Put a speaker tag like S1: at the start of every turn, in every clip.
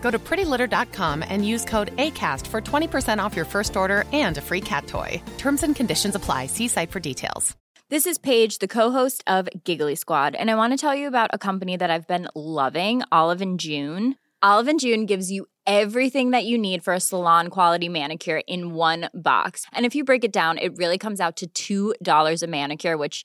S1: Go to prettylitter.com and use code ACAST for 20% off your first order and a free cat toy. Terms and conditions apply. See site for details.
S2: This is Paige, the co-host of Giggly Squad, and I want to tell you about a company that I've been loving, Olive and June. Olive and June gives you everything that you need for a salon quality manicure in one box. And if you break it down, it really comes out to $2 a manicure, which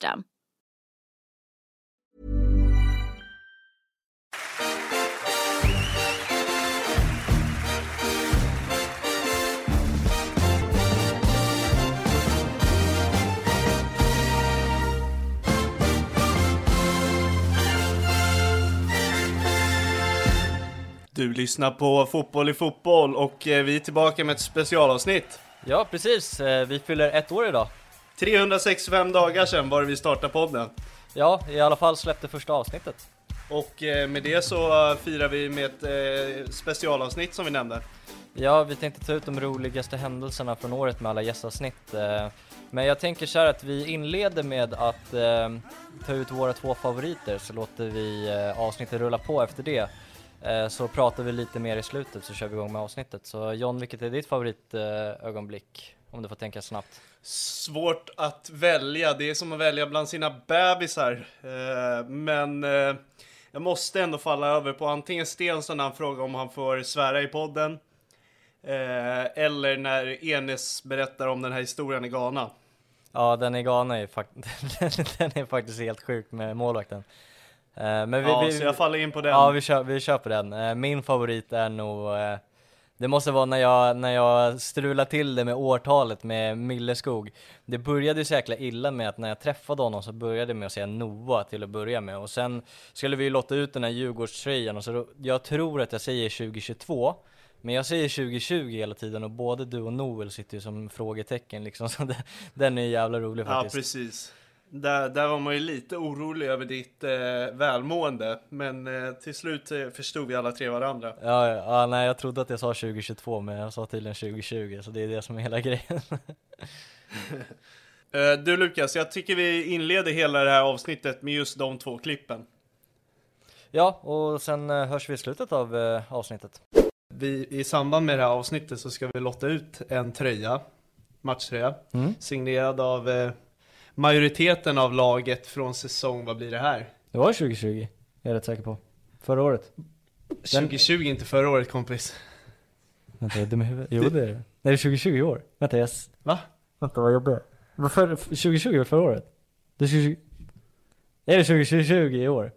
S3: Du lyssnar på Fotboll i fotboll och eh, vi är tillbaka med ett specialavsnitt.
S4: Ja, precis. Eh, Vi fyller ett år idag.
S3: 365 dagar sedan var det vi startade podden.
S4: Ja, i alla fall släppte första avsnittet.
S3: Och eh, med det så eh, firar vi med ett eh, specialavsnitt som vi nämnde.
S4: Ja, vi tänkte ta ut de roligaste händelserna från året med alla gästavsnitt. eh, Men jag tänker så här att vi inleder med att eh, ta ut våra två favoriter så låter vi eh, avsnittet rulla på efter det. Eh, Så pratar vi lite mer i slutet så kör vi igång med avsnittet. Så John, vilket är ditt favoritögonblick? eh, Om du får tänka snabbt.
S3: Svårt att välja, det är som att välja bland sina bebisar. Eh, men eh, jag måste ändå falla över på antingen Stensson när han frågar om han får svära i podden. Eh, eller när Enes berättar om den här historien i Ghana.
S4: Ja, den i Ghana är, fakt- den är faktiskt helt sjuk med målvakten. Eh, Men vi,
S3: Ja,
S4: vi,
S3: så jag faller in på den.
S4: Ja, vi kör, vi kör på den. Eh, Min favorit är nog, eh, det måste vara när jag, när jag strulade till det med årtalet med Milleskog. Det började ju så jäkla illa med att när jag träffade honom så började det med att säga Noah till att börja med. Och sen skulle vi ju lotta ut den här Djurgårdströjan och så då, jag tror att jag säger 2022. Men jag säger 2020 hela tiden och både du och Noel sitter ju som frågetecken liksom. Så det, den är jävla rolig
S3: Ja,
S4: faktiskt.
S3: precis. Där, där var man ju lite orolig över ditt eh, välmående, men eh, till slut eh, förstod vi alla tre varandra.
S4: Ja, ja, ja, nej jag trodde att jag sa 2022 men jag sa tydligen 2020 så det är det som är hela grejen.
S3: Eh, du Lukas, jag tycker vi inleder hela det här avsnittet med just de två klippen.
S4: Ja, och sen eh, hörs vi i slutet av eh, avsnittet.
S3: Vi, I samband med det här avsnittet så ska vi lotta ut en tröja, matchtröja, signerad av eh, majoriteten av laget från säsong, vad blir det här?
S4: Det var 2020, jag är rätt säker på. Förra året.
S3: 2020, inte förra året kompis.
S4: Vänta, är du dum i huvudet? Jo det är det. Nej, det är 2020 i år. Vänta, jag... s-
S3: Va?
S4: Vänta, vad jobbar jag? Vad för- 2020 var förra året? Det är 2020... Är det 2020 i år?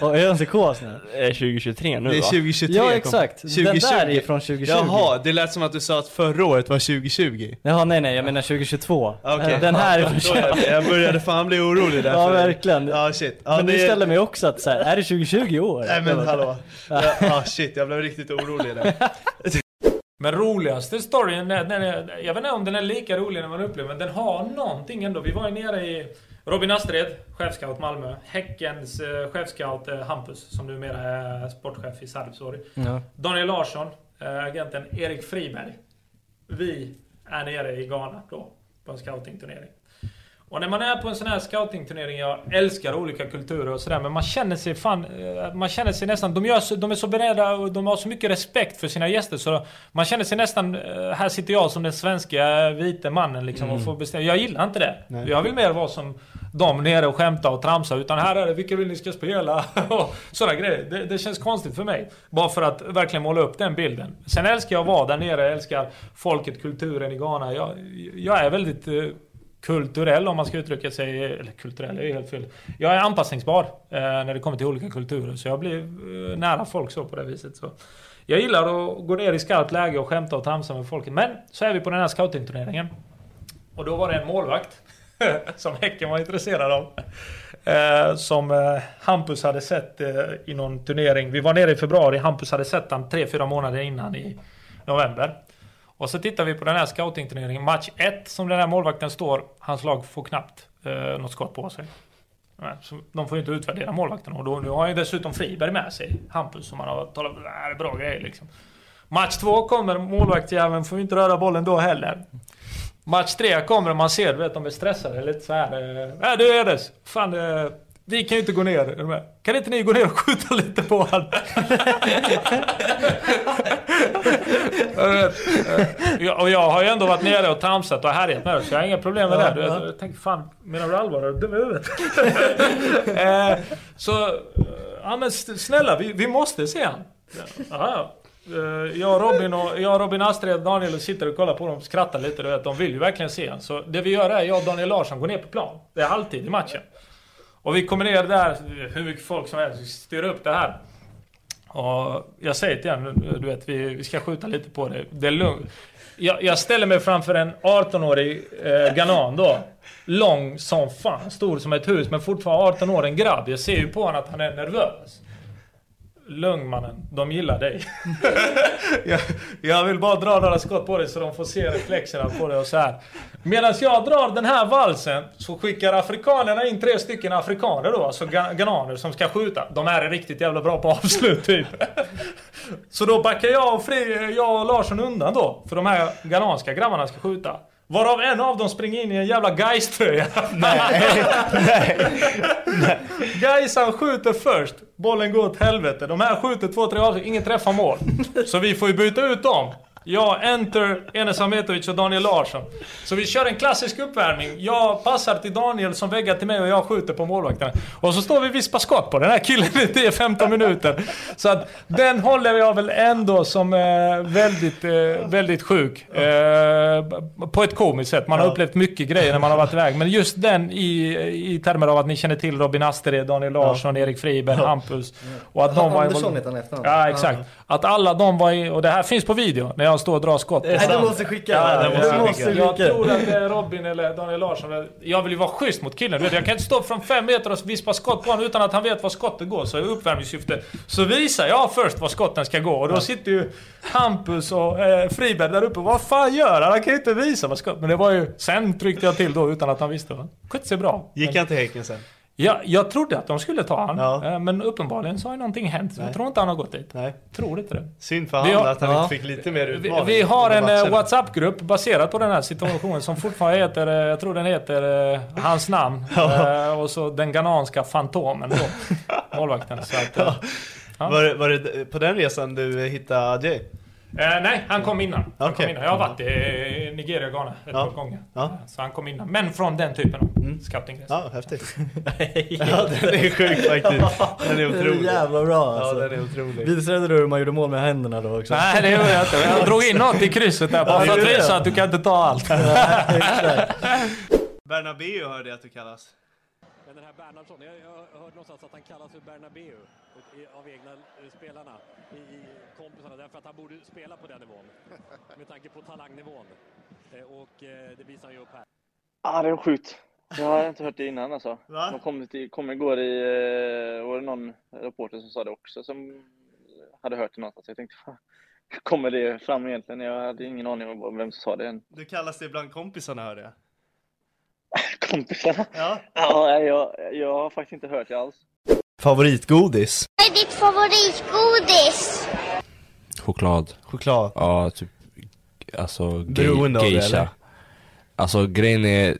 S4: Och är jag en psykos nu?
S5: Är 2023 nu
S3: Det är
S5: va?
S3: 2023
S4: Ja
S3: kompis.
S4: exakt, den där är från 2020.
S3: Jaha, det lät som att du sa att förra året var 2020.
S4: Jaha, nej nej, jag menar 2022.
S3: Okej.
S4: Den här är
S3: Ja,
S4: från
S3: då är jag,
S4: 2020.
S3: med. jag började fan bli orolig där
S4: Ja
S3: för dig.
S4: verkligen.
S3: Ja shit. Ja,
S4: Men du ställer mig också att så här, är det 2020 i år?
S3: Nej men hallå. Ja ah, shit, jag blev riktigt orolig där.
S6: Men roligaste storyn, den, den, är- jag vet inte om den är lika rolig när man upplever men den har någonting ändå. Vi var ju nere i Robin Astrid, chefscout Malmö. Häckens eh, chefscout eh, Hampus, som numera är sportchef i Sarpsborg.
S4: Ja.
S6: Daniel Larsson, eh, agenten Erik Friberg. Vi är nere i Ghana då, på en scoutingturnering. Och när man är på en sån här scoutingturnering, jag älskar olika kulturer och sådär, men man känner sig fan... eh, Man känner sig nästan... De, gör, så- de är så beredda och de har så mycket respekt för sina gäster så man känner sig nästan... eh, Här sitter jag som den svenska eh, vita mannen liksom och får bestämma. Jag gillar inte det. Jag vill mer vara som de nere och skämta och tramsa. Utan här är det, vilka vill ni ska spela? och sådana grejer. Det, det känns konstigt för mig. Bara för att verkligen måla upp den bilden. Sen älskar jag att vara där nere, jag älskar folket, kulturen i Ghana. Jag, jag är väldigt... eh, kulturell om man ska uttrycka sig, eller kulturell är ju helt fel. Jag är anpassningsbar eh, när det kommer till olika kulturer så jag blir eh, nära folk så på det viset. Så. Jag gillar att gå ner i skarpt läge och skämta och tramsa med folket. Men så är vi på den här scoutingturneringen. Och då var det en målvakt som Häcken var intresserad av. Eh, som eh, Hampus hade sett eh, i någon turnering. Vi var nere i februari, Hampus hade sett han 3-4 månader innan i november. Och så tittar vi på den här scoutingturneringen, match 1 som den här målvakten står, hans lag får knappt eh, något skott på sig. Nej, så De får ju inte utvärdera målvakten och då, nu har han ju dessutom Friberg med sig, Hampus, som han har talat om, "Nej, det är bra grejer liksom. Match 2 kommer, målvaktsjäveln får ju inte röra bollen då heller. Match 3 kommer och man ser, du vet de är stressade lite så här. eh, Äh du Edes, fan eh, vi kan ju inte gå ner. Är du med? Kan inte ni gå ner och skjuta lite på honom? eh, Ja, och jag har ju ändå varit nere och tramsat och härjat med det, så jag har inga problem med det. Du vet, jag tänker fan, menar du allvar? Är du dum i huvudet? eh, så, eh, ja men s- snälla, vi, vi måste se han. Ja, ja. Eh, Jag, och Robin och, jag och Robin Astrid och Daniel sitter och kollar på dem och skrattar lite, du vet. De vill ju verkligen se han. Så det vi gör är, jag och Daniel Larsson går ner på plan. Det är halvtid i matchen. Och vi kommer ner där, hur mycket folk som helst, vi styr upp det här. Och jag säger till honom, du vet, vi, vi ska skjuta lite på det. Det är lugnt. Jag, jag ställer mig framför en 18-årig eh, Ghanan då. Lång som fan, stor som ett hus, men fortfarande 18 år, en grabb. Jag ser ju på honom att han är nervös. Lugn mannen, de gillar dig. jag, jag vill bara dra några skott på dig så de får se reflexerna på dig och så här. Medan jag drar den här valsen så skickar afrikanerna in tre stycken afrikaner då, alltså ga- ghananer som ska skjuta. De här är riktigt jävla bra på avslut typ. så då backar jag och, Fri, jag och Larsson undan då, för de här ghananska grabbarna ska skjuta. Varav en av dem springer in i en jävla Gais-tröja. Guys han skjuter först, bollen går åt helvete. De här skjuter två, tre avslut, ingen träffar mål. Så vi får ju byta ut dem. Jag, Enter, Enes Ahmetovic och Daniel Larsson. Så vi kör en klassisk uppvärmning. Jag passar till Daniel som väggar till mig och jag skjuter på målvakterna. Och så står vi och vispar skott på den här killen i 10-15 minuter. Så att den håller jag väl ändå som eh, väldigt, eh, väldigt sjuk. Eh, b- på ett komiskt sätt. Man har upplevt mycket grejer när man har varit iväg. Men just den i, i termer av att ni känner till Robin Astered, Daniel Larsson, Erik Friberg, Hampus. Och att de var
S7: Andersson heter han i efternamn.
S6: Ja, exakt. Att alla de var i, och det här finns på video, när jag står och drar skott.
S7: Nej, du måste skicka.
S4: Ja, det
S7: Du
S4: måste vi
S7: måste
S4: skicka.
S6: Jag
S7: skicka.
S6: tror att det är Robin eller Daniel Larsson. Jag vill ju vara schysst mot killen. Du vet, jag kan inte stå från fem meter och vispa skott på honom utan att han vet var skottet går. Så i uppvärmningssyfte så visar jag först var skotten ska gå. Och då sitter ju Hampus och eh, Friberg där uppe. Vad fan gör han? Han kan ju inte visa var skottet... Men det var ju... Sen tryckte jag till då utan att han visste. va? Skötte sig bra.
S8: Gick han till Häcken sen?
S6: Ja, jag trodde att de skulle ta han.
S8: Ja.
S6: Eh, Men uppenbarligen så har ju någonting hänt. Jag
S8: Nej.
S6: tror inte han har gått dit.
S8: Nej.
S6: Tror inte det.
S8: Synd för
S6: Vi
S8: han
S6: har-
S8: att han
S6: Ja.
S8: inte fick lite mer
S6: Vi,
S8: utmaning.
S6: vi har
S8: i
S6: en eh,
S8: matcherna.
S6: WhatsApp-grupp baserad på den här situationen som fortfarande heter, eh, jag tror den heter eh, hans namn. Eh, och så den ghananska fantomen då. Målvakten. Så att, eh, Ja.
S8: Var, det- var det på den resan du hittade Adjei?
S6: eh, nej, han kom innan. Han kom
S8: Okej.
S6: innan. Jag har varit i eh, Nigeria och Ghana ett
S8: Ja.
S6: par gånger.
S8: Ja. Mm.
S6: Så han kom innan. Men från den typen av scoutingresa.
S8: Ja, häftigt. ja, den är sjuk faktiskt. Den är
S7: Det är
S8: otrolig.
S7: jävla bra
S8: Ja,
S7: alltså.
S8: den är otrolig.
S7: Visade du hur man gjorde mål med händerna då också?
S6: Nej, det gjorde jag inte. Jag drog in något i krysset där bara för att visa att du kan inte ta allt.
S8: Bernabéu hörde jag att du kallas.
S9: Men den här Bernhardsson, jag, jag hörde någonstans att han kallas för Bernabeu av egna eh, spelarna, i, i kompisarna, därför att han borde spela på den nivån. Med tanke på talangnivån. Eh, Och eh, det visar han ju upp här.
S10: Ja, Ah, det är sjukt. Jag har inte hört det innan alltså.
S8: Va?
S10: De kom, till, kom igår i... eh, var det någon reporter som sa det också som hade hört det någonstans. Jag tänkte, fan, kommer det fram egentligen? Jag hade ingen aning om vad- vem som sa det än.
S8: Du kallas det bland kompisarna hörde jag.
S10: Kompisarna?
S8: Ja.
S10: Ja, nej, jag, jag har faktiskt inte hört det alls.
S8: Favoritgodis?
S11: Vad är ditt favoritgodis?
S9: Choklad.
S8: Choklad.
S9: Ja, typ... Alltså
S8: Beroende av det, eller?
S9: Alltså grejen är...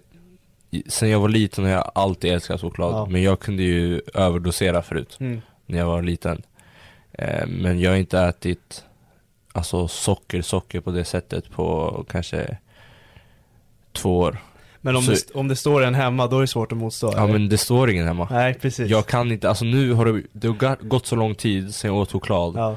S12: sen jag var liten har jag alltid älskat choklad,
S13: Ja.
S12: men jag kunde ju överdosera förut,
S13: Mm.
S12: när jag var liten. Eh, men jag har inte ätit alltså socker, socker på det sättet på kanske två år.
S3: Men om
S12: Så-
S3: det, om det står en hemma, då är det svårt att motstå.
S12: Ja men det står ingen hemma.
S3: Nej, precis.
S12: Jag kan inte, alltså nu har det, det har ga- gått så lång tid sen jag åt choklad.
S3: Ja.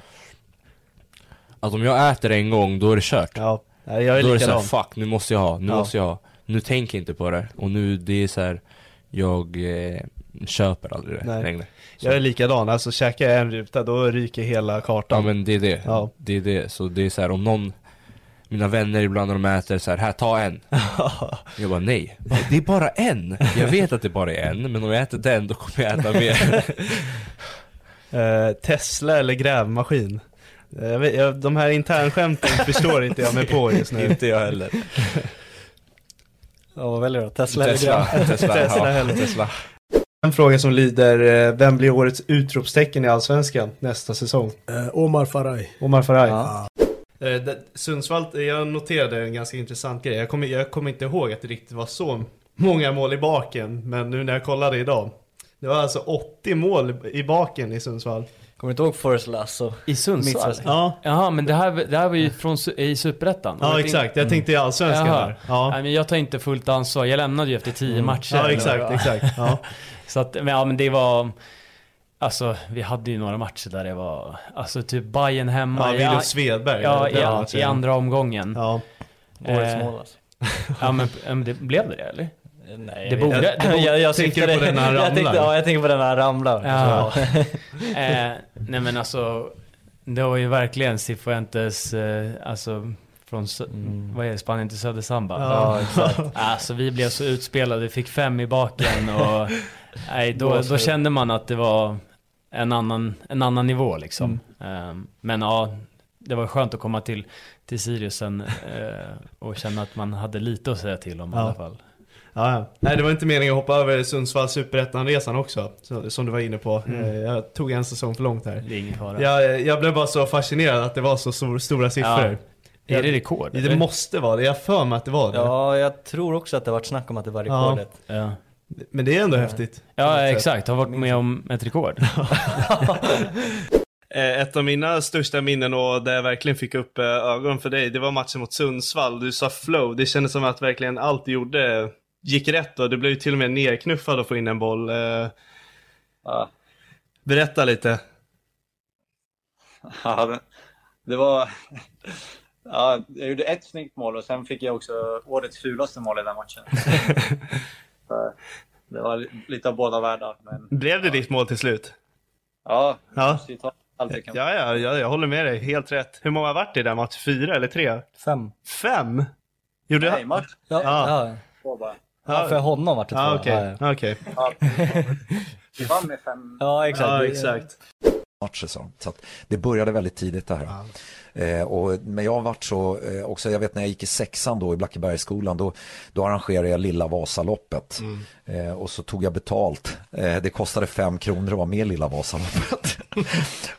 S12: Att om jag äter en gång, då är det kört.
S13: Ja, jag är
S12: då är det såhär,
S13: likadan.
S12: fuck, nu måste jag ha, nu
S13: Ja.
S12: måste jag ha. Nu tänker jag inte på det. Och nu, det är såhär, jag eh, köper aldrig det
S3: Nej.
S12: längre. Så,
S3: Jag är likadan, alltså käkar jag en ruta då ryker hela kartan.
S12: ja men det är det. Det är det. Så det är såhär, om någon, mina vänner ibland när de äter såhär, här ta en. jag bara nej, det är bara en. Jag vet att det bara är en, men om jag äter den då kommer jag äta mer.
S3: Eh, Tesla eller grävmaskin? Eh, Jag vet, jag, de här internskämten förstår inte jag mig på just nu.
S12: Inte jag heller.
S7: Ja, vad väljer du då? Tesla,
S3: Tesla,
S7: eller
S3: Tesla, ja.
S12: Tesla.
S3: En fråga som lyder, eh, vem blir årets utropstecken i Allsvenskan nästa säsong?
S14: Eh, Omar Faraj.
S3: Omar Faraj. Eh, det, Sundsvall, eh, jag noterade en ganska intressant grej. Jag kommer, jag kommer inte ihåg att det riktigt var så många mål i baken, men nu när jag kollade idag. Det var alltså 80 mål i baken i Sundsvall.
S7: Kommer du inte ihåg Forrest Lasso?
S15: I Sundsvall?
S3: Ja.
S15: Jaha, men det här, det här var ju från, su- i Superettan?
S3: Ja, exakt. Jag tänkte i Allsvenskan
S15: Jaha.
S3: där. Ja.
S15: Nej, men jag tar inte fullt ansvar. Jag lämnade ju efter tio
S3: Mm.
S15: matcher.
S3: Ja,
S15: eller
S3: exakt,
S15: vad det var.
S3: exakt. Ja.
S15: Så att, men, ja, men det var... Alltså, vi hade ju några matcher där det var... Alltså typ Bayern hemma.
S3: Ja,
S15: i-
S3: Wilhelm Svedberg,
S15: Ja,
S3: den
S15: i,
S3: matchen.
S15: i andra omgången. Eh,
S3: Ja.
S7: Årets mål, alltså.
S15: Ja, men, ja, men det, blev det det eller?
S7: Nej,
S15: det borde... det borde-
S7: jag, jag syftade- Jag tänkte, ja, jag tänker på den när han ramlar.
S15: Ja.
S7: Så,
S15: eh, nej men alltså, det var ju verkligen Cifuentes, eh, alltså från, Sö- vad är det, Spanien till Södersamba.
S7: Ja, exakt.
S15: Alltså vi blev så utspelade, vi fick fem i baken och nej, då, då
S7: Gåshud.
S15: kände man att det var en annan, en annan nivå liksom. Eh, men ja, det var skönt att komma till, till Siriusen eh, och känna att man hade lite att säga till om i
S3: Ja.
S15: alla fall.
S3: Ja, ja. Nej, det var inte meningen att hoppa över Sundsvall Superettan-resan också, så- som du var inne på.
S15: Mm.
S3: Eh, Jag tog en säsong för långt här.
S15: Det är ingen fara.
S3: Jag, jag blev bara så fascinerad att det var så stor, stora siffror.
S15: Är det rekord,
S3: Det
S15: eller?
S3: måste vara det, jag har för mig att det var det.
S7: ja, jag tror också att det varit snack om att det var
S3: Ja.
S7: rekordet.
S15: Ja.
S3: Men det är ändå häftigt.
S15: Ja exakt, har varit med om ett rekord.
S3: Eh, Ett av mina största minnen och där jag verkligen fick upp eh, ögonen för dig, det var matchen mot Sundsvall. Du sa flow, det kändes som att verkligen allt du gjorde gick rätt och du blev ju till och med nerknuffad att få in en boll. Eh, Berätta lite.
S4: Ja, det, det var... Ja, jag gjorde ett snyggt mål och sen fick jag också årets fulaste mål i den matchen. Så det var lite av båda världar. Men
S3: Blev det ditt mål till slut?
S4: ja,
S3: Ja.
S4: jag måste ju ta allt jag kan.
S3: Ja, ja, ja, jag håller med dig. Helt rätt. Hur många vart det i den matchen? Fyra eller tre?
S7: Fem.
S3: Fem? Gjorde
S4: Nej, match.
S7: Ja,
S16: Ah.
S3: ja.
S4: Två bara.
S7: Ja, för honom vart det
S3: Ja,
S7: två.
S3: Ah, okej.
S7: Ja, ja.
S3: okej.
S4: Ja, vi vann med fem.
S7: Ja, exakt.
S3: Ja,
S7: Det-
S3: exakt.
S17: matchsäsong. Så att det började väldigt tidigt det här. Eh, och, men jag har varit så, eh, också jag vet när jag gick i sexan då i Blackebergsskolan, då, då arrangerade jag Lilla Vasaloppet. Eh, och så tog jag betalt, eh, det kostade fem kronor att vara med i Lilla Vasaloppet.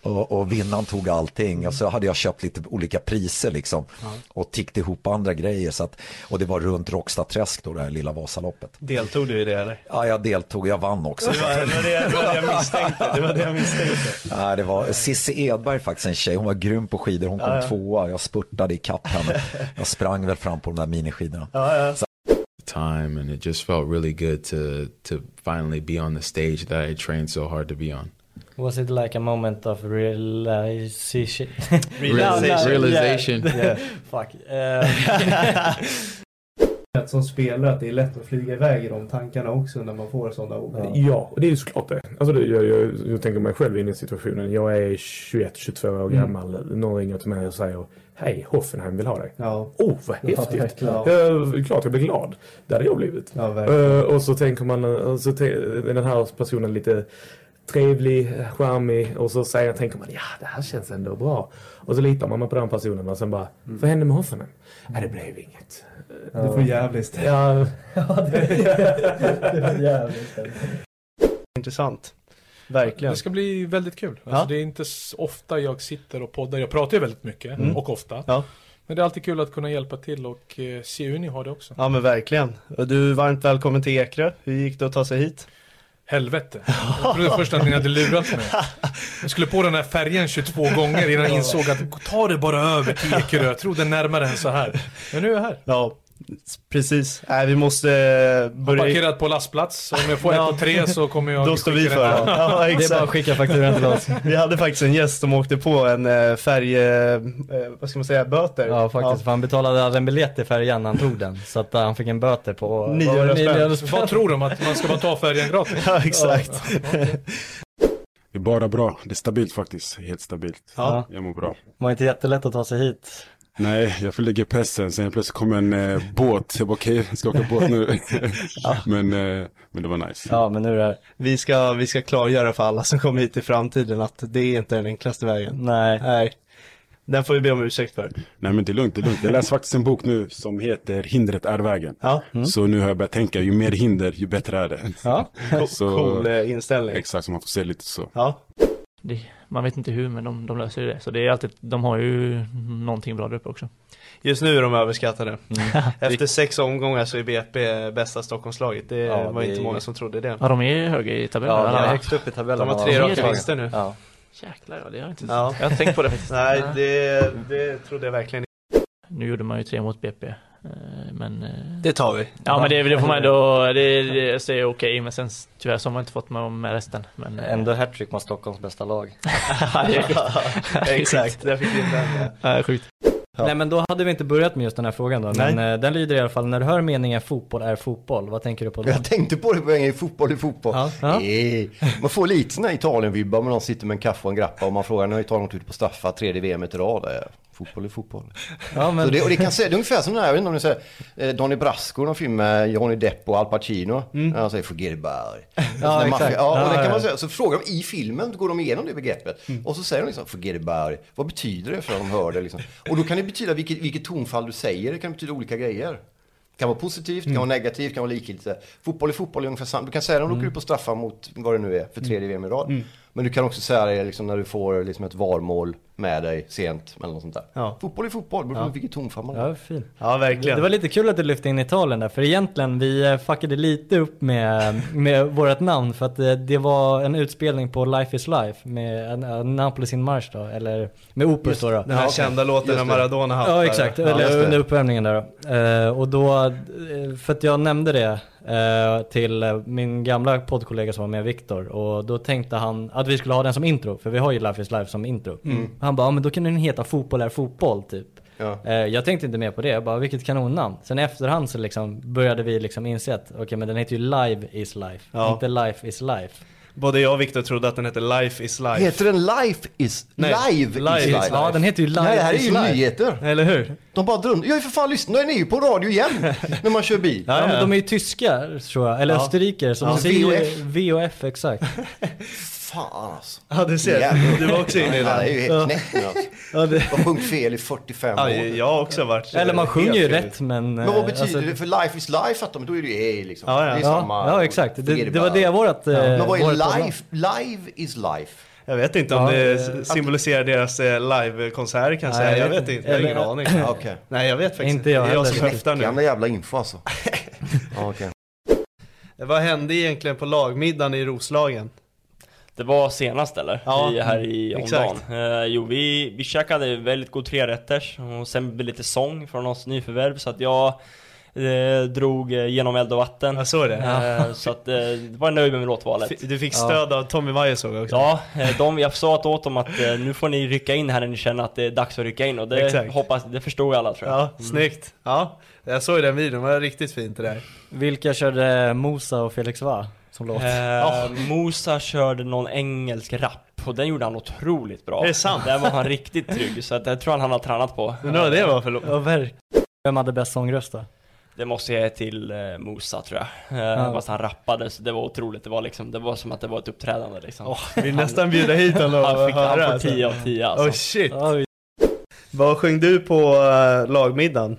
S17: och, och vinnaren tog allting och så hade jag köpt lite olika priser liksom.
S3: Ja.
S17: Och tickt ihop andra grejer. Så att, och det var runt Råckstadsträsk då det här Lilla Vasaloppet.
S3: Deltog du i det eller?
S17: Ja, jag deltog, jag vann också.
S3: Det var det, var det, jag- det, var det jag misstänkte. Det var det jag misstänkte.
S17: Nej, det var Cissi Edberg faktiskt, en tjej. Hon var grym på skidor. Hon kom
S3: Ja, ja.
S17: tvåa. Jag spurtade i kapp henne. Jag sprang väl fram på de där miniskidorna.
S18: time and it just felt really good to to finally be on the stage that I trained so hard to be on.
S7: Was it like a moment of realization?
S18: Realization. Realization.
S7: Yeah.
S18: Yeah.
S7: Fuck. Eh,
S3: Att som spelare att det är lätt att flyga iväg i de tankarna också när man får sådana ord.
S19: Ja, det är ju såklart det. Alltså det jag, jag, jag tänker mig själv in i situationen. Jag är 21-22 år
S3: Mm.
S19: gammal. Någon ringer till mig och säger Hej, Hoffenheim vill ha dig.
S3: Ja.
S19: Oh, vad
S3: Ja,
S19: häftigt!
S3: verkligen.
S19: Ja, det är klart jag blir glad. Det hade jag blivit.
S3: Ja, verkligen.
S19: Eh, och så tänker man, och så te- är den här personen lite trevlig, charmig och så säger, tänker man ja, det här känns ändå bra. Och så litar man på den personen och sen bara,
S3: Mm.
S19: vad hände med Hoffenheim? Nej, det blev inget.
S3: Eh, Det var jävligt.
S19: Ja.
S3: Intressant. Verkligen.
S20: Det ska bli väldigt kul. Alltså, Det är inte s- ofta jag sitter och poddar. Jag pratar ju väldigt mycket
S3: Mm.
S20: och ofta.
S3: Ja.
S20: Men det är alltid kul att kunna hjälpa till och eh, se hur ni har det också.
S3: Ja men verkligen. Och Du är varmt välkommen till Ekerö. Hur gick det att ta sig hit?
S20: Helvete. Jag trodde först att ni hade lurat mig. Jag skulle på den här färjan 22 gånger innan jag insåg att ta det bara över till Ekerö. Jag trodde närmare än så här. Men nu är jag här.
S3: Ja, s- precis. Nej, vi måste eh,
S20: Har
S3: börja...
S20: parkerat på lastplats. Om jag får ett och tre så kommer jag...
S3: Då står vi
S20: skicka
S3: för
S20: den
S3: det.
S20: här.
S3: Ja, exakt. Vi hade faktiskt en gäst som åkte på en eh, färg... eh, eh, Vad ska man säga? Böter.
S4: Ja faktiskt, för han betalade aldrig en biljett till färjan när han tog den. Så att eh, han fick en böter på...
S20: 900 spänn.
S4: Vad tror
S20: de? Att man ska bara ta färjan gratis?
S3: Ja, exakt.
S21: Det är bara bra. Det är stabilt faktiskt. Helt stabilt.
S4: Ja.
S21: Jag mår bra.
S4: Var inte jättelätt att ta sig hit.
S21: Nej, jag lägger pressen. Sen plötsligt kom en eh, båt. Jag bara okej, jag ska åka båt nu. men, eh, men det var nice.
S3: Ja, men nu är det vi ska, vi ska klargöra för alla som kommer hit i framtiden att det är inte den enklaste vägen.
S4: Nej.
S3: Nej. Den får vi be om ursäkt för.
S21: Nej men det är lugnt, det är lugnt. Jag läser faktiskt en bok nu som heter Hindret är vägen.
S4: mm.
S21: Så nu har jag börjat tänka, ju mer hinder, ju bättre är det.
S3: Ja. Cool, eh, inställning.
S21: Exakt, så man får se lite så.
S3: Ja.
S16: Det, man vet inte hur men de, de löser ju det. Så det är alltid, de har ju någonting bra där uppe också. Mm.
S3: Just nu är de överskattade. Efter sex omgångar så är BP bästa Stockholmslaget. Det
S16: Ja,
S3: var
S16: det
S3: inte
S16: är-
S3: många som trodde det.
S16: Ja, de är höga i tabellen.
S3: Ja, de
S16: Ja.
S3: är högst upp i tabellen.
S16: De har
S3: tre
S16: Ja.
S3: raka vinster nu.
S16: Ja. Jäklar ja, det har jag inte
S3: Ja.
S16: Jag har inte tänkt på det faktiskt.
S3: Nej, det, det trodde jag verkligen inte.
S16: Nu gjorde man ju tre mot BP. eh, Men... eh,
S3: Det tar vi.
S16: Ja men det, det får man ändå, det, det så är det okej men sen s- tyvärr så har man inte fått med, med resten. Men, eh,
S4: Ändå hattrick mot Stockholms bästa lag.
S16: Ja, det är sjukt. Det är
S3: Exakt,
S16: sjukt.
S3: där fick vi inte
S15: eh,
S3: hända.
S16: Ja, sjukt.
S4: Nej men då hade vi inte börjat med just den här frågan då. Men eh, den lyder i alla fall, när du hör meningen fotboll är fotboll, vad tänker du på då?
S22: Jag tänkte på det på en gång, fotboll är fotboll. Nej. Man får lite sådana Italien-vibbar men de sitter med en kaffe och en grappa och man frågar, nu har Italien gått ut på straffar, tredje VM i rad. Eh, Fotboll är fotboll.
S4: Ja, men-
S22: Så det, och det, kan, se- det är ungefär som den här, jag vet inte om ni säger, eh, Donny Brasco, någon film med Johnny Depp och Al Pacino. När han säger forget about it.
S4: Mm. Ja,
S22: Sån där
S4: exakt.
S22: maffia- ja, och
S4: Ja,
S22: det kan
S4: ja. Mm.
S22: man säga. Så frågar de i filmen, går de igenom det begreppet. Och så säger de liksom, forget about it. Vad betyder det för att de hör det? Liksom? Och då kan det betyda vilket, vilket tonfall du säger, det kan betyda olika grejer. Det kan vara positivt,
S3: Mm.
S22: det kan vara negativt, det kan vara likgiltigt. Fotboll är fotboll är ungefär samma. Du kan säga det om du åker ut på straffar mot vad det nu är för tredje VM i rad.
S3: Mm.
S22: Men du kan också säga det liksom när du får liksom ett varmål med dig sent eller något sånt där.
S4: Ja.
S22: Fotboll är fotboll, det beror på
S4: Ja.
S22: vilket tonfall man
S4: Ja,
S22: har.
S4: fin.
S3: Ja, verkligen.
S4: Det var lite kul att du lyfte in Italien där, för egentligen vi eh, fuckade lite upp med, med vårt namn för att eh, det var en utspelning på Life is Life med en- en Napolis in March då, eller med Opus
S3: Just
S4: då. då.
S3: den här Ja, okej. kända låten
S4: Just
S3: när
S4: det.
S3: Maradona haltar.
S4: Ja exakt,
S3: Ja, just
S4: eller
S3: det.
S4: under uppvärmningen där då. Eh, och då, eh, för att jag nämnde det eh, till eh, min gamla poddkollega som var med, Viktor, och då tänkte han att vi skulle ha den som intro, för vi har ju Life is Life som intro.
S22: Mm.
S4: Han bara, ja, men då kan den heta Fotboll är fotboll typ.
S22: Ja.
S4: Eh, Jag tänkte inte mer på det, jag bara vilket kanonnamn. Sen i efterhand så liksom började vi liksom inse att okej men den heter ju Live is Life,
S3: Ja.
S4: inte Life is Life.
S3: Både jag och Viktor trodde att den hette Life is Life.
S22: Heter den Life is
S3: Nej,
S22: Live,
S3: Live
S22: is
S3: is
S22: Life?
S3: Ja, den heter ju Live
S22: Nej, det här är
S3: is
S22: ju
S3: Live.
S22: nyheter.
S4: Eller hur?
S22: De bara drömde. Jag är för fan lyssnat, ni är ju på radio igen när man kör bil.
S4: Ja, men de är ju tyskar tror jag, eller
S22: Ja.
S4: österrikare som
S22: Ja.
S4: säger
S22: VOF.
S4: VOF exakt.
S22: Fan alltså.
S3: Ja du ser,
S22: Jävlar.
S3: du var också inne i den.
S22: Ja, det är ju helt knäckt nu alltså.
S3: Ja, det...
S22: Jag har sjungit fel i 45
S3: Ja,
S22: år.
S3: jag har också varit...
S4: Eller man sjunger ju rätt men...
S22: Men
S4: eh,
S22: vad betyder
S4: alltså-
S22: det? För life is life fattar man, då är det ju A liksom.
S4: Ja, ja.
S22: Det är
S4: Ja,
S22: samma.
S4: ja, exakt. Det-
S22: Då är
S4: det var
S22: bara-
S4: det vårat, eh,
S22: Men vad är
S4: vårat
S22: life? Live is life.
S3: Jag vet inte om
S22: Ja,
S3: det
S22: eh,
S3: s- symboliserar deras eh, livekonsert kanske.
S22: Nej,
S3: jag vet inte, jag har ingen aning.
S22: Okej.
S3: Nej jag vet faktiskt inte. Det är jag som höftar nu.
S22: Knäckande jävla info alltså. Ja, okej.
S3: Vad hände egentligen på lagmiddagen i Roslagen?
S15: Det var senast eller?
S3: Ja,
S15: I, här i
S3: mm,
S15: omdagen.
S3: exakt.
S15: Eh, jo, vi, vi käkade väldigt god trerätters och sen blev det lite sång från oss nyförvärv så att jag eh, drog eh, genom eld och vatten. Jag
S3: såg det.
S15: Eh, så att eh, var jag nöjd med låtvalet.
S3: Fi- du fick stöd av Tommy Vaihe såg jag också.
S15: Ja, eh, de, jag sa åt dem att eh, nu får ni rycka in här när ni känner att det är dags att rycka in och det
S3: Exakt.
S15: hoppas, det förstod alla tror jag. Mm.
S3: Ja, snyggt. Ja, jag såg den videon, det var riktigt fint det där.
S4: Vilka körde Mosa och Felix Va som låt?
S15: Eh, Musa körde någon engelsk rap och den gjorde han otroligt bra.
S4: Är det sant?
S15: Där var han riktigt trygg så att det tror jag han har tränat på. Eh,
S4: Undrar vad det var
S3: för låt?
S4: Ja, verkligen. Vem hade bäst sångröst då?
S15: Det måste jag ge till eh, Musa tror jag. Eh,
S4: Ja.
S15: Fast han rappade så det var otroligt. Det var, liksom, det var som att det var ett uppträdande liksom.
S3: Vill nästan bjuda hit honom och
S15: Han, fick, han
S3: höra,
S15: får
S3: alltså.
S15: 10 av 10 alltså.
S3: Oh shit. Vad sjöng du på eh, lagmiddagen?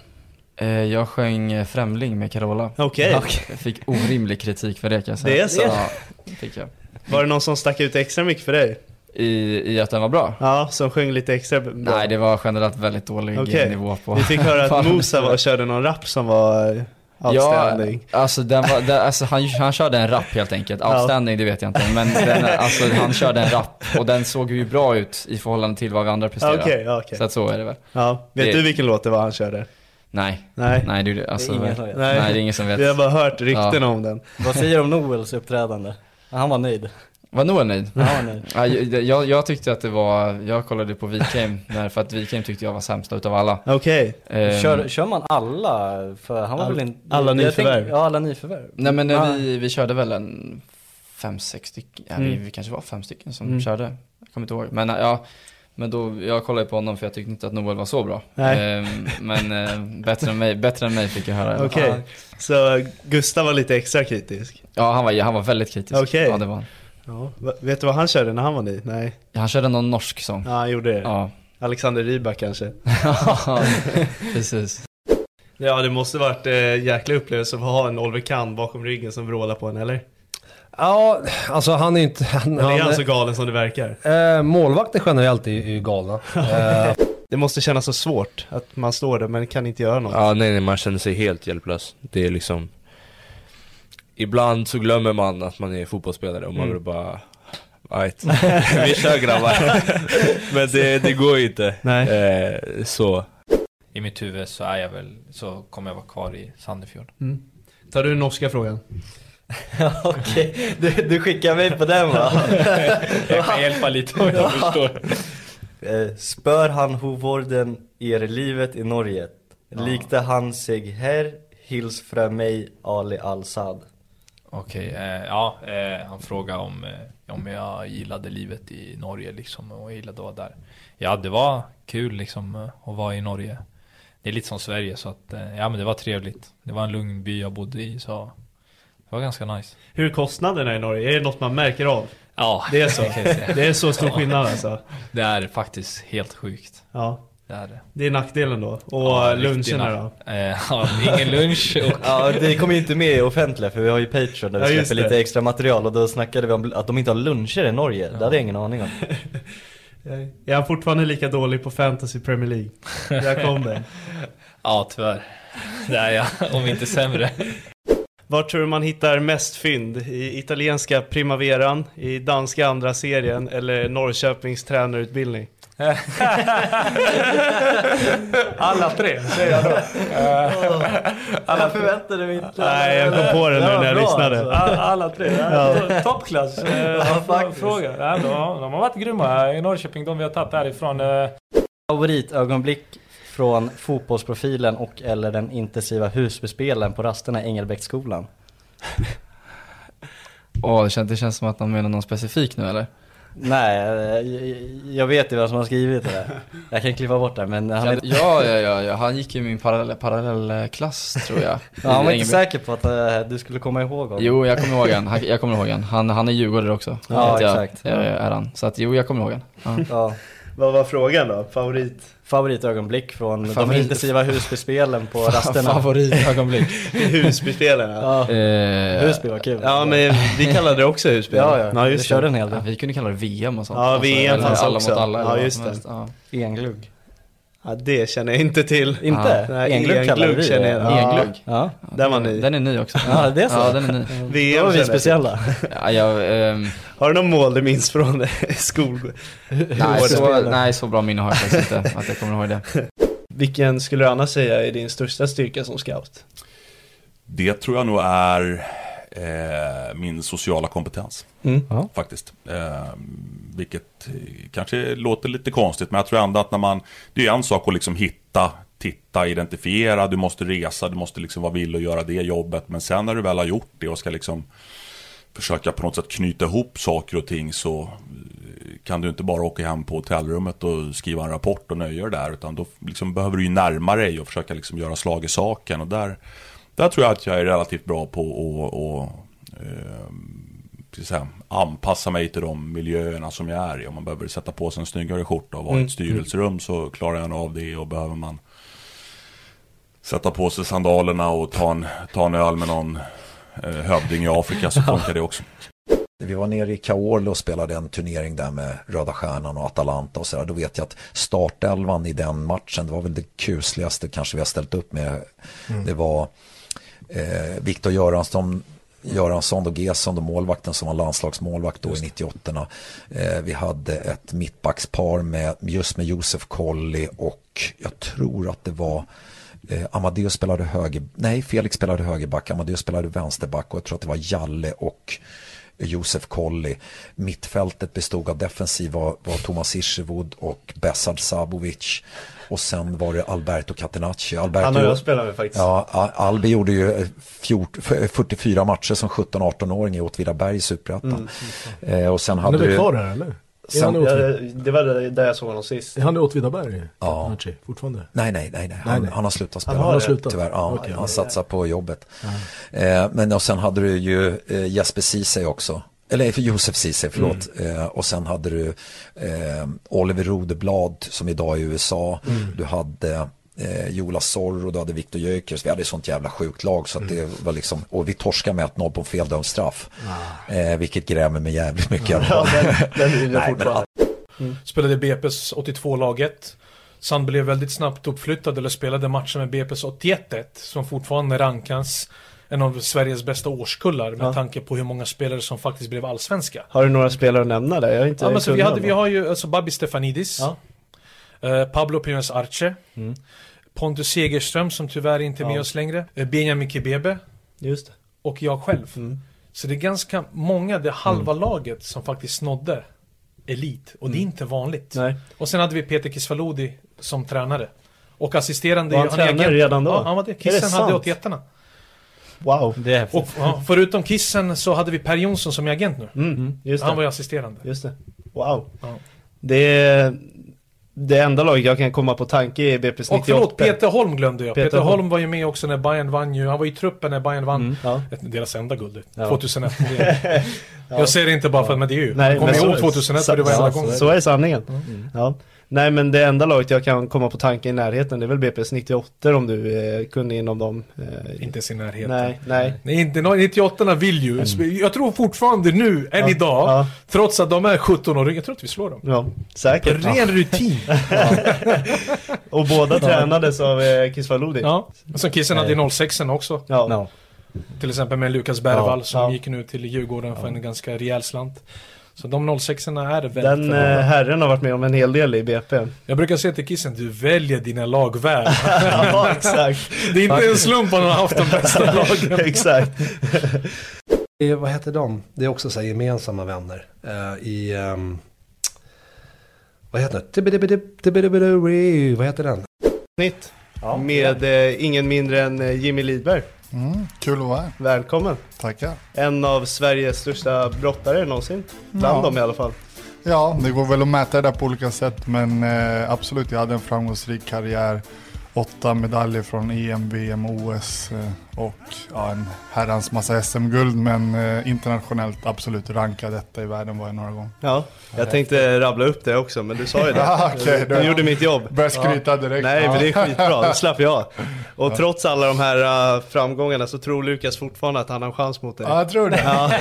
S23: Eh, Jag sjöng eh, Främling med Carola.
S3: Okej.
S23: Jag fick orimlig kritik för det kan jag säga.
S3: Det är så?
S23: Ja, fick jag.
S3: Var det någon som stack ut extra mycket för dig?
S23: i, i att den var bra.
S3: Ja, som sjöng lite extra bra.
S23: Nej, det var generellt väldigt dålig
S3: Okej.
S23: nivå på...
S3: Vi fick höra
S23: på
S3: att
S23: alla
S3: Musa var, körde någon rap som var eh,
S23: Ja,
S3: outstanding.
S23: alltså, den var, den, alltså han, han körde en rap helt enkelt.
S3: Ja.
S23: Outstanding, det vet jag inte. Men den, alltså, han körde en rap och den såg ju bra ut i förhållande till vad vi andra presterade.
S3: Okej, ja, okej.
S23: Så att så är det väl.
S3: Ja, vet
S23: Det-
S3: du vilken låt det var han körde?
S23: Nej.
S3: Nej.
S23: Nej, det, är- alltså,
S4: ingen som vet.
S23: Nej. det är ingen som vet.
S3: Vi har bara hört rykten om den.
S4: Vad säger du om Noels uppträdande? Han var nöjd.
S23: Var Noel nöjd?
S4: Ja, han var nöjd.
S23: Ja, jag, jag, jag tyckte att det var, jag kollade på Wikheim där för att Wikheim tyckte jag var sämsta utav alla.
S3: Okej.
S23: Ehm,
S4: Kör, kör man alla? För han var
S23: All-
S4: väl inte...
S23: alla
S4: jag tänkte-
S23: nyförvärv.
S4: Ja, alla nyförvärv.
S23: Nej men eh,
S4: Ah.
S23: vi, vi körde väl en fem, sex stycken, ja, vi,
S4: Mm.
S23: vi kanske var fem stycken som
S4: Mm.
S23: körde. Jag kommer inte ihåg. Men eh, ja, men då, jag kollade på honom för jag tyckte inte att Noel var så bra.
S3: Nej.
S23: Ehm, men eh, bättre, än mig, bättre än mig fick jag höra. i alla fall.
S3: Okej, så Gustav var lite extra kritisk?
S23: Ja, han var, han var väldigt kritisk.
S3: Okej.
S23: Ja, det var han.
S3: Ja. Va- Vet du vad han körde när han var ny? Nej.
S23: Han körde någon norsk sång.
S3: Ja, han gjorde det.
S23: Ja.
S3: Alexander Rybak kanske?
S23: Ja, precis.
S3: Ja, det måste varit eh, jäkla upplevelse att ha en Oliver Kahn bakom ryggen som vrålar på en, eller?
S9: Ja, alltså han är ju inte... Han,
S3: Eller är
S9: han-
S3: han så galen som det verkar?
S9: Eh, målvakter generellt är är ju galna. Eh,
S3: Det måste kännas så svårt att man står där men kan inte göra något.
S12: Ja, nej, nej, man känner sig helt hjälplös. Det är liksom... Ibland så glömmer man att man är fotbollsspelare och man
S3: Mm.
S12: vill bara... Right. Vi kör grabbar. Men det, det går ju inte.
S3: Nej.
S12: Eh, så.
S24: I mitt huvud så är jag väl, så kommer jag vara kvar i Sandefjord.
S3: Mm. Tar du den norska frågan?
S24: Okej,
S4: du, du skickar mig på den va?
S24: Jag kan hjälpa lite om jag förstår.
S4: Eh, Spör han hovorden er livet i Norge? Likte han sig här? Hils från mig Ali Al-Sad.
S24: Okej, eh, ja, eh, han frågade om, eh, om jag gillade livet i Norge liksom och jag gillade att vara där. Ja, det var kul liksom eh, att vara i Norge. Det är lite som Sverige så att, eh, ja men det var trevligt. Det var en lugn by jag bodde i så det var ganska nice.
S3: Hur är kostnaderna i Norge? Är det något man märker av?
S24: Ja,
S3: Det är så?
S24: kan jag säga.
S3: det är så stor
S24: Ja.
S3: skillnad alltså?
S24: Det är faktiskt helt sjukt.
S3: Ja.
S24: Det är det.
S3: Det är nackdelen då. Och
S24: Ja, riktigt
S3: luncherna då?
S24: nack- Eh, ja, ingen lunch och...
S4: Ja, det kommer ju inte med i offentliga för vi har ju Patreon där vi
S24: Ja, just
S4: släpper
S24: det.
S4: lite extra material och då snackade vi om att de inte har luncher i Norge. Det hade jag ingen aning om.
S3: Är han fortfarande lika dålig på fantasy Premier League? Där kom den.
S24: Ja, tyvärr. Det är jag, om inte sämre.
S3: Var tror du man hittar mest fynd? I italienska primaveran, i danska andra serien eller Norrköpings tränarutbildning?
S6: Alla tre, säger jag då. Alla jag förväntade mig inte.
S3: Nej, jag kom på den nu när jag lyssnade.
S6: Alla, alla tre.
S3: Ja.
S6: Ja. Toppklass. eh, Fråga. Ja, de, de har varit grymma i Norrköping, de vi har tagit därifrån. eh.
S4: Favoritögonblick från fotbollsprofilen och eller den intensiva Husbyspelen på rasterna i Engelbrektsskolan?
S23: Åh, det, känns, det känns som att de menar någon specifik nu eller?
S4: Nej, jag- jag vet ju vem som har skrivit det där. Jag kan klippa bort det men han är...
S23: Ja, ja, ja, ja, han gick ju i min parallell, parallellklass tror jag.
S4: Ja, han var
S23: I
S4: inte
S23: Ängelby-
S4: säker på att eh, du skulle komma ihåg honom.
S23: Jo, jag kommer ihåg han. han. Jag kommer ihåg han. Han, han är djurgårdare också.
S4: Ja,
S23: Så att jag,
S4: exakt.
S23: Jag, jag är han. Så att jo, jag kommer ihåg han. Ja.
S4: Ja.
S3: Vad var frågan då? Favorit?
S4: Favoritögonblick från
S23: Favorit-
S4: de intensiva Husbyspelen på
S23: Fa-
S4: rasterna.
S23: favoritögonblick.
S3: Husbyspelen
S4: ja.
S23: Eh,
S4: Husby var kul.
S3: Ja, men vi kallade det också Husby.
S4: Ja, ja.
S3: ja
S4: Vi körde en
S23: hel del. vi kunde kalla det VM och sånt.
S3: Ja, VM
S23: Alltså, eller
S3: fanns
S23: alla
S3: också.
S23: Mot alla, eller
S3: Ja,
S23: vad
S3: just
S23: som
S3: det.
S23: helst. Ja.
S4: Englugg.
S3: Ja, det känner jag inte till.
S23: Inte?
S3: Nej,
S23: Englugg
S3: englugg,
S23: kallar vi det.
S3: känner jag.
S23: Englugg?
S3: Ja. Den var ny.
S23: Den är ny också.
S4: Ja, det är så?
S23: Ja, den är ny.
S3: VM känner jag till.
S23: Ja, jag, ehm,
S3: Har du något mål du minns från skol...
S23: nej, så,
S3: årspelen?
S23: nej, så bra minne har jag faktiskt inte att jag kommer ihåg det.
S3: Vilken skulle du annars säga är din största styrka som scout?
S8: Det tror jag nog är eh, min sociala kompetens.
S3: Mm. Ja.
S8: Faktiskt. Eh, vilket eh, kanske låter lite konstigt, men jag tror ändå att när man... Det är en sak att liksom hitta, titta, identifiera, du måste resa, du måste liksom vara villig att göra det jobbet. Men sen när du väl har gjort det och ska liksom försöka på något sätt knyta ihop saker och ting så eh, kan du inte bara åka hem på hotellrummet och skriva en rapport och nöja dig där utan då liksom behöver du ju närma dig och försöka liksom göra slag i saken och där, där tror jag att jag är relativt bra på att och, eh, ska jag säga, anpassa mig till de miljöerna som jag är i. Om man behöver sätta på sig en snyggare skjorta och vara i
S3: Mm.
S8: ett styrelserum så klarar jag nog av det och behöver man sätta på sig sandalerna och ta en, ta en öl med någon eh, hövding i Afrika så funkar det också.
S17: Vi var nere i Caorle och spelade en turnering där med Röda Stjärnan och Atalanta och sådär. Då vet jag att startelvan i den matchen, det var väl det kusligaste kanske vi har ställt upp med.
S14: Mm.
S17: Det var eh, Viktor Göransson, Göransson och Gesson, då målvakten som var landslagsmålvakt då i 98 eh, Vi hade ett mittbackspar med, just med Josef Colley och jag tror att det var Eh, Amadeus spelade höger, nej Felix spelade högerback, Amadeus spelade vänsterback och jag tror att det var Jalle och Josef Kolli. Mittfältet bestod av defensiv var, var Thomas Irsevud och Bessard Sabovic. Och sen var det Alberto Catenacci. Alberto,
S3: Han och jag spelade faktiskt.
S17: Ja, A- Albi gjorde ju eh, 14, f- 44 matcher som 17-18-åring i Åtvidaberg i
S14: Mm,
S17: Superettan. Eh, och sen
S14: Han
S17: hade
S14: är väl
S17: du-
S14: kvar där eller? Är han i
S17: Sen-
S14: Åtvid-
S3: Det var där där jag såg honom sist.
S14: Är han i Åtvidaberg?
S17: Ja.
S14: Natchi, Fortfarande?
S17: Nej, nej, nej, nej. Han,
S14: Nej, nej.
S17: han har slutat spela.
S14: Han har slutat?
S17: Tyvärr, ja,
S14: Okej.
S17: han satsar på jobbet. Eh, men och sen hade du ju eh, Jesper Ceesay också. Eller för Josef Ceesay, förlåt.
S14: Mm.
S17: Eh, och sen hade du eh, Oliver Rodeblad som idag är i USA.
S14: Mm.
S17: Du hade eh, Jola Zorro, du hade Viktor Gyökeres. Vi hade ett sånt jävla sjukt lag
S14: Mm.
S17: så att det var liksom, och vi torskade med 1-0 på en feldömd straff. Eh, vilket grämer mig jävligt mycket. i alla fall. Nej, men att-
S20: Spelade BP's 82-laget. Sen blev väldigt snabbt uppflyttad eller spelade matchen med BP's 81 som fortfarande rankas en av Sveriges bästa årskullar med
S3: Ja.
S20: tanke på hur många spelare som faktiskt blev allsvenska.
S3: Har du några spelare att nämna där? Jag är inte
S20: Ja, men så vi,
S3: kunnig
S20: hade,
S3: om
S20: vi
S3: dem.
S20: har ju alltså Babi Stefanidis, eh, Pablo Piones Arce, Pontus Segerström som tyvärr inte är med
S3: Mm. Ja.
S20: oss längre, eh, Benjamin Kebebe
S3: Just Mm.
S20: och jag själv. Så det är ganska många, det är halva laget som faktiskt nådde elit och det är inte vanligt.
S3: Mm. Nej.
S20: Och sen hade vi Peter Kisvalodi som tränare. Och assisterande
S3: Var han
S20: är
S3: tränare
S20: agent.
S3: redan då?
S20: Ja, han var
S3: Är
S20: det.
S3: det
S20: Kissen hade
S3: sant?
S20: 81 -arna.
S3: Wow. Det är
S20: Och ja, förutom Kissen så hade vi Per Jonsson som är agent nu.
S3: Mm. just det.
S20: han var ju assisterande.
S3: Just det. Wow.
S20: Ja.
S3: Det är det enda laget jag kan komma på tanke är BP's 98.
S20: Och förlåt, Peter Holm glömde jag.
S3: Peter
S20: Peter,
S3: Holm. Mm.
S20: Holm. var ju med också när Bayern vann ju. Han var ju i truppen när Bayern vann ett, deras enda guld.
S3: Ja.
S20: 2001.
S3: Ja.
S20: Jag säger det inte bara för att men det är ju.
S3: Nej,
S20: jag kommer
S3: men så-
S20: ihåg 2001
S3: så-
S20: för det var enda
S3: så-
S20: gången.
S3: Så är sanningen.
S20: Mm.
S3: Ja. Nej men det enda laget jag kan komma på tanke i närheten det är väl BP's 98 om du eh, kunde inom dem. Eh,
S20: inte ens i närheten.
S3: Nej, nej. Mm.
S20: Nej, inte nå- 98 vill ju. Jag tror fortfarande nu, än
S3: Ja.
S20: idag,
S3: Ja.
S20: trots att de är 17-åringar, jag tror att vi slår dem.
S3: Ja, säkert.
S20: Ren rutin.
S3: Och båda tränades av eh, Kisvalodi.
S20: Ja, och sen Kissen hade ju 06 också.
S3: Ja.
S20: Till exempel med Lukas Bergvall
S3: Ja,
S20: som gick nu till Djurgården för en ganska rejäl slant. Så de 06 erna är väldigt
S3: Den eh,
S20: förvånande.
S3: herren har varit med om en hel del i BP.
S20: Jag brukar säga till Kissen, du väljer dina lag väl.
S3: ja, exakt.
S20: Det är inte en slump att han har haft de bästa lagen.
S3: Exakt.
S9: Eh, Vad heter de? Det är också så här gemensamma vänner. eh, I... ehm, vad heter den? Tibbidibbidib- tibbidibbidibbi- Vad heter den?
S3: Nytt. Med eh, ingen mindre än eh, Jimmy Lidberg.
S10: Mm,
S3: kul att vara här. Välkommen.
S10: Tackar.
S3: En av Sveriges största brottare någonsin. Bland
S10: Ja.
S3: dem i alla fall.
S10: Ja, det går väl att mäta det där på olika sätt, men eh, absolut, jag hade en framgångsrik karriär. Åtta medaljer från EM, VM, OS eh, och ja, en herrans massa SM-guld, men eh, internationellt absolut rankad detta i världen var jag några gånger.
S3: Ja, jag tänkte rabbla upp det också, men du sa ju det.
S10: Ah, okej,
S3: du
S10: då-
S3: gjorde mitt jobb.
S10: Börjar skryta direkt.
S3: Nej, men det är
S10: Ja.
S3: skitbra. Då slapp jag. Och
S10: Ja.
S3: trots alla de här äh, framgångarna så tror Lukas fortfarande att han har en chans mot dig.
S10: Ja, jag tror det.
S3: Ja.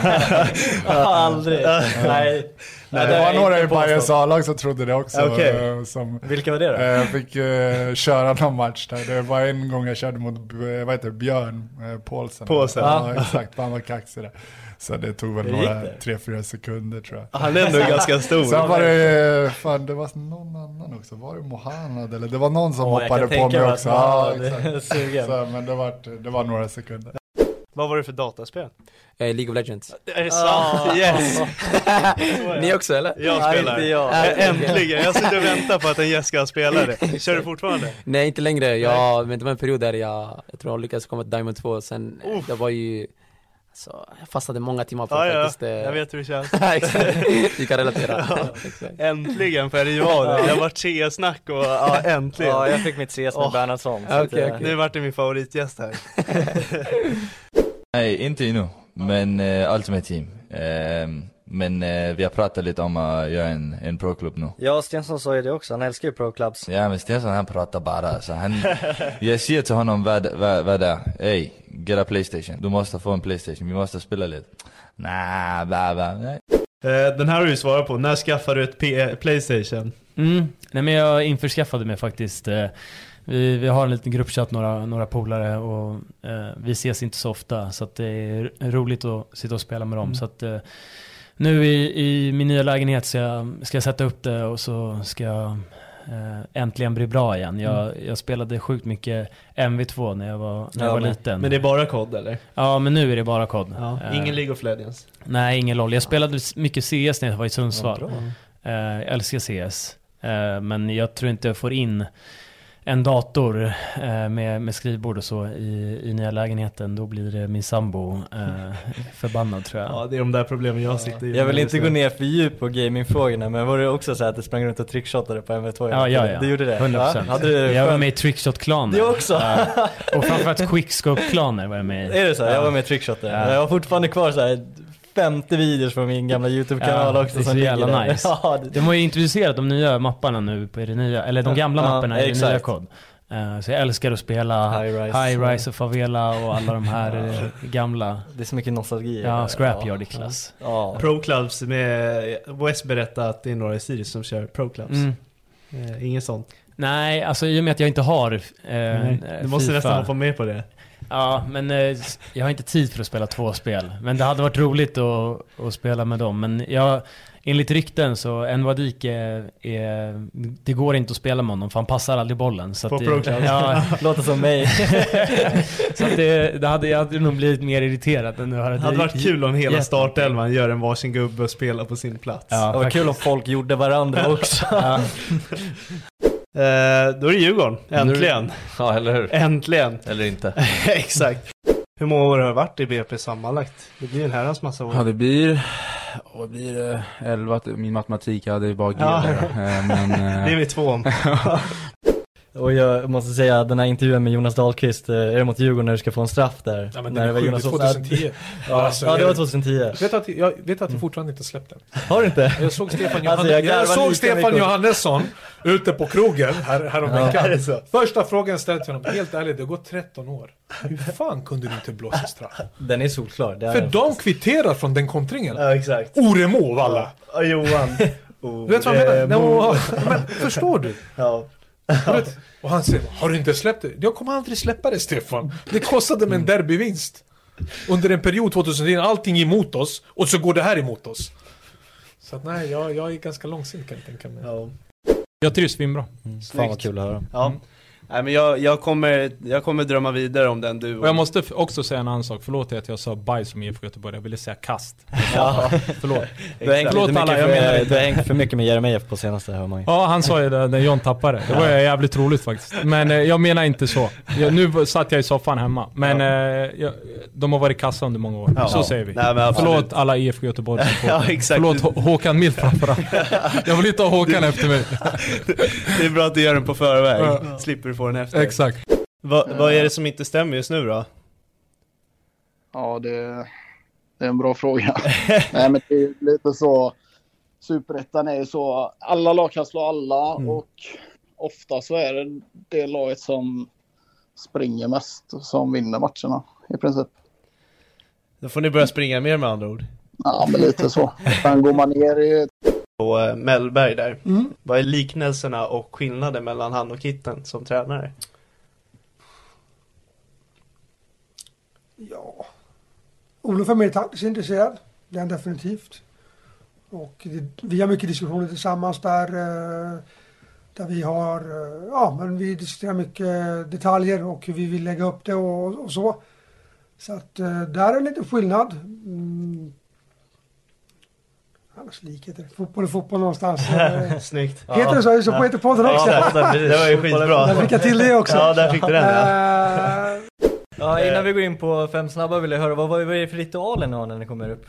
S10: Aldrig.
S3: Nej.
S10: Nej,
S3: det
S10: det
S3: har
S10: var
S3: jag
S10: några i
S3: inte påstått.
S10: Bayerns A-lag som trodde det också.
S3: Okej.
S10: eh, Som,
S3: Vilka var det då?
S10: eh, fick eh, köra någon match där. Det var en gång jag körde mot eh, vad heter det, Björn eh, Paulsen.
S3: Paulsen.
S10: Ja,
S3: Ja.
S10: exakt. Han var kaxig där. Så det tog väl
S3: Hur gick
S10: några,
S3: det?
S10: tre, fyra sekunder tror jag.
S3: Han är ändå ganska stor.
S10: Sen var det, eh, fan det var någon annan också. Var det Mohanad eller? Det var någon som
S3: Åh, jag
S10: hoppade
S3: kan
S10: på
S3: tänka
S10: mig
S3: mig
S10: också.
S3: att
S10: Ja,
S3: Mohanad är
S10: exakt.
S3: sugen.
S10: Så, men det var, det var några sekunder.
S3: Vad var det för dataspel?
S11: League of Legends.
S3: Är det sant?
S11: Ah.
S3: Yes!
S11: Ni också, eller?
S3: Jag
S11: Nej,
S3: spelar.
S11: inte jag.
S3: Ä- Äntligen! Jag sitter och väntar på att en gäst ska spela det. Kör du fortfarande?
S11: Nej, inte längre. Jag, men det var en period där jag, jag tror jag lyckades komma till Diamond 2 och sen, eh, det var ju Alltså, jag fastnade många timmar på
S3: Ja,
S11: det
S3: ja.
S11: faktiskt. eh.
S3: Jag vet hur det känns.
S11: Exakt. Vi kan relatera.
S3: Ja.
S11: Exakt.
S3: Äntligen får jag riva av det. Det har varit CS-snack och ja, äntligen.
S4: Ja, jag fick mitt CS med
S3: Åh.
S4: Bernhardsson, så att, Okej, eh, okej.
S3: Nu vart det min favoritgäst här.
S13: Nej, inte ännu. Men eh, Ultimate Team. Ehm, Men eh, vi har pratat lite om att göra en, en pro-klubb nu.
S4: Ja, Stensson sa ju det också, han älskar ju pro clubs.
S13: Ja men Stensson han pratar bara alltså. Han, jag säger till honom vad, vad, vad det är. Ey, get a Playstation. Du måste få en Playstation, vi måste spela lite. Nah, bla bla. Nej.
S3: Eh, Den här har du svarat på. När skaffade du ett P- Playstation?
S15: Mm. Nej men jag införskaffade mig faktiskt. eh, Vi, vi har en liten gruppchatt, några, några polare och eh, vi ses inte så ofta så att det är roligt att sitta och spela med dem.
S3: Mm.
S15: Så att, eh, nu i, i min nya lägenhet så jag, ska jag sätta upp det och så ska jag eh, äntligen bli bra igen. Jag, jag spelade sjukt mycket MV2 när jag var, när jag
S3: Mm. Ja,
S15: var
S3: men-
S15: liten.
S3: men det är bara COD, eller?
S15: Ja men nu är det bara COD.
S3: Ja.
S15: Eh,
S3: Ingen League of Legends?
S15: Nej, ingen LOL. Jag spelade s- mycket CS när jag var i Sundsvall.
S3: Ja, bra.
S15: Eh, jag älskar CS. Eh, men jag tror inte jag får in en dator eh, med, med skrivbord och så i, i nya lägenheten. Då blir det min sambo eh, förbannad tror jag.
S3: Ja, det är de där problemen jag sitter i.
S15: Jag vill
S3: just
S15: inte
S3: nu.
S15: gå
S4: ner för djupt på gamingfrågorna men var det också så här att du sprang runt och trickshottade på MV2?
S15: Ja, ja, ja.
S4: Du gjorde det?
S15: 100%.
S4: Ja, hade du det
S15: jag var
S4: skönt?
S15: med i trickshot-klaner.
S4: Det också?
S15: Ja. Och framförallt quickscope-klaner var jag med i.
S4: Är det så? Jag var med i trickshotter. Jag har fortfarande kvar så här 50 videos från min gamla YouTube-kanal
S15: Ja,
S4: också.
S15: Det är så
S4: som ligger
S15: jävla
S4: där.
S15: nice.
S4: Ja, det-
S15: De har ju introducerat de nya mapparna nu på i det nya, eller de gamla
S4: Ja,
S15: mapparna i det
S4: exakt.
S15: nya kod. Eh, Så jag älskar att spela
S4: High Rise.
S15: High Rise och Favela och alla de här eh, gamla.
S4: Det är så mycket nostalgi.
S13: eh,
S15: Ja, Scrapyard i klass.
S3: Ja. Pro Clubs med... West berättade att det är några i Sirius som kör Pro Clubs.
S15: Mm.
S3: Eh, Inget sånt.
S15: Nej, alltså i och med att jag inte har eh,
S3: Nej, du måste
S15: FIFA.
S3: nästan få med på det.
S15: Ja, men eh, s- jag har inte tid för att spela två spel. Men det hade varit roligt att, att spela med dem. Men jag, enligt rykten så Nwadik är, är... Det går inte att spela med honom för han passar aldrig bollen. Så
S4: På
S15: att
S4: Pro
S15: det,
S4: Club.
S15: ja,
S4: Låter som mig.
S15: så att det, det hade, jag hade nog blivit mer irriterad än att höra
S3: Det hade varit kul om hela
S15: Jätte-
S3: startelvan gör en varsin gubbe och spelar på sin plats.
S15: Ja, Det var faktiskt. kul om
S4: folk gjorde varandra också.
S3: ja. Eh, då är det Djurgården, äntligen.
S13: Nu- Ja, eller hur?
S3: Äntligen.
S13: Eller inte.
S3: Exakt. Hur många år har det varit i BP sammanlagt? Det blir en herrans massa år.
S15: Ja, det blir... åh, Vad blir det? 11? Min matematik, ja det är bara G
S3: Ja.
S15: där. Eh, Men, eh,
S3: Det är vi två om.
S4: Och jag måste säga, den här intervjun med Jonas Dahlqvist, eh, är det mot Djurgården när du ska få en straff där?
S20: Ja, men
S4: när
S20: den är skyldig
S4: Åsberg.
S20: 2010.
S4: ja,
S20: Alltså,
S4: ja, det
S20: jag-
S4: var 2010.
S20: Vet att, jag vet att jag fortfarande inte släppt den.
S4: Har du inte?
S20: Jag såg Stefan, Johann...
S4: Alltså, jag
S20: jag
S4: garvar lika
S20: såg Stefan
S4: mycket.
S20: Johannesson ute på krogen här, häromveckan.
S4: Ja, är det så?
S20: Första frågan ställde till honom, helt ärligt, det har gått 13 år. Hur fan kunde du inte blåsa straff?
S4: Den är solklar. det är
S20: För
S4: den.
S20: de kvitterar från den kontringen.
S4: Ja, exakt.
S20: Oremo valla!
S4: Ja, Johan.
S3: Oh,
S20: Du vet vad jag
S3: eh,
S20: menar? Nej,
S4: Oremo.
S20: men- Men förstår du? Du vet, och han säger har du inte släppt det? Jag kommer aldrig släppa det Stefan. Det kostade mig en
S3: Mm.
S20: derbyvinst. Under en period 2010, allting emot oss och så går det här emot oss. Så att, nej, jag, jag är ganska långsint kan jag tänka mig.
S15: Jag trivs svinbra.
S20: Fan vad kul att höra.
S3: Ja. Nej, men jag, jag, kommer, jag kommer drömma vidare om den du
S6: Och jag måste f- också säga en annan sak, förlåt att jag sa bajs om IFK Göteborg, jag ville säga kast.
S4: Ja.
S6: Förlåt.
S4: Du har hängt
S6: förlåt
S4: lite
S6: alla,
S4: mycket
S6: jag menar
S4: för,
S6: inte.
S4: du har hängt för mycket med Jeremejeff på senaste hör man ju.
S6: Ja, han sa ju det när John tappade. Det var
S4: Ja.
S6: ju jävligt roligt faktiskt. Men eh, jag menar inte så. Jag, nu satt jag i soffan hemma. Men eh, jag, de har varit kassa under många år.
S3: Ja.
S6: Så säger vi.
S3: Nej, men absolut.
S6: Förlåt alla IFK Göteborg
S3: Ja, exakt.
S6: Förlåt Hå- Håkan Mild framförallt. Jag vill inte ha Håkan efter mig.
S3: Det är bra att du gör den på förväg.
S6: Ja.
S3: Slipper du få den efter.
S6: Exakt.
S3: Va, vad är det som inte stämmer just nu då?
S10: Ja, det, det är en bra fråga. Nej, men det är lite så. Superettan är ju så. Alla lag kan slå alla
S3: Mm.
S10: och ofta så är det det laget som springer mest som vinner matcherna i princip.
S3: Då får ni börja springa mer med andra ord.
S10: Ja, men lite så. Sen går man ner i...
S3: Och eh, Mellberg där.
S6: Mm.
S3: Vad är liknelserna och skillnaden mellan han och Kitten som tränare?
S25: Olof är mer taktiskt intresserad. Det är han definitivt. Och det, vi har mycket diskussioner tillsammans där. eh, Där vi har, eh, ja men vi diskuterar mycket detaljer och hur vi vill lägga upp det och, och så. Så att eh, där är lite skillnad. Mm. Annars likheter. Fotboll är fotboll någonstans. Eh,
S3: Snyggt.
S25: Heter det så? Är det så på heter podden också?
S3: Ja, exakt, precis. det var ju skitbra.
S25: Där fick jag till det också. Eh,
S3: Ja, där fick du den ja.
S4: ja. ja, innan vi går in på fem snabba vill jag höra, vad vad är det för ritualer ni har när ni kommer upp?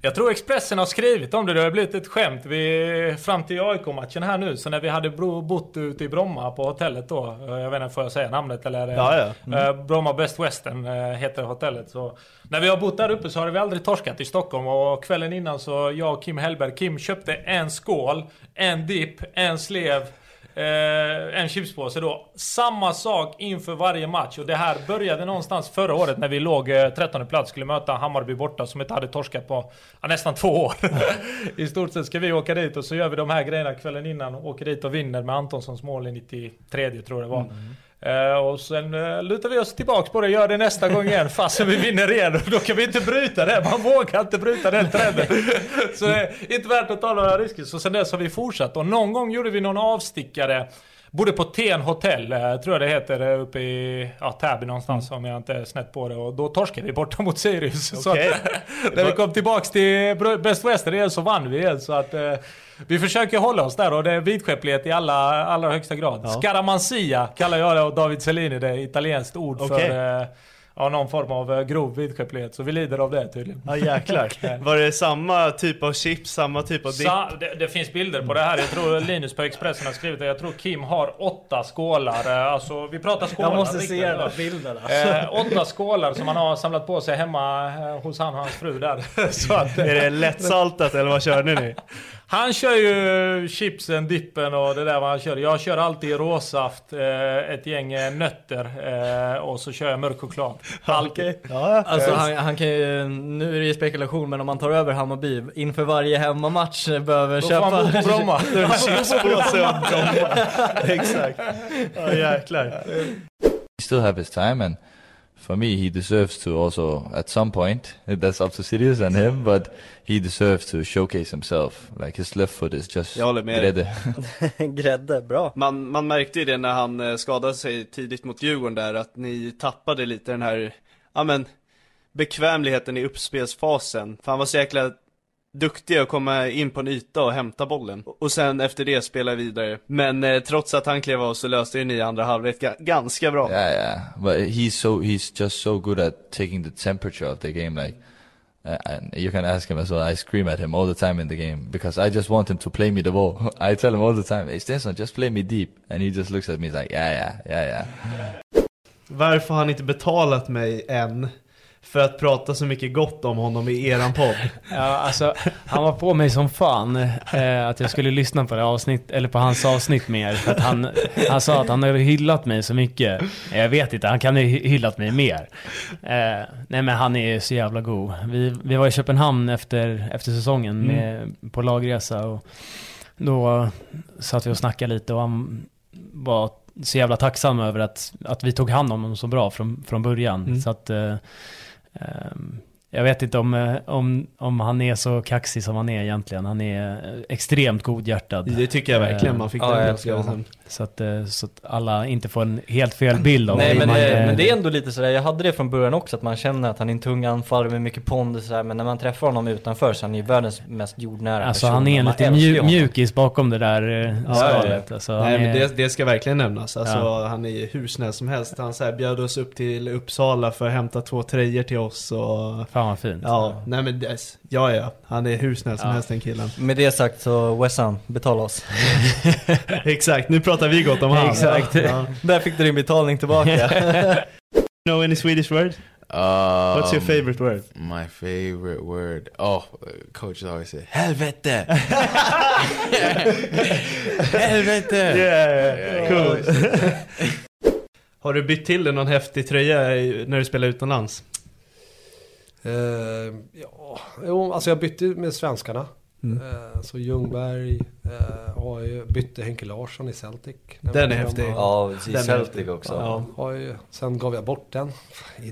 S6: Jag tror Expressen har skrivit om det, det har blivit ett skämt vid, fram till AIK-matchen här nu. Så när vi hade bro, bott ute i Bromma på hotellet då, eh, jag vet inte, får jag säga namnet eller? eh,
S3: Ja, ja. Mm.
S6: eh, Bromma Best Western eh, heter hotellet. Så när vi har bott där uppe så har vi aldrig torskat i Stockholm och kvällen innan så jag och Kim Hellberg, Kim köpte en skål, en dipp, en slev. Eh, en chipspåse då. Samma sak inför varje match. Och det här började någonstans förra året när vi låg eh, 13 plats. Skulle möta Hammarby borta som inte hade torskat på ja, nästan två år. I stort sett ska vi åka dit och så gör vi de här grejerna kvällen innan. Åker dit och vinner med Antonssons mål i 93 tror jag det var. Eh, och sen eh, lutar vi oss tillbaks på det, gör det nästa gång igen. Fast vi vinner igen. Och Då kan vi inte bryta det. Man vågar inte bryta den trenden. Så det är inte värt att ta några risker. Så sen dess har vi fortsatt. Och någon gång gjorde vi någon avstickare. Bodde på Ten Hotel, eh, tror jag det heter, eh, uppe i ja, Täby någonstans om jag inte är snett på det. Och då torskade vi borta mot Sirius. Så
S3: Okej.
S6: att, när vi kom tillbaks till Bro- Best Western igen så vann vi igen. Så att, eh, vi försöker hålla oss där och det är vidskeplighet i alla, allra högsta grad.
S3: Ja.
S6: Scaramanzia kallar jag det och David Cellini det är italienskt ord
S3: Okej.
S6: för eh, ja, någon form av eh, grov vidskeplighet. Så vi lider av det tydligen.
S3: Ja jäklar. Var det samma typ av chips, samma typ av dipp?
S6: Sa, det, det finns bilder på det här. Jag tror Linus på Expressen har skrivit det. Jag tror Kim har åtta skålar. Eh, Alltså, vi pratar skålar.
S26: Jag måste se
S6: riktigt,
S26: den
S6: va?
S26: där bilden alltså.
S6: Eh, åtta skålar som han har samlat på sig hemma eh, hos han och hans fru där. Så att,
S3: Är det lättsaltat eller vad körde ni?
S6: Han kör ju chipsen, dippen och det där vad han kör. Jag kör alltid råsaft, eh, ett gäng eh, nötter eh, och så kör jag mörk choklad. Alltid.
S4: Alltså
S6: Eh,
S4: han, han kan ju, nu är det ju spekulation men om han tar över Hammarby inför varje hemmamatch eh, behöver
S6: Då får
S4: köpa...
S6: han bo på Bromma.
S4: Då-
S6: Han får bo på
S4: chipspåse och
S6: Bromma.
S3: Exakt. Ja jäklar.
S7: He still have his time, and for me, he deserves to also at some point. That's up to Sirius and him, but he deserves to showcase himself. Like his left foot is just
S3: Jag håller med dig.
S7: grädde.
S4: Grädde, bra.
S8: Man, man märkte ju det när han eh, skadade sig tidigt mot Djurgården där, att ni tappade lite den här, ja men, bekvämligheten i uppspelsfasen. För han var så jäkla duktig att komma in på en yta och hämta bollen. Och sen efter det spela vidare. Men eh, trots att han klev av så löste ju ni andra halvlek ga- ganska bra.
S7: Yeah, yeah. But he's so he's just so good at taking the temperature of the game. Like, uh, and you can ask him as well. I scream at him all the time in the game because I just want him to play me the ball. I tell him all the time, "Hey Stenson, just play me deep," and he just looks at me he's like, "Yeah, yeah, yeah, yeah."
S3: Varför har han inte betalat mig än? För att prata så mycket gott om honom i eran podd.
S15: Ja, alltså, han var på mig som fan eh, att jag skulle lyssna på, det avsnitt, eller på hans avsnitt mer. För att han, han sa att han hade hyllat mig så mycket. Eh, Jag vet inte, han kan ju hy- hyllat mig mer. Eh, nej men han är ju så jävla god. Vi, vi var i Köpenhamn efter, efter säsongen
S3: Mm.
S15: med, eh, på lagresa och då satt vi och snackade lite och han var så jävla tacksam över att, att vi tog hand om honom så bra från, från början.
S3: Mm.
S15: Så att eh, ehm, jag vet inte om, eh, om, om han är så kaxig som han är egentligen. Han är eh, extremt godhjärtad.
S3: Det tycker jag verkligen.
S15: Eh,
S3: Man fick
S15: ja,
S3: den
S15: jag
S3: bilden.
S15: älskar honom. Så att, eh, så att alla inte får en helt fel bild av
S4: Nej
S15: hur
S4: men,
S15: man,
S4: det,
S15: eh,
S4: men det är ändå lite sådär, jag hade det från början också att man känner att han är en tung anfallare med mycket pondus sådär men när man träffar honom utanför så är han ju världens mest jordnära
S15: Alltså
S4: person.
S15: han är en
S4: Man
S15: lite
S4: älskar ju
S15: mju-
S4: honom.
S15: mjukis bakom det där eh, skalet. Alltså, han
S3: Nej, men
S15: är-
S3: det, det ska verkligen nämnas. Alltså,
S15: Ja.
S3: Han är ju hur snäll som helst. Han så här bjöd oss upp till Uppsala för att hämta två tröjor till oss. Och...
S15: Fan vad fint.
S3: Ja, nej, men det, ja, ja. Han är hur snäll som
S4: Ja.
S3: helst den killen.
S4: Med det sagt så Wessan, betala oss.
S3: Exakt, nu pratar vi gott om han.
S4: Exakt.
S3: Ja.
S4: Där fick du din betalning tillbaka.
S3: know any Swedish word? What's your
S18: Um,
S3: favorite word?
S18: My favorite word. Oh, coaches always say helvete. helvete.
S3: Yeah, cool.
S18: yeah.
S3: Har du bytt till dig någon häftig tröja i- när du spelar utomlands?
S9: Eh, ja, jo, alltså jag bytte med svenskarna.
S3: Mm.
S9: Eh, så Ljungberg, eh, har ju, bytte Henke Larsson i Celtic.
S3: Den
S9: jag
S3: är
S9: var
S3: häftig.
S9: hemma.
S3: Ja, i Den är Celtic häftig. också.
S9: Ja, har ju, sen gav jag bort den.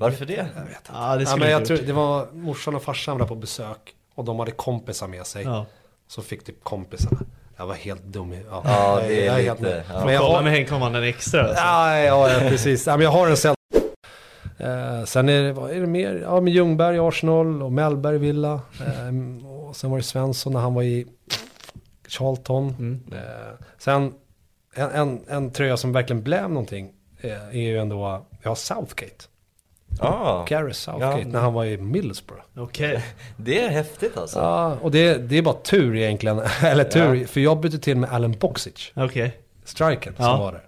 S3: Varför det?
S9: Jag vet inte.
S3: Ja, det
S9: ja,
S3: skulle
S9: men
S3: du
S9: jag
S3: gjort.
S9: tror, det var morsan och farsan var på besök och de hade kompisar med sig.
S3: Ja.
S9: Så fick typ kompisarna. Jag var helt dum i... Ja,
S3: Ja, det är
S9: jag
S3: lite-
S9: helt med.
S3: ja.
S9: Men jag
S3: Kolla
S9: har-
S3: med Henke om han är extra, alltså.
S9: Ja, ja, ja precis. Ja, men jag har en Celtic. Eh, sen är det, vad är det mer? Ja, men Ljungberg i Arsenal och Mellberg i Villa. Eh, och sen var det Svensson när han var i Charlton.
S3: Mm.
S9: Eh, sen en, en, en tröja som verkligen blev någonting eh, är ju ändå, jag har Southgate. Ah. Gareth Southgate, när han var i Middlesbrough. Det är häftigt alltså. Ja, och det, det är bara tur egentligen. Eller tur,
S3: Ja.
S9: för jag bytte till med Alan Boxic.
S3: Okej.
S9: Strikern som
S3: Ja.
S9: var där.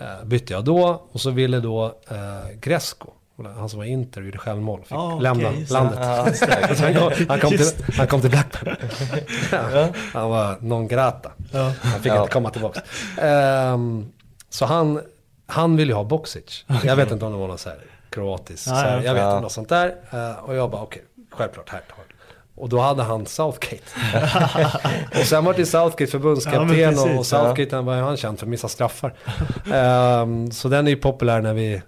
S9: Eh, bytte jag då och så ville då eh, Gresco, han som var i Inter och gjorde självmål, fick
S3: Ah, okej,
S9: lämna
S3: just det.
S9: landet.
S3: Ja, starkt.
S9: Så han, kom, han, kom till,
S3: Just det.
S9: han kom till Blackburn. Ja. Han var non grata.
S3: Ja.
S9: Han fick
S3: Ja.
S9: inte komma tillbaka. Ehm, så han, han ville ju ha Boxic. Jag vet inte om det var någon så här kroatisk,
S3: Ja,
S9: så här,
S3: ja.
S9: jag vet
S3: Ja.
S9: inte, något sånt där. Eh, och jag bara okej, självklart, här tar jag. Och då hade han Southgate. och sen var det Southgate förbundskapten
S3: Ja, men precis,
S9: och, och Southgate, han var han är känd för att missa straffar. Ehm, så den är ju populär när vi,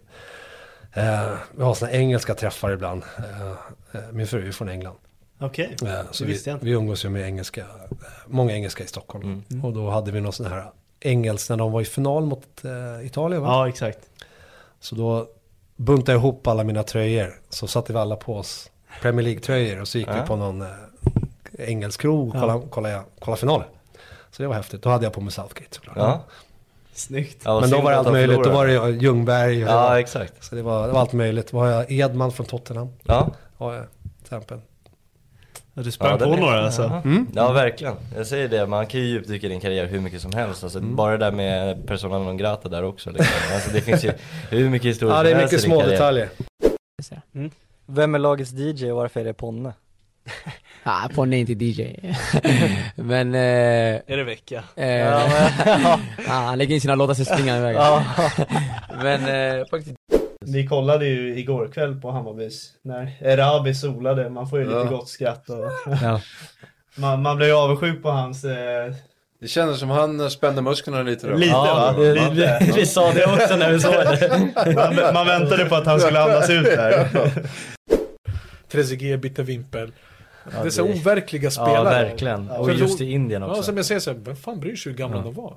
S9: eh, vi har såna engelska träffar ibland. Eh, eh, min fru är ju från England.
S3: Okej,
S9: Eh,
S3: det
S9: Så vi,
S3: visste jag inte.
S9: vi umgås ju med engelska, eh, många engelska i Stockholm.
S3: Mm.
S9: Och då hade vi någon sån här engelsk när de var i final mot eh, Italien va?
S3: Ja, exakt.
S9: Så då buntade jag ihop alla mina tröjor. Så satte vi alla på oss Premier League-tröjor och så gick
S3: Ja.
S9: vi på någon eh, engelsk krog och
S3: Ja.
S9: kollade, kollade, kollade finalen. Så det var häftigt. Då hade jag på mig Southgate såklart.
S3: Ja. Snyggt. Ja, vad
S9: Men då
S3: synd
S9: var det
S3: att
S9: allt
S3: han
S9: möjligt. Då var
S3: förlorade.
S9: det ju Ljungberg och...
S3: Ja, exakt.
S9: Så det var, det var allt möjligt. Då var jag Edman från Tottenham.
S3: Ja.
S9: Har jag, till exempel.
S3: Ja, du
S9: sprang
S3: på några, alltså. Mm.
S26: Ja verkligen, jag säger det, man kan ju djupdyka i din karriär hur mycket som helst. Alltså,
S3: Mm.
S26: Bara det där med persona non grata där också. Liksom. Alltså, det finns ju hur mycket historier
S9: Ja, det är
S26: som helst
S9: mycket
S26: i din
S9: små
S26: karriär.
S9: detaljer. Mm.
S4: Vem är lagets DJ och varför är det Ponne?
S11: Ah, Ponne är inte DJ. men... Eh,
S4: Är det Vecchia?
S11: Eh,
S4: Ja, men-
S11: ja, han lägger in sina låtar så springer han iväg.
S3: Ja.
S11: men eh, faktiskt...
S3: Ni kollade ju igår kväll på Hammarbys när Erabi solade. Man får ju lite
S11: Ja.
S3: gott skratt och
S11: Ja.
S3: man, man blir ju avundsjuk på hans... Eh...
S18: Det kändes som han spände musklerna lite då.
S3: Lite va?
S18: Ja.
S3: man, man väntade på att han skulle andas ut där.
S20: 3G bytte vimpel. det är så
S26: det-
S20: overkliga
S26: Ja,
S20: spelare.
S26: verkligen. Och
S20: Så
S26: just
S20: då-
S26: i Indien också.
S20: Ja, som jag säger så här, vem fan bryr sig hur gamla
S26: Ja.
S20: de var?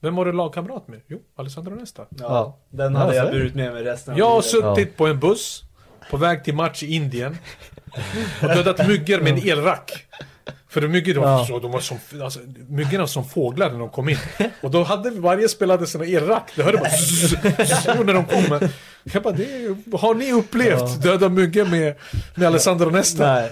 S20: Vem var du lagkamrat med? Jo, Alessandro Nesta.
S3: Mm. Ja, den hade jag
S20: så är
S3: burit
S20: det.
S3: med mig resten av
S20: Jag har
S3: livet.
S20: suttit på en buss, på väg till match i Indien, och dödat myggor med en elrack. För de myggor, de,
S3: Ja.
S20: så, de var som, alltså, myggorna var som fåglar när de kom in. Och då hade vi- varje spelade sina elrack, det hörde bara zzz, zzz, när de kom. Jag bara, det är, har ni upplevt döda myggor med, med Alessandro Nesta?
S26: Nej.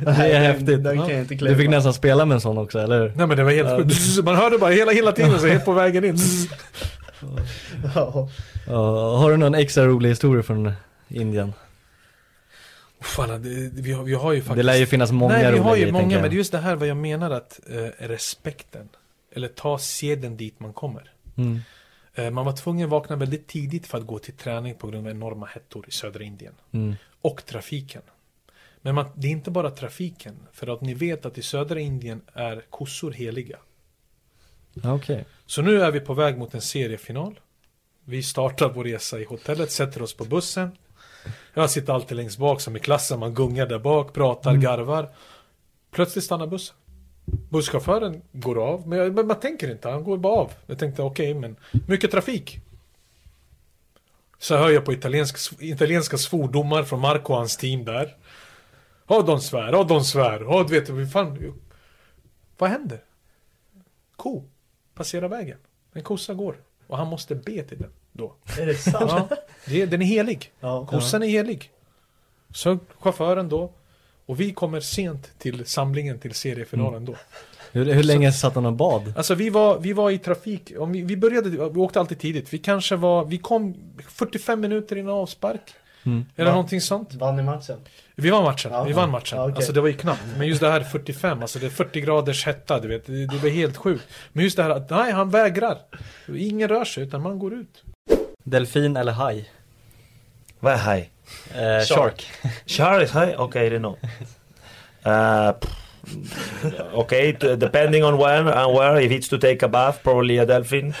S26: Det är häftigt.
S20: klippa.
S26: Du fick nästan spela med en sån också, eller hur?
S20: Nej men det var helt sjukt. Zzz, Man hörde bara hela, hela tiden, så helt på vägen in. Zzz.
S3: Ja.
S26: Ja, har du någon extra rolig historia från Indien?
S20: Fan, det, vi, har, vi har ju faktiskt...
S26: Det lär ju finnas många
S20: Nej, vi
S26: roliga
S20: har ju
S26: grejer, tänker
S20: många,
S26: jag.
S20: men det är just det här vad jag menar att eh, respekten, eller ta seden dit man kommer.
S26: Mm.
S20: Eh, man var tvungen att vakna väldigt tidigt för att gå till träning på grund av enorma hettor i södra Indien.
S26: Mm.
S20: Och trafiken. Men man, det är inte bara trafiken, för att ni vet att i södra Indien är kossor heliga.
S26: Ja, Okej.
S20: Så nu är vi på väg mot en seriefinal. Vi startar vår resa i hotellet, sätter oss på bussen. Jag sitter alltid längst bak som i klassen, man gungar där bak, pratar, garvar. Plötsligt stannar bussen. Busschauffören går av, men, jag, men man tänker inte, han går bara av. Jag tänkte okej, men mycket trafik. Så hör jag på italiensk, italienska svordomar från Marco och hans team där. Ja, de svär, ja, de svär, ja, du vet, vad fan. Vad händer? Ko passerar vägen. En kossa går. Och han måste be till den då.
S3: Är det sant?
S20: Ja, det, är- den är helig. Kossan är helig. Så chauffören då. Och vi kommer sent till samlingen till seriefinalen då.
S26: Mm. Hur, hur länge satt han och bad?
S20: Alltså vi var, vi var i trafik, om vi, vi började, vi åkte alltid tidigt. Vi kanske var, vi kom 45 minuter innan avspark.
S3: Mm.
S20: Eller någonting sånt.
S3: Vann ni matchen?
S20: Vi vann matchen,
S3: Ja.
S20: vi vann matchen.
S3: Ja, okej.
S20: Alltså det var ju knappt. Men just det här 45, alltså det är 40 graders hetta, du vet. Det, det var helt sjukt. Men just det här att, nej han vägrar. Ingen rör sig utan man går ut.
S26: Delfin eller haj?
S12: Vad är haj?
S26: Eh, shark.
S12: Shark is haj? Okej, det är nog. Uh, Okej, t- uh, depending on when and where, if it's to take a bath, probably a dolphin.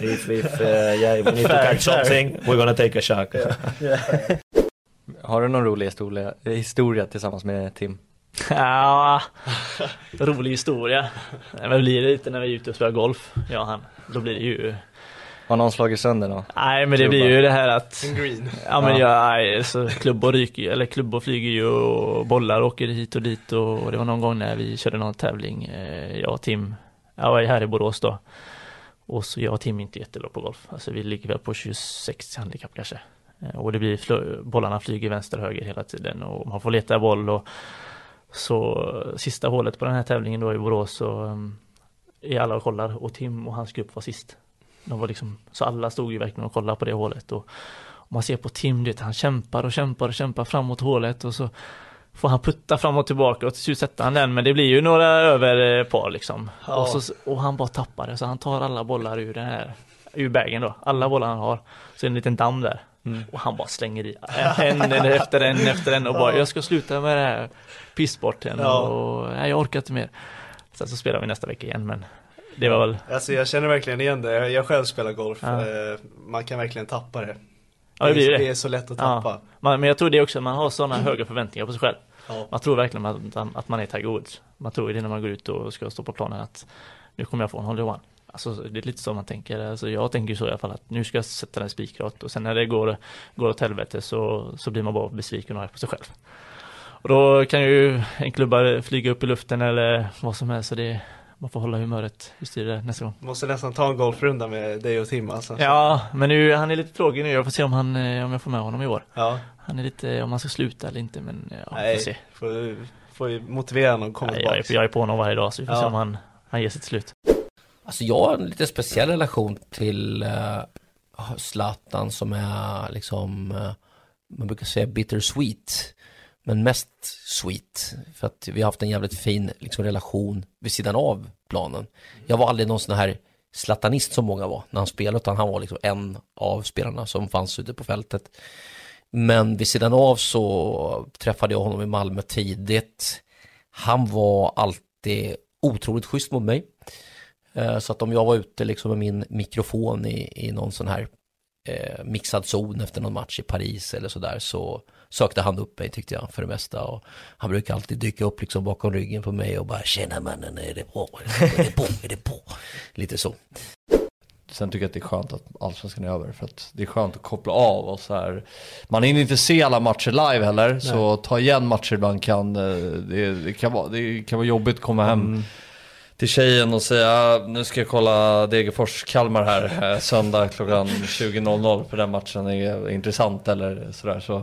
S12: If, if, uh, yeah, if we need to
S26: Fair,
S12: catch
S26: fair.
S12: something, we're gonna take a shark.
S26: Har du någon rolig historia, historia tillsammans med Tim?
S16: Ja, rolig historia. Nej, Men det blir det inte när vi är ute och spelar golf, jag och han. Då blir det ju...
S26: Har någon slagit sönder någon?
S16: Nej men det blir
S26: Klubba.
S16: ju det här att...
S26: En green.
S16: Ja men
S26: Ja.
S16: jag, nej, så klubbor ryker ju, eller klubbor flyger ju och bollar åker hit och dit och det var någon gång när vi körde någon tävling, eh, jag och Tim, jag var här i Borås då. Och så jag och Tim är inte jättebra på golf. Alltså vi ligger väl på 26 handikapp kanske. Eh, Och det blir, fl- bollarna flyger vänster och höger hela tiden och man får leta boll och så eh, sista hålet på den här tävlingen då i Borås så eh, är alla och kollar och Tim och hans grupp var sist. De var liksom, så alla stod ju verkligen och kollade på det hålet och, och man ser på Tim, du vet, han kämpar och kämpar och kämpar framåt hålet och så får han putta fram och tillbaka och till slut sätter han den men det blir ju några över eh, par liksom.
S12: Ja.
S16: Och, så, och han bara tappar det så han tar alla bollar ur den här, ur bagen då, alla bollar han har. Så är det en liten damm där.
S12: Mm.
S16: Och han bara slänger i en, en efter en efter en och bara
S12: Ja.
S16: jag ska sluta med det här pisssporten
S8: Ja.
S16: och nej, jag orkar inte mer. Sen så spelar vi nästa vecka igen men det var väl
S8: Alltså jag känner verkligen igen det. Jag- Jag själv spelar golf.
S16: Ja.
S8: Eh, Man kan verkligen tappa det.
S16: Ja, det, blir ju
S8: är,
S16: det.
S8: det är så lätt att
S16: Ja.
S8: tappa. Mm.
S16: Man, men jag tror det också, man har sådana höga förväntningar på sig själv.
S8: Ja.
S16: Man tror verkligen att, att man är Tiger Woods. Man tror ju det när man går ut och ska stå på planen att nu kommer jag få en hole in one. Alltså, det är lite så man tänker. Alltså, jag tänker ju så i alla fall att nu ska jag sätta den spikrat och sen när det går, går åt helvete så, så blir man bara besviken och arg på sig själv. Och då kan ju en klubba flyga upp i luften eller vad som helst. Så det, man får hålla humöret i styr det nästa gång.
S8: Måste nästan ta en golfrunda med dig och Tim alltså.
S16: Ja, men nu, han är lite tråkig nu. Jag får se om, han, eh, om jag får med honom i år.
S8: Ja.
S16: Han är lite, om han ska sluta eller inte, men eh, ja, vi
S8: Nej,
S16: får se.
S8: får, får ju motivera honom att komma
S16: Nej, jag, är,
S8: tillbaka.
S16: jag är på honom varje dag, så vi får
S8: Ja.
S16: se om han, han ger sitt slut.
S27: Alltså jag har en lite speciell relation till eh, Zlatan som är liksom, eh, man brukar säga bittersweet, men mest sweet. För att vi har haft en jävligt fin liksom, relation vid sidan av planen. Jag var aldrig någon sån här Zlatanist som många var när han spelade, utan han var liksom en av spelarna som fanns ute på fältet. Men vid sidan av så träffade jag honom i Malmö tidigt. Han var alltid otroligt schysst mot mig. Eh, Så att om jag var ute liksom med min mikrofon i, i någon sån här eh, mixad zon efter någon match i Paris eller sådär så sökte han upp mig tyckte jag för det mesta. Och han brukar alltid dyka upp liksom bakom ryggen på mig och bara tjena mannen, är det bra? Är det bra? Är det bra? Lite så.
S28: Sen tycker jag att det är skönt att allsvenskan är över för att det är skönt att koppla av och så här. Man hinner inte se alla matcher live heller så ta igen matcher ibland kan, eh, det, det, kan vara, det kan vara jobbigt att komma hem
S3: Mm.
S28: till tjejen och säga "Ah, nu ska jag kolla Degerfors-Kalmar här eh, söndag klockan 20.00 för den matchen är intressant eller sådär så.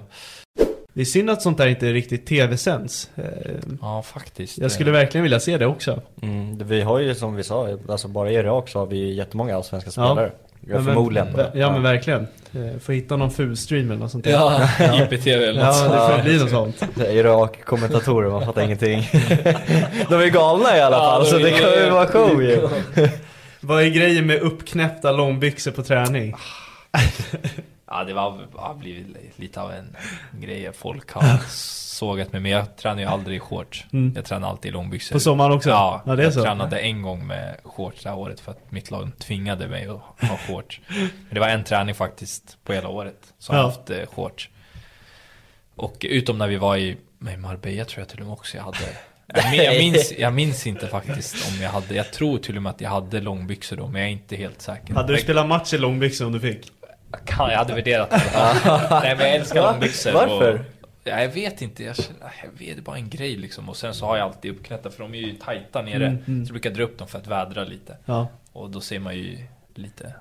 S3: Det är synd att sånt där inte riktigt tv-sänds. Eh,
S28: Ja faktiskt.
S3: Jag skulle verkligen vilja se det också.
S26: Mm, vi har ju som vi sa, alltså bara i Irak så har vi jättemånga allsvenska
S3: Ja.
S26: spelare. Ja.
S3: Ja, men-
S26: Förmodligen.
S3: Ja men verkligen. Eh, Får hitta någon fulstream eller något sånt där. Ja, det får bli något sånt.
S26: Irak-kommentatorer, man fattar ingenting. De är galna i alla fall,
S3: de
S26: så
S3: är
S26: det kan ju
S3: galna.
S26: vara show ju.
S3: Vad är grejen med uppknäppta långbyxor på träning?
S26: Ah,
S24: Ja, det var, har blivit lite av en grej folk har sågat mig. Men jag tränar ju aldrig i shorts.
S3: Mm.
S24: Jag tränar alltid i långbyxor.
S3: På sommaren också?
S24: Ja,
S3: Ja, det är
S24: jag
S3: så.
S24: tränade en gång med shorts det här året för att mitt lag tvingade mig att ha shorts. Men det var en träning faktiskt på hela året som
S3: Ja.
S24: jag haft eh, shorts. Och utom när vi var i i Marbella tror jag till och med också jag hade. Jag min- Jag minns, jag minns inte faktiskt om jag hade, jag tror till och med att jag hade långbyxor då men jag är inte helt säker.
S3: Hade du
S24: Jag-
S3: spelat match i långbyxor om du fick?
S24: Kan, jag hade värderat det.
S26: Ah.
S24: Nej men jag älskar
S3: Va?
S24: långbyxor.
S3: Varför?
S24: Och, ja, jag vet inte, jag, känner, jag vet, det är bara en grej liksom. Och sen så har jag alltid uppknäppta för de är ju tajta nere.
S3: Mm, mm.
S24: Så brukar jag dra upp dem för att vädra lite.
S3: Ja.
S24: Och då ser man ju lite...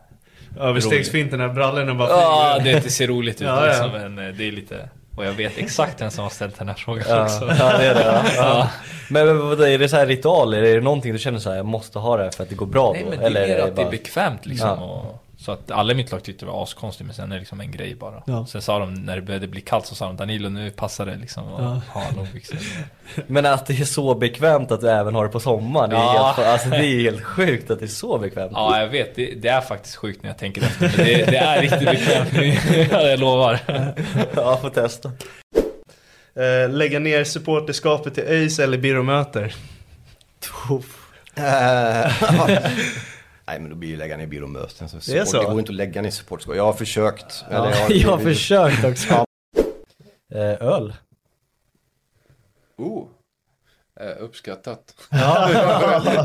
S3: Överstegsfinten när brallorna bara
S24: Ja,
S3: flyger.
S24: det, det ser roligt ut
S3: Ja, ja.
S24: liksom. Men eh, det är lite... Och jag vet exakt vem som har ställt den här frågan också.
S26: ja, det är det. Ja.
S24: Ja.
S26: Ja. Men, men vadå, är det så här ritualer? Är det någonting du känner så här, jag måste ha det här för att det går bra
S24: Nej
S26: då?
S24: men det är mer att det
S26: bara-
S24: är bekvämt liksom.
S26: Ja.
S24: Och, så att alla i mitt lag tyckte det var askonstigt men sen är det liksom en grej bara.
S26: Ja.
S24: Sen sa de när det började bli kallt så sa de Danilo nu passar det liksom att
S26: Ja.
S24: ha liksom. långbyxor.
S26: Men att det är så bekvämt att du även har det på sommaren, det är,
S24: Ja.
S26: helt, alltså, det är helt sjukt att det är så bekvämt.
S24: Ja jag vet, det, det är faktiskt sjukt när jag tänker efter. Men det, det är riktigt bekvämt nu, jag lovar.
S26: Ja, får testa.
S8: Eh, lägga ner supporterskapet till ÖIS eller byråmöter?
S26: Eh,
S22: Nej men då blir ju lägga ner byråmöten. Så
S8: Det är
S22: support,
S8: så?
S22: det går inte att lägga ner supportskap. Jag har försökt.
S26: Ja,
S22: eller
S26: jag har försökt också. Eh, öl?
S18: Oh. Eh, uppskattat.
S22: Ja.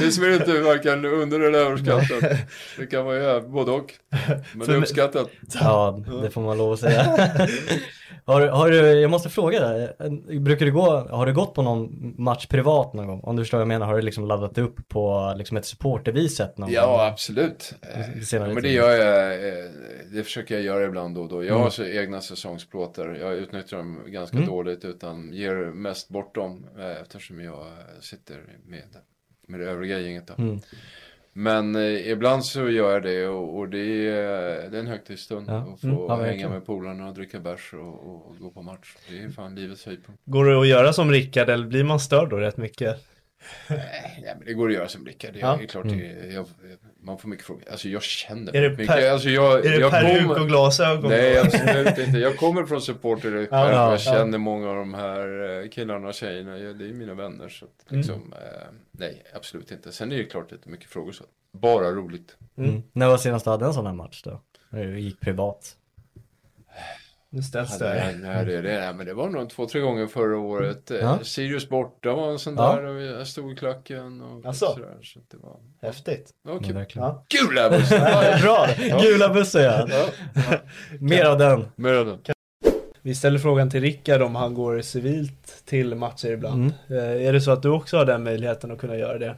S18: det ser inte varken under eller överskattat. Det kan vara ju både och. Men
S26: För
S18: det är
S26: mig-
S18: uppskattat.
S26: Ja, det får man lov att säga.
S4: Har, du- har du, jag måste fråga dig, eh, brukar du gå, har du gått på någon match privat någon gång? Om du förstår vad jag menar, har du liksom laddat upp på liksom ett supportervis sätt någon gång? Alltså,
S29: Ja, absolut. Eh,
S4: senare
S29: Men det
S4: tid.
S29: gör jag. eh, Det försöker jag göra ibland då och då. Jag
S4: Mm.
S29: har så egna säsongsplåtar. Jag utnyttjar dem ganska
S4: Mm.
S29: dåligt utan ger mest bort dem eh, eftersom jag eh, sitter med, med det övriga gänget. Då.
S4: Mm.
S29: Men eh, ibland så gör jag det och, och det, är, eh, det är en högtidsstund
S4: Ja.
S29: att få
S4: Mm. Ja,
S29: hänga
S4: verkligen.
S29: med polarna och dricka bärs och, och, och gå på match. Det är fan livets höjdpunkt.
S3: Går det att göra som Rickard eller blir man störd då rätt mycket?
S29: Nej, men det går att göra som Rickard. Det är
S3: Ja. Mm.
S29: klart, det, jag, man får mycket frågor. Alltså jag känner
S3: Är det
S29: mycket.
S3: per-
S29: alltså, jag,
S3: är det
S29: jag
S3: peruk
S29: kommer-
S3: och glasögon?
S29: Nej, absolut inte. Jag kommer från supporter
S3: Ja, ja, ja.
S29: Jag känner många av de här eh, killarna och tjejerna. Jag, det är mina vänner. Så att,
S4: Mm.
S29: liksom, eh, nej, absolut inte. Sen är det ju klart att det är mycket frågor. Så. Bara roligt.
S4: Mm. När var senast du hade en sån här match då? När du gick privat?
S3: Nu ställs
S29: Ja, nej, nej, det, det, nej, men det var nog två, tre gånger förra året. Eh,
S4: Ja.
S29: Sirius borta var en sån
S4: Ja.
S29: där. Och jag stod i klacken och
S30: Alltså.
S29: sådär. Så att det var...
S30: Häftigt.
S29: Ja, kul.
S30: verkligen. Ja.
S29: Gula bussen! Ja,
S30: Bra.
S4: Gula bussen, ja. Mer av den.
S29: Mer av den.
S3: Vi ställer frågan till Rickard om han går civilt till matcher ibland.
S8: Mm.
S3: Eh, Är det så att du också har den möjligheten att kunna göra det?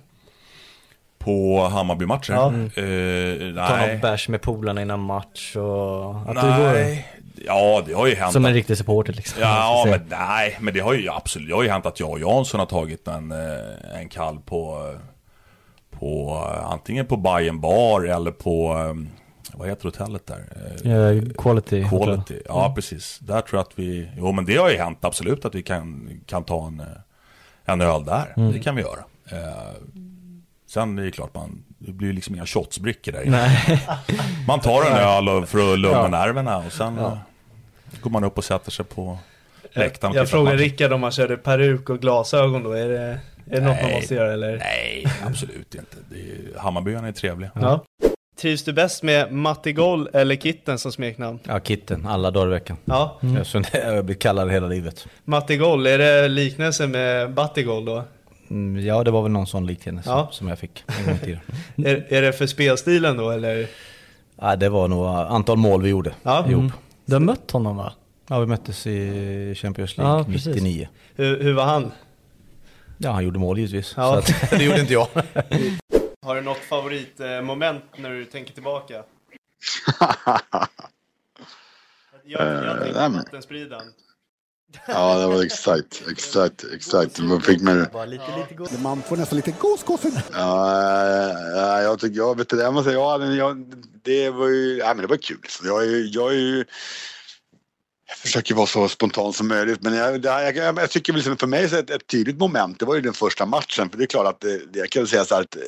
S8: På Hammarby-matcher?
S3: Ja.
S8: Eh,
S4: Ta
S8: nej.
S4: någon bärs med polarna innan match och att du går.
S8: nej. Ja, det har ju hänt.
S4: Som en
S8: att-
S4: riktig supporter liksom.
S8: Ja,
S4: Så-
S8: men nej, men det har ju absolut, det har ju hänt att jag och Jansson har tagit en, eh, en kall på, eh, på eh, antingen på Bayern bar eller på, eh, vad heter hotellet där? Eh,
S4: Eh, quality.
S8: Quality, ja
S4: Mm.
S8: precis. Där tror jag att vi, jo men det har ju hänt absolut att vi kan, kan ta en, eh, en öl där.
S4: Mm.
S8: Det kan vi göra. Eh, sen är det klart man, det blir ju liksom inga shotsbrickor där
S4: Nej.
S8: Man tar en öl och- för att lugna
S3: Ja.
S8: nerverna och sen
S3: Ja.
S8: eh, går man upp och sätter sig på läktaren
S3: Jag,
S8: och tittar
S3: jag
S8: på
S3: frågar
S8: matchen.
S3: Rickard om han körde peruk och glasögon då. Är det, är det något man
S8: Nej.
S3: måste göra eller?
S8: Nej, absolut inte. Det är, Hammarbyarna är trevliga.
S3: Ja. Trivs du bäst med Matti Goll eller Kitten som smeknamn?
S31: Ja, Kitten, alla dagar i veckan.
S3: Ja. Mm.
S31: Så det har jag blivit kallad hela livet.
S3: Matti Goll, är det liknelse med Battigol då?
S31: Mm, Ja, det var väl någon sån liknande som,
S3: Ja.
S31: som jag fick en gång i tiden.
S3: Är, är det för spelstilen då eller?
S31: Ja, det var nog antal mål vi gjorde
S3: Ja.
S31: ihop.
S3: Mm.
S4: Du har mött honom va?
S31: Ja, vi möttes i Champions League
S3: Ja, precis.
S31: 99.
S3: Hur, hur var han?
S31: Ja, han gjorde mål givetvis.
S3: Ja.
S31: Så att, det gjorde inte jag.
S3: Har du något favoritmoment när du tänker tillbaka? Jag, jag
S32: Eh,
S3: tänker
S32: nej,
S3: på
S32: men-
S3: vattenspridan.
S32: Ja, det var exakt, exakt, exakt. Man fick mig...
S10: Man får nästan lite gåshud.
S32: Ja, eh, jag tycker, jag vet inte, jag måste säga, ja, men jag, det var ju, ja, men det var kul. Så jag är ju, jag är ju jag försöker vara så spontan som möjligt men jag, det, här- jag, jag, jag tycker väl liksom för mig så ett, ett tydligt moment det var ju den första matchen för det är klart att det, det, jag kan säga så här att eh,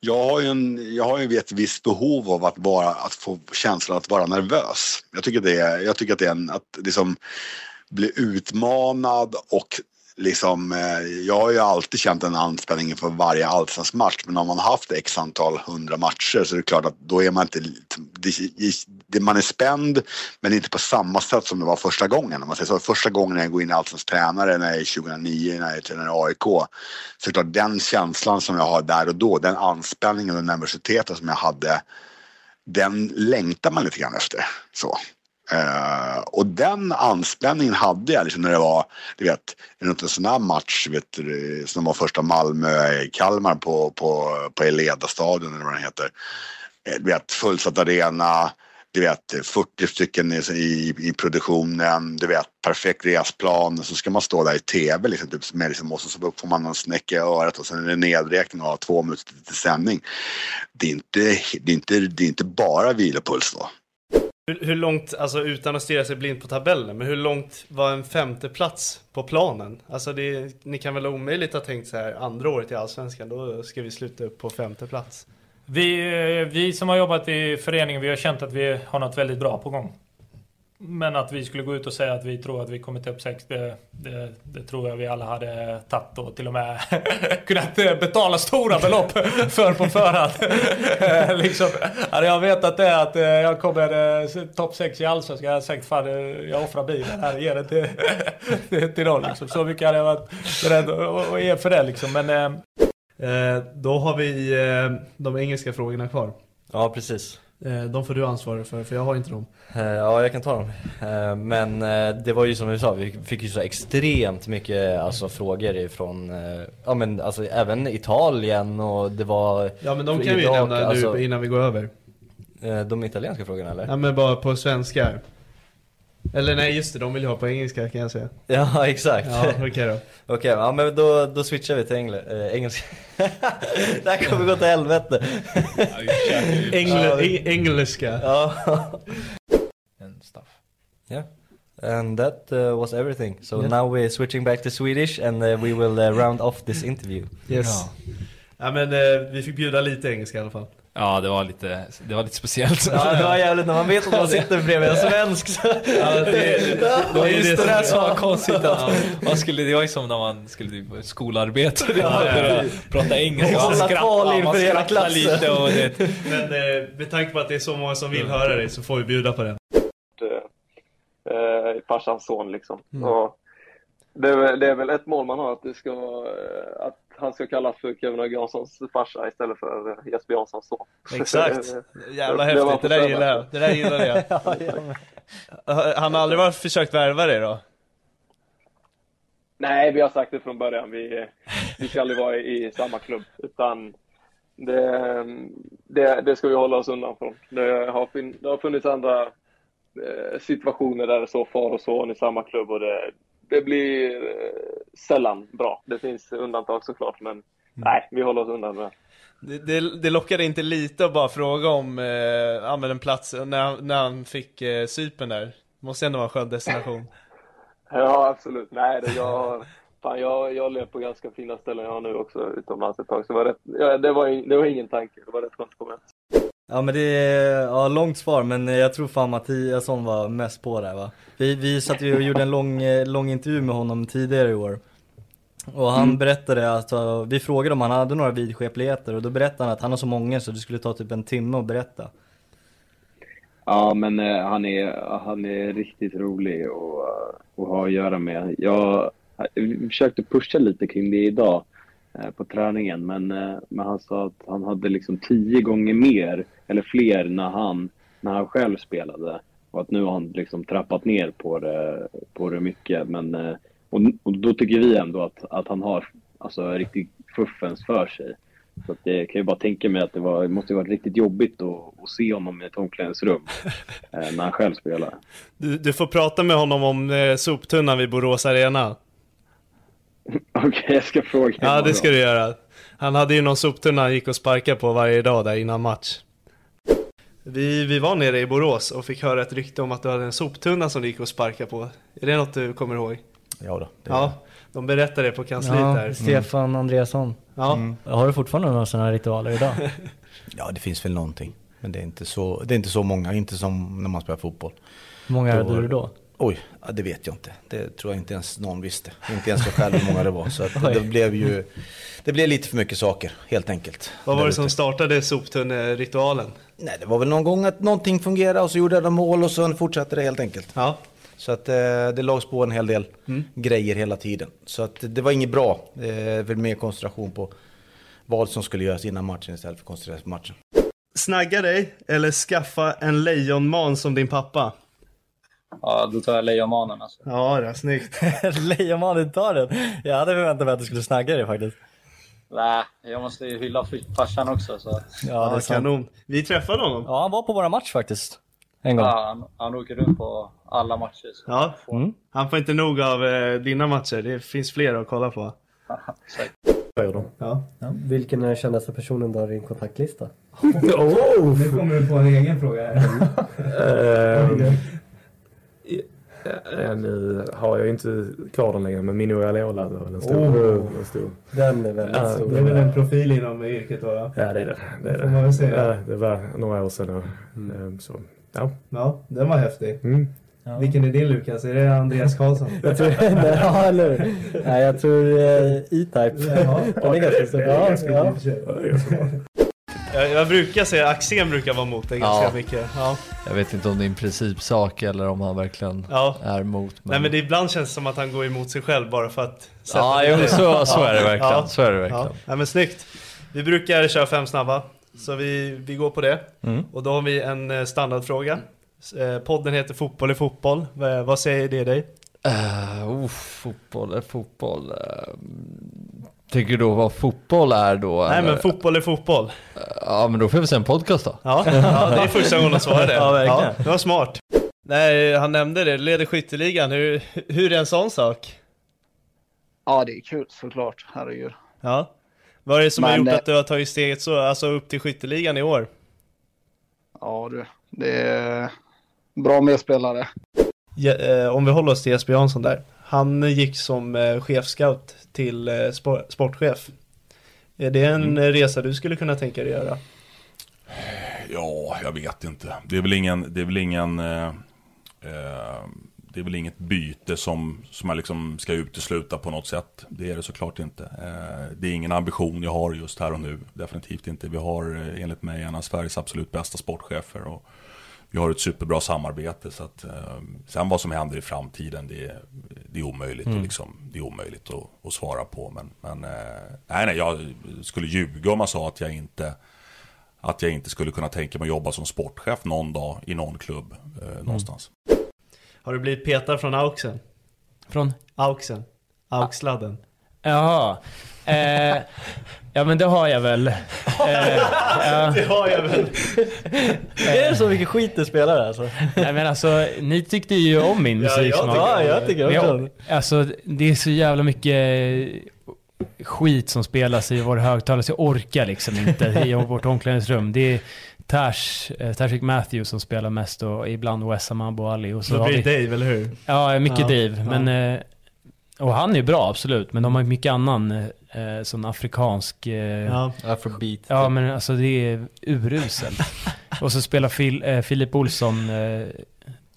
S32: jag har ju, en, jag har ju ett visst behov av att, vara, att få känslan att vara nervös. Jag tycker, det, är- jag tycker att det är en, att liksom bli utmanad och liksom, eh, jag har ju alltid känt en anspänning inför varje allsvensk match men om man haft x antal hundra matcher så är det klart att då är man inte, liksom, det- det- man är spänd men inte på samma sätt som det var första gången. Om man säger så, första gången jag går in i allsvensk tränare när jag är 2009, när jag tränar AIK så är det klart den känslan som jag har där och då, den anspänningen och den nervositeten som jag hade den längtar man lite grann efter. Så. Eh, och den anspänningen hade jag liksom när det var, du vet, runt en sån här match vet du, som var första Malmö-Kalmar på, på, på Eleda-stadion eller vad den heter. Eh, Du vet, fullsatt arena, du vet, 40 stycken i, i, i produktionen, du vet, perfekt resplan. Så ska man stå där i tv liksom, typ, med, liksom, och så så får man en snäcka i örat och sen är det nedräkning och har två minuter till sändning det är inte, det är inte, det är inte bara vilopuls då.
S3: Hur, hur långt, alltså utan att stirra sig blind på tabellen, men hur långt var en femte plats på planen? Alltså det, ni kan väl omöjligt ha tänkt så här andra året i Allsvenskan, då ska vi sluta upp på femte plats.
S6: Vi, eh, vi som har jobbat i föreningen, vi har känt att vi har något väldigt bra på gång. Men att vi skulle gå ut och säga att vi tror att vi kommer till upp sex, det, det, det tror jag vi alla hade tagit och till och med kunnat eh, betala stora belopp för på förhand. Eh, liksom, hade jag vetat det att eh, jag kommer eh, topp 6 i Allsvenskan, jag hade sagt fan eh, jag offrar bilen här, ger den till, till, till dem. Liksom. Så mycket hade jag varit beredd att att ge för det liksom. Men, eh,
S3: Eh, då har vi eh, de engelska frågorna kvar.
S4: Ja, precis.
S3: Eh, De får du ansvara för, för jag har inte dem.
S4: Eh, Ja, jag kan ta dem. Eh, Men eh, det var ju som du sa, vi fick ju så extremt mycket alltså, frågor ifrån, eh, ja men alltså även Italien och det var... alltså-
S3: Ja, men de kan vi ju nämna nu innan vi går över.
S4: Eh, De italienska frågorna eller?
S3: Ja men bara på svenska. Eller nej just det, de vill ju ha på engelska kan jag säga.
S4: Ja, exakt.
S3: Ja, okej då.
S4: Okej, ja, men då, då switchar vi till engl- eh, engelska. det här kommer gå till helvete.
S3: Engl- eng- engelska.
S4: Ja.
S24: And stuff.
S4: yeah. And that uh, was everything. So
S3: Yeah.
S4: now we're switching back to Swedish and uh, we will uh, round off this interview.
S3: Yes. Ja, men eh, vi fick bjuda lite engelska i alla fall.
S24: Ja, det var lite, det var lite speciellt.
S4: Ja, det var jävligt när man vet att man sitter bredvid en svensk. Så.
S24: Ja, det, det var
S4: Just
S24: ju det
S4: det där
S24: som var
S4: som-
S24: konstigt. Att man skulle, det var ju som när man skulle typ skolarbete.
S4: Ja,
S24: ja.
S3: Eh,
S4: precis.
S24: Prata engelska. Man
S4: Och hålla tal
S24: skrattar, man
S4: inför hela
S24: skrattar
S4: klassen.
S24: lite och det,
S3: Men eh, med tanke på att det är så många som
S24: Mm.
S3: vill höra dig så får vi bjuda på den.
S33: eh, farsans son liksom.
S3: Mm.
S33: Och det, är, väl- det är väl ett mål man har att, det ska, eh, att han ska kallas för Kevin Janssons farsa istället för eh, Jesper Janssons son.
S3: Exakt. Jävla
S33: Det var
S3: häftigt, det där
S33: förtjänat.
S3: gillar jag. Det där gillar jag.
S33: Ja, jag med.
S3: Han har aldrig varit, försökt värva dig då?
S33: Nej, vi har sagt det från början. Vi, vi ska aldrig vara i, i samma klubb. Utan det, det, det ska vi hålla oss undan från. Det har, fin, det har funnits andra eh, situationer där det står far och son i samma klubb och det, det blir eh, sällan bra. Det finns undantag såklart, men nej, vi håller oss undan med det.
S3: Det, det, det lockade inte lite att bara fråga om eh, ja, men en plats när, han- när han fick eh, Cypern där. Måste ändå vara en skön destination.
S33: Ja, absolut. Nej, det, jag, fan, jag, jag har levt på ganska fina ställen jag har nu också utomlands ett tag. Så det var, rätt, ja, det var, in- det var ingen tanke. Det var rätt skönt att komma hem.
S4: Ja men det är ja, långt svar men eh, jag tror fan Mattiasson var mest på där va. Vi, vi satt ju och gjorde en lång, eh, lång intervju med honom tidigare i år. Och han
S33: Mm.
S4: berättade att, eh, vi frågade om han hade några vidskepligheter och då berättade han att han har så många så det skulle ta typ en timme att berätta.
S33: Ja, men eh, han, är, han är riktigt rolig och, eh, och ha att göra med. Jag eh, vi försökte pusha lite kring det idag eh, på träningen, men, eh, men han sa att han hade liksom tio gånger mer, eller fler, när han, när han själv spelade. Och att nu har han liksom trappat ner på det, på det mycket. Men, eh, och, och då tycker vi ändå att, att han har alltså, riktigt fuffens för sig. Så att det kan ju bara tänka mig att det, var, det måste ju varit riktigt jobbigt att, att se honom i ett omklädningsrum eh, när han själv spelar.
S7: Du, du får prata med honom om eh, soptunnan vid Borås Arena.
S33: Okej, jag ska fråga
S7: Ja, det
S33: imorgon.
S7: ska du göra. Han hade ju någon soptunna han gick och sparkade på varje dag där innan match.
S3: Vi, vi var nere i Borås och fick höra ett rykte om att du hade en soptunna som du gick och sparkade på. Är det något du kommer ihåg?
S31: Ja, då,
S3: Ja, de berättade det på kansliet
S34: Mm.
S3: där. Mm.
S34: Stefan Andreasson.
S3: Ja.
S34: Har du fortfarande några sådana här ritualer idag?
S31: Ja, det finns väl någonting. Men det är inte så, det är inte så många, inte som när man spelar fotboll.
S34: Hur många hade du då?
S31: Oj, ja, det vet jag inte. Det tror jag inte ens någon visste. Inte ens jag själv hur många det var. Så att
S3: Oj.
S31: det blev ju det blev lite för mycket saker, helt enkelt.
S3: Vad var
S31: Där
S3: det som
S31: ute.
S3: startade soptunneritualen?
S31: Nej, det var väl någon gång att någonting fungerade och så gjorde de mål och sen fortsatte det helt enkelt.
S3: Ja.
S31: Så att eh, det lades på en hel del
S3: Mm.
S31: grejer hela tiden. Så att det var inget bra. Eh, väl mer koncentration på vad som skulle göras innan matchen istället för koncentration på matchen.
S3: Snagga dig eller skaffa en lejonman som din pappa?
S16: Ja, då tar jag Lejonmanen alltså.
S3: Ja, det är snyggt.
S34: Lejonmannen tar den. Jag hade förväntat mig att du skulle snagga det faktiskt.
S16: Nej, jag måste ju hylla farsan också. Så.
S34: det är sant.
S3: Vi träffade honom.
S34: Ja, han var på våra match faktiskt. En gång.
S16: Ja, han, han åker runt på alla matcher. Så.
S3: Ja.
S34: Mm.
S3: Han får inte nog av eh, dina matcher. Det finns fler att kolla på. Ja.
S16: Vilken är den kändaste personen du har i din kontaktlista?
S19: Oh! Nu kommer du på en egen fråga. Ehm, i- eh, nu har jag ju inte kvar den längre, men Mino Raiola var väl en stor.
S3: Oh.
S19: en stor.
S16: Den är väldigt
S19: Ja,
S16: stor.
S19: det är väl en
S3: profil inom yrket då?
S19: Ja, det är det. Det, är
S3: Får man väl säga.
S19: Ja, det var några år sedan. Och, ehm, så, ja.
S3: Ja, den var häftig.
S19: Mm.
S3: Vilken är din Lukas? Är det Andreas Karlsson?
S16: Jag tror, nej, ja, eller hur? Nej, jag tror eh, E-Type.
S3: Jaha.
S16: Den är ganska stor.
S3: Det är
S16: Ja,
S3: ganska
S16: ja.
S3: Jag, jag brukar säga, Axén brukar vara mot dig ganska mycket. Ja.
S28: Jag vet inte om det är en principsak eller om han verkligen
S3: Ja.
S28: är emot.
S3: Nej men det ibland känns det som att han går emot sig själv bara för att
S28: Ja,
S3: dit
S28: jo,
S3: det.
S28: så- så är det verkligen. Så är det
S3: Ja.
S28: verkligen.
S3: Ja, men snyggt. Vi brukar köra fem snabba. Så vi, vi går på det.
S15: Mm.
S3: Och då har vi en eh, standardfråga. Eh, Podden heter Fotboll är fotboll. Va- vad säger det dig?
S28: Uh, oh, fotboll är fotboll. eh, tänker du då vad fotboll är då?
S3: Nej men
S28: eller?
S3: fotboll är fotboll.
S28: Ja men då får vi se en podcast då.
S3: Ja, ja det är första gången han svarar det.
S28: Ja, verkligen.
S3: det var smart. Nej, han nämnde det. Leder skytteligan. Hur, hur är en sån sak?
S10: Ja, det är kul såklart. Herregud.
S3: Ja. Vad är det som har
S10: Men,
S3: gjort
S10: eh,
S3: att du har tagit steget så, alltså upp till skytteligan i år?
S10: Ja, du. Det är bra medspelare.
S3: Ja, eh, om vi håller oss till Jesper Jansson där. Han gick som eh, chefscout till eh, spor- sportchef. Är det en eh, resa du skulle kunna tänka dig göra?
S8: Ja, jag vet inte. Det är väl ingen... Det är väl ingen eh, eh, det är väl inget byte som, som jag liksom ska utesluta på något sätt. Det är det såklart inte. Eh, det är ingen ambition jag har just här och nu. Definitivt inte. Vi har eh, enligt mig en av Sveriges absolut bästa sportchefer. Och vi har ett superbra samarbete. Så att, eh, sen vad som händer i framtiden, det, är- det är omöjligt,
S29: Mm.
S8: att, liksom, det är omöjligt att, att svara på. Men, men eh, nej, nej, jag skulle ljuga om jag sa att jag inte att jag inte skulle kunna tänka mig att jobba som sportchef någon dag i någon klubb eh, någonstans.
S3: Har du blivit petad från Auxen?
S15: Från?
S3: Auxen. Auxladden.
S15: Jaha. Eh, ja men det har jag väl. Eh, ja.
S3: Det har jag väl.
S15: Det är så mycket skit du spelar alltså. Nej men alltså, ni tyckte ju om min
S35: Ja, jag
S15: musiksmak.
S35: tycker om Ja, jag tycker
S15: Men
S35: också om
S15: Alltså det är så jävla mycket eh, skit som spelas i vår högtalare så jag orkar liksom inte i vårt omklädningsrum. Det är Tash, eh, Tashik Matthews som spelar mest och ibland Wessam Abou Ali. Och så
S3: Då
S15: har vi-
S3: blir det Dave, eller hur?
S15: Ja, mycket
S3: Ja,
S15: Dave.
S3: ja.
S15: Men, eh, och han är ju bra, absolut. Men de har ju mycket annan eh, sån afrikansk... Eh,
S3: Ja.
S15: Afrobeat. Ja, men alltså det är uruselt. och så spelar Phil, eh, Philip Olsson eh,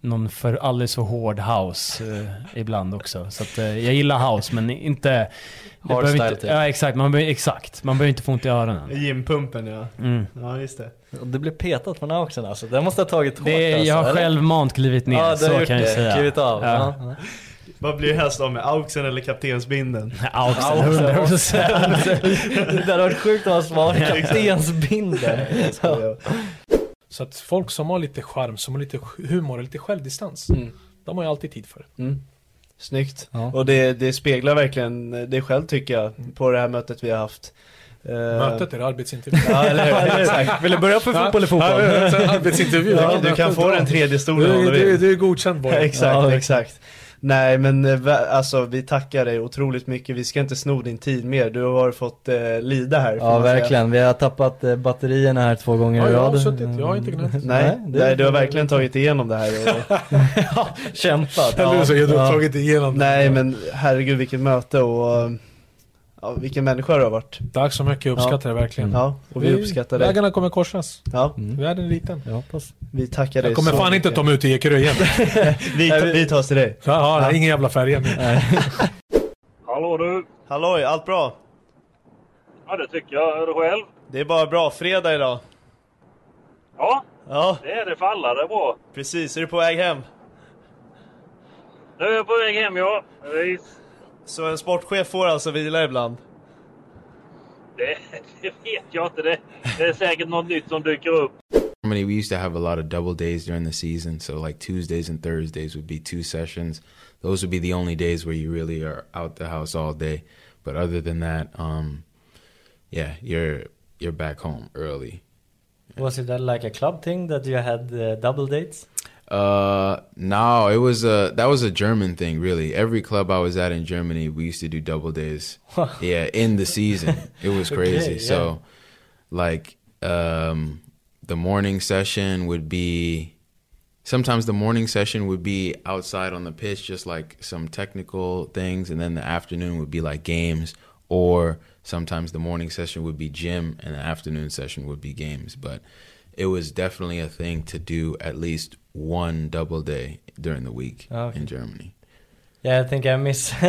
S15: någon för alldeles för hård house eh, ibland också. Så att, eh, jag gillar house, men inte... det
S3: Hardstyle
S15: behöver inte,
S3: typ.
S15: Ja, exakt. Man behöver, exakt. Man behöver inte få ont i öronen.
S3: Gympumpen ja.
S15: Mm.
S3: Ja, just det.
S4: Du blev petad från Auxen alltså. Den måste ha tagit hårt
S15: Det,
S4: alltså,
S15: jag har
S4: eller?
S15: självmant klivit ner,
S4: Ja, du har
S15: så
S4: gjort
S15: kan jag
S4: det.
S15: säga.
S4: Klivit av, ja.
S3: Vad blir helst av med? Auxen eller kaptensbindeln?
S15: Auxen, 100%.
S4: Det hade varit sjukt om han svarade kaptensbindel.
S20: Så att folk som har lite charm, som har lite humor och lite självdistans, de har ju alltid tid för.
S3: Mm. Snyggt. Och det, det speglar verkligen det själv tycker jag på det här mötet vi har haft. Eh,
S20: Mötet är arbetsintervju.
S3: Ja, eller hur? Exakt. Vill du börja på fotboll eller fotboll?
S20: Ja, sen arbetsintervju.
S3: Ja, du kan få den tredje stolen om du
S20: du, du,
S3: vill.
S20: du är godkänd boy.
S3: Ja, Exakt, exakt. Nej men eh, va- alltså vi tackar dig otroligt mycket. Vi ska inte sno din tid mer. Du har fått eh, lida här. får
S4: Ja
S3: man säga.
S4: verkligen, vi har tappat eh, batterierna här två gånger
S3: Ja,
S4: i
S3: jag har
S4: rad.
S3: suttit.
S20: Jag har inte kunnat.
S3: Nej,
S4: Nej, det-
S3: nej, du har verkligen tagit igenom det här. Och...
S4: Kämpat.
S20: Eller så har du tagit igenom det.
S3: Nej men herregud vilket möte och ja, vilken människa du har varit.
S20: Tack så mycket, jag uppskattar det verkligen.
S3: Ja, och vi uppskattar dig.
S20: Vägarna kommer korsas.
S3: Ja.
S20: Världen är liten.
S4: Jag hoppas.
S3: Vi tackar dig
S20: Jag kommer
S3: så
S20: fan inte
S3: mycket.
S20: ta mig ut i Ekerö igen.
S3: vi, ta- vi tar oss till dig.
S20: Ja, ja. ingen jävla färja nu.
S36: Hallå du!
S3: Halloj, allt bra?
S36: Ja det tycker jag. Hör du själv?
S3: Det är bara bra. Fredag idag.
S36: Ja,
S3: Ja,
S36: det är det för alla. Det är bra.
S3: precis. Är du på väg hem?
S36: Nu är jag på väg hem ja. Precis.
S3: Så en sportchef får alltså vila ibland?
S36: Det, det vet jag inte. Det, det är säkert något nytt som dyker upp.
S18: Germany, we used to have a lot of double days during the season. So, like Tuesdays and Thursdays would be two sessions. Those would be the only days where you really are out the house all day. But other than that, um, yeah, you're you're back home early.
S4: Was it that like a club thing that you had uh, double dates?
S18: Uh, no, it was a that was a German thing, really. Every club I was at in Germany, we used to do double days. yeah, in the season, it was
S29: Okay,
S18: crazy.
S29: yeah.
S18: So, like, um, the morning session would be sometimes the morning session would be outside on the pitch, just like some technical things, and then the afternoon would be like games, or sometimes the morning session would be gym, and the afternoon session would be games, but it was definitely a thing to do at least one double day during the week
S4: Okay.
S18: in Germany.
S4: Jag tänker jag miss...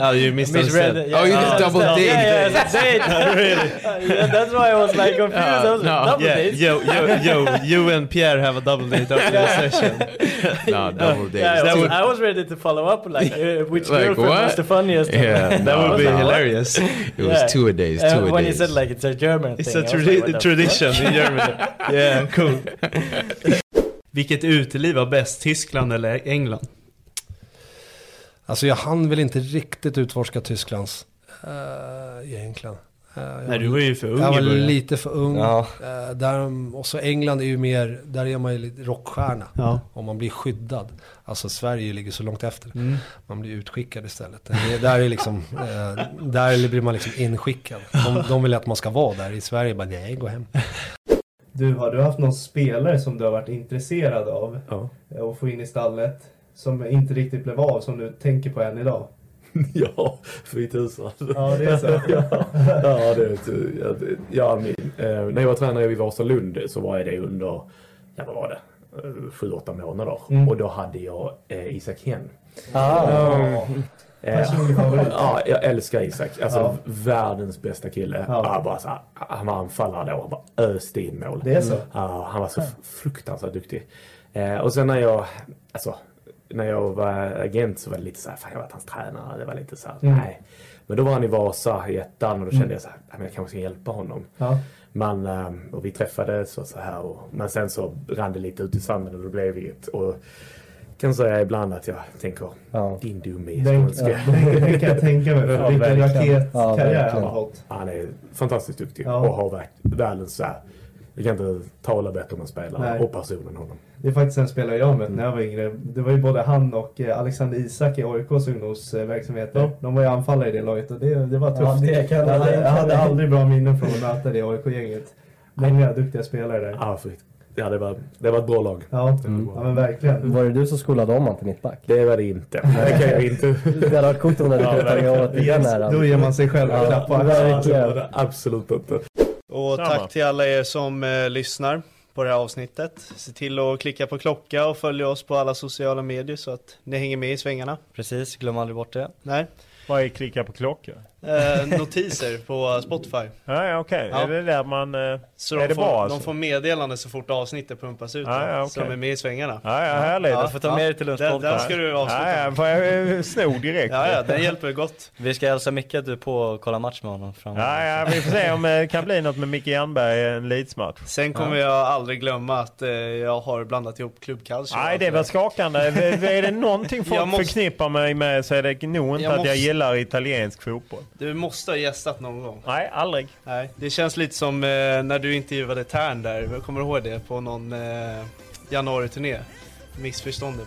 S18: Oh, you misunderstood.
S4: misread-
S18: Oh, you
S4: yeah,
S18: just double
S4: yeah,
S18: date.
S4: Yeah, yeah, it's date. Yeah, That's why I was like confused. I was like,
S3: no,
S4: double
S3: yeah,
S4: date?
S3: yo, yo, yo, you and Pierre have a double date after the session.
S18: no, double date.
S4: Yeah, I,
S3: That
S4: was,
S3: would-
S4: I was ready to follow up like uh, which
S18: Like
S4: girlfriend was
S18: what?
S4: the funniest.
S18: Yeah,
S4: I
S18: no,
S4: was
S18: no.
S4: like, what?
S18: Hilarious. It was two a days,
S4: And
S18: two a
S4: when
S18: days.
S4: he said like it's a German
S3: It's
S4: thing.
S3: a
S4: I was
S3: tradi-
S4: like, what the
S3: tradition
S4: fuck?
S3: in Germany. Yeah, cool. Vilket uteliv var bäst, Tyskland eller England?
S9: Alltså jag hann väl inte riktigt utforska Tysklands eh, egentligen. Eh, jag
S3: Nej, du var ju för ung
S9: Jag
S3: i
S9: var
S3: början.
S9: lite för ung.
S3: Ja.
S9: Eh, där, och så England är ju mer, där är man ju lite rockstjärna.
S3: Ja.
S9: Om man blir skyddad. Alltså Sverige ligger så långt efter.
S3: Mm.
S9: Man blir utskickad istället. Det, där, är liksom, eh, där blir man liksom inskickad. De, de vill att man ska vara där. I Sverige bara nej, gå hem.
S15: Du, har du haft någon spelare som du har varit intresserad av eh, att få in i stallet? Som inte riktigt blev av, som du tänker på än idag?
S19: Ja, fy tusan.
S15: Ja, det är så.
S19: ja, ja, det är så. Ja, min, eh, när jag var tränare i Vasalund så var jag det under, ja vad var det, Eh, sju, åtta månader.
S15: Mm.
S19: Och då hade jag eh, Isak Hen.
S15: Ah.
S19: Ja. Eh,
S15: Personlig favorit.
S19: ja, jag älskar Isak. Alltså
S15: Ja.
S19: världens bästa kille.
S15: Ja.
S19: Han, bara så här, han var anfallare då och bara öste in mål.
S15: Det är så?
S19: Ja, han var så
S15: Ja.
S19: fruktansvärt duktig. Eh, och sen när jag, alltså, när jag var agent så var det lite så här, fan jag har varit hans tränare. Det var lite så här,
S15: Mm.
S19: nej. Men då var han i Vasa i ettan och då kände
S15: Mm.
S19: jag så här, "Nej, men jag kanske ska hjälpa honom.
S15: Ja.
S19: Men, ehm, och vi träffades och så här. Och, men sen så rann det lite ut i sanden och då blev vi ett. Och kan säga ibland att jag tänker, din dummis.
S15: Den- ja, den- den kan jag tänka mig, för vilken raketkarriär han har
S19: fått. Han är fantastiskt duktig
S15: Ja.
S19: och har verk- världens så här. Jag kan inte tala bättre om en spelare
S15: Nej.
S19: och personen honom.
S15: Det är faktiskt en spelare jag mött när jag var yngre. Det var ju både han och eh, Alexander Isak i AIKs ungdomsverksamheter. eh, De var ju anfallare i det laget och det, det var
S37: Ja,
S15: tufft.
S37: det kan jag
S15: jag, hade,
S37: tänka
S15: jag hade
S37: mig.
S15: aldrig bra minnen från att möta det AIK-gänget. Många duktiga spelare där.
S19: Ja, för, ja det, var, det var ett bra lag.
S15: Ja,
S19: ja
S15: men verkligen.
S9: Var det du som skolade om han till mittback?
S19: Det var det inte. Det kan jag inte.
S9: Det hade varit coolt om du hade kunnat tagit åt dig den här.
S15: Då ger man sig själv en klapp på axeln.
S19: Absolut inte.
S3: Och
S15: Samma.
S3: tack till alla er som eh, lyssnar på det här avsnittet. Se till att klicka på klocka och följ oss på alla sociala medier så att ni hänger med i svängarna.
S4: Precis, glöm aldrig bort det.
S3: Nej.
S38: Vad är klicka på klocka?
S3: Eh, notiser på Spotify.
S38: Ja, ja, okej.
S3: Ja.
S38: Är det där man... eh,
S3: Så
S38: är
S3: de,
S38: det
S3: får,
S38: bra alltså?
S3: de får meddelande så fort avsnittet pumpas ut.
S38: Ja, ja, okej.
S3: Så de är med i svängarna.
S38: Ja, ja, härligt.
S3: Ja, den, den ska du avsluta.
S38: Ja, ja, får jag eh, sno direkt?
S3: Ja, ja, den hjälper gott.
S4: Vi ska hälsa Micke att du är på och kolla match med honom framöver.
S38: Ja, ja, vi får se om eh, det kan bli något med Micke Jernberg i en Leeds-match.
S3: Sen kommer jag aldrig glömma att eh, jag har blandat ihop Club Calcio.
S38: Nej, det var skakande. är det någonting folk
S3: Jag måste-
S38: förknippar mig med så är det nog inte
S3: Jag
S38: att
S3: måste-
S38: jag gillar italiensk fotboll.
S3: Du måste ha gästat någon gång.
S38: Nej, aldrig.
S3: Nej, det känns lite som eh, när du intervjuade Tern där. Jag kommer ihåg det på någon eh, januari-turné. Missförståndet.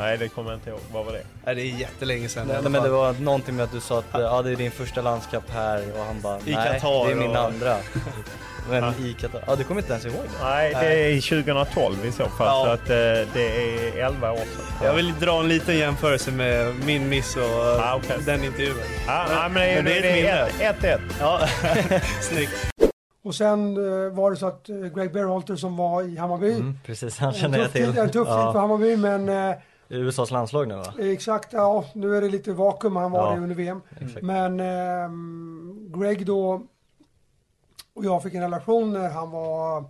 S38: Nej, det kommer jag inte ihåg. Vad var det?
S3: Nej, det är jättelänge sedan. i
S4: Nej,
S3: alla
S4: men det
S3: fall.
S4: var någonting med att du sa att eh, ja, det är din första landskamp här och han bara
S3: I
S4: nej,
S3: Qatar
S4: det är min
S3: och-
S4: andra. Men i Qatar, ja du kommer inte ens ihåg det?
S38: Nej, det är 2012 i så fall.
S3: Ja.
S38: Så att, eh, det är 11 år sedan.
S3: Jag vill dra en liten jämförelse med min miss och eh,
S38: Ah,
S3: den intervjun.
S38: Ja, ja, Ah, men det, det, det är 1-1.
S3: Ja, snyggt.
S25: Och sen eh, var det så att eh, Greg Berhalter som var i Hammarby. Eh,
S4: Mm, precis, han
S25: En
S4: känner jag
S25: tuff tid-
S4: till.
S25: En tuff tid
S4: Ja.
S25: för Hammarby men eh,
S4: USAs landslag nu va?
S25: Exakt, ja nu är det lite vakuum, han var
S4: Ja,
S25: det under VM.
S4: exakt.
S25: Men ehm, Greg då och jag fick en relation när han var,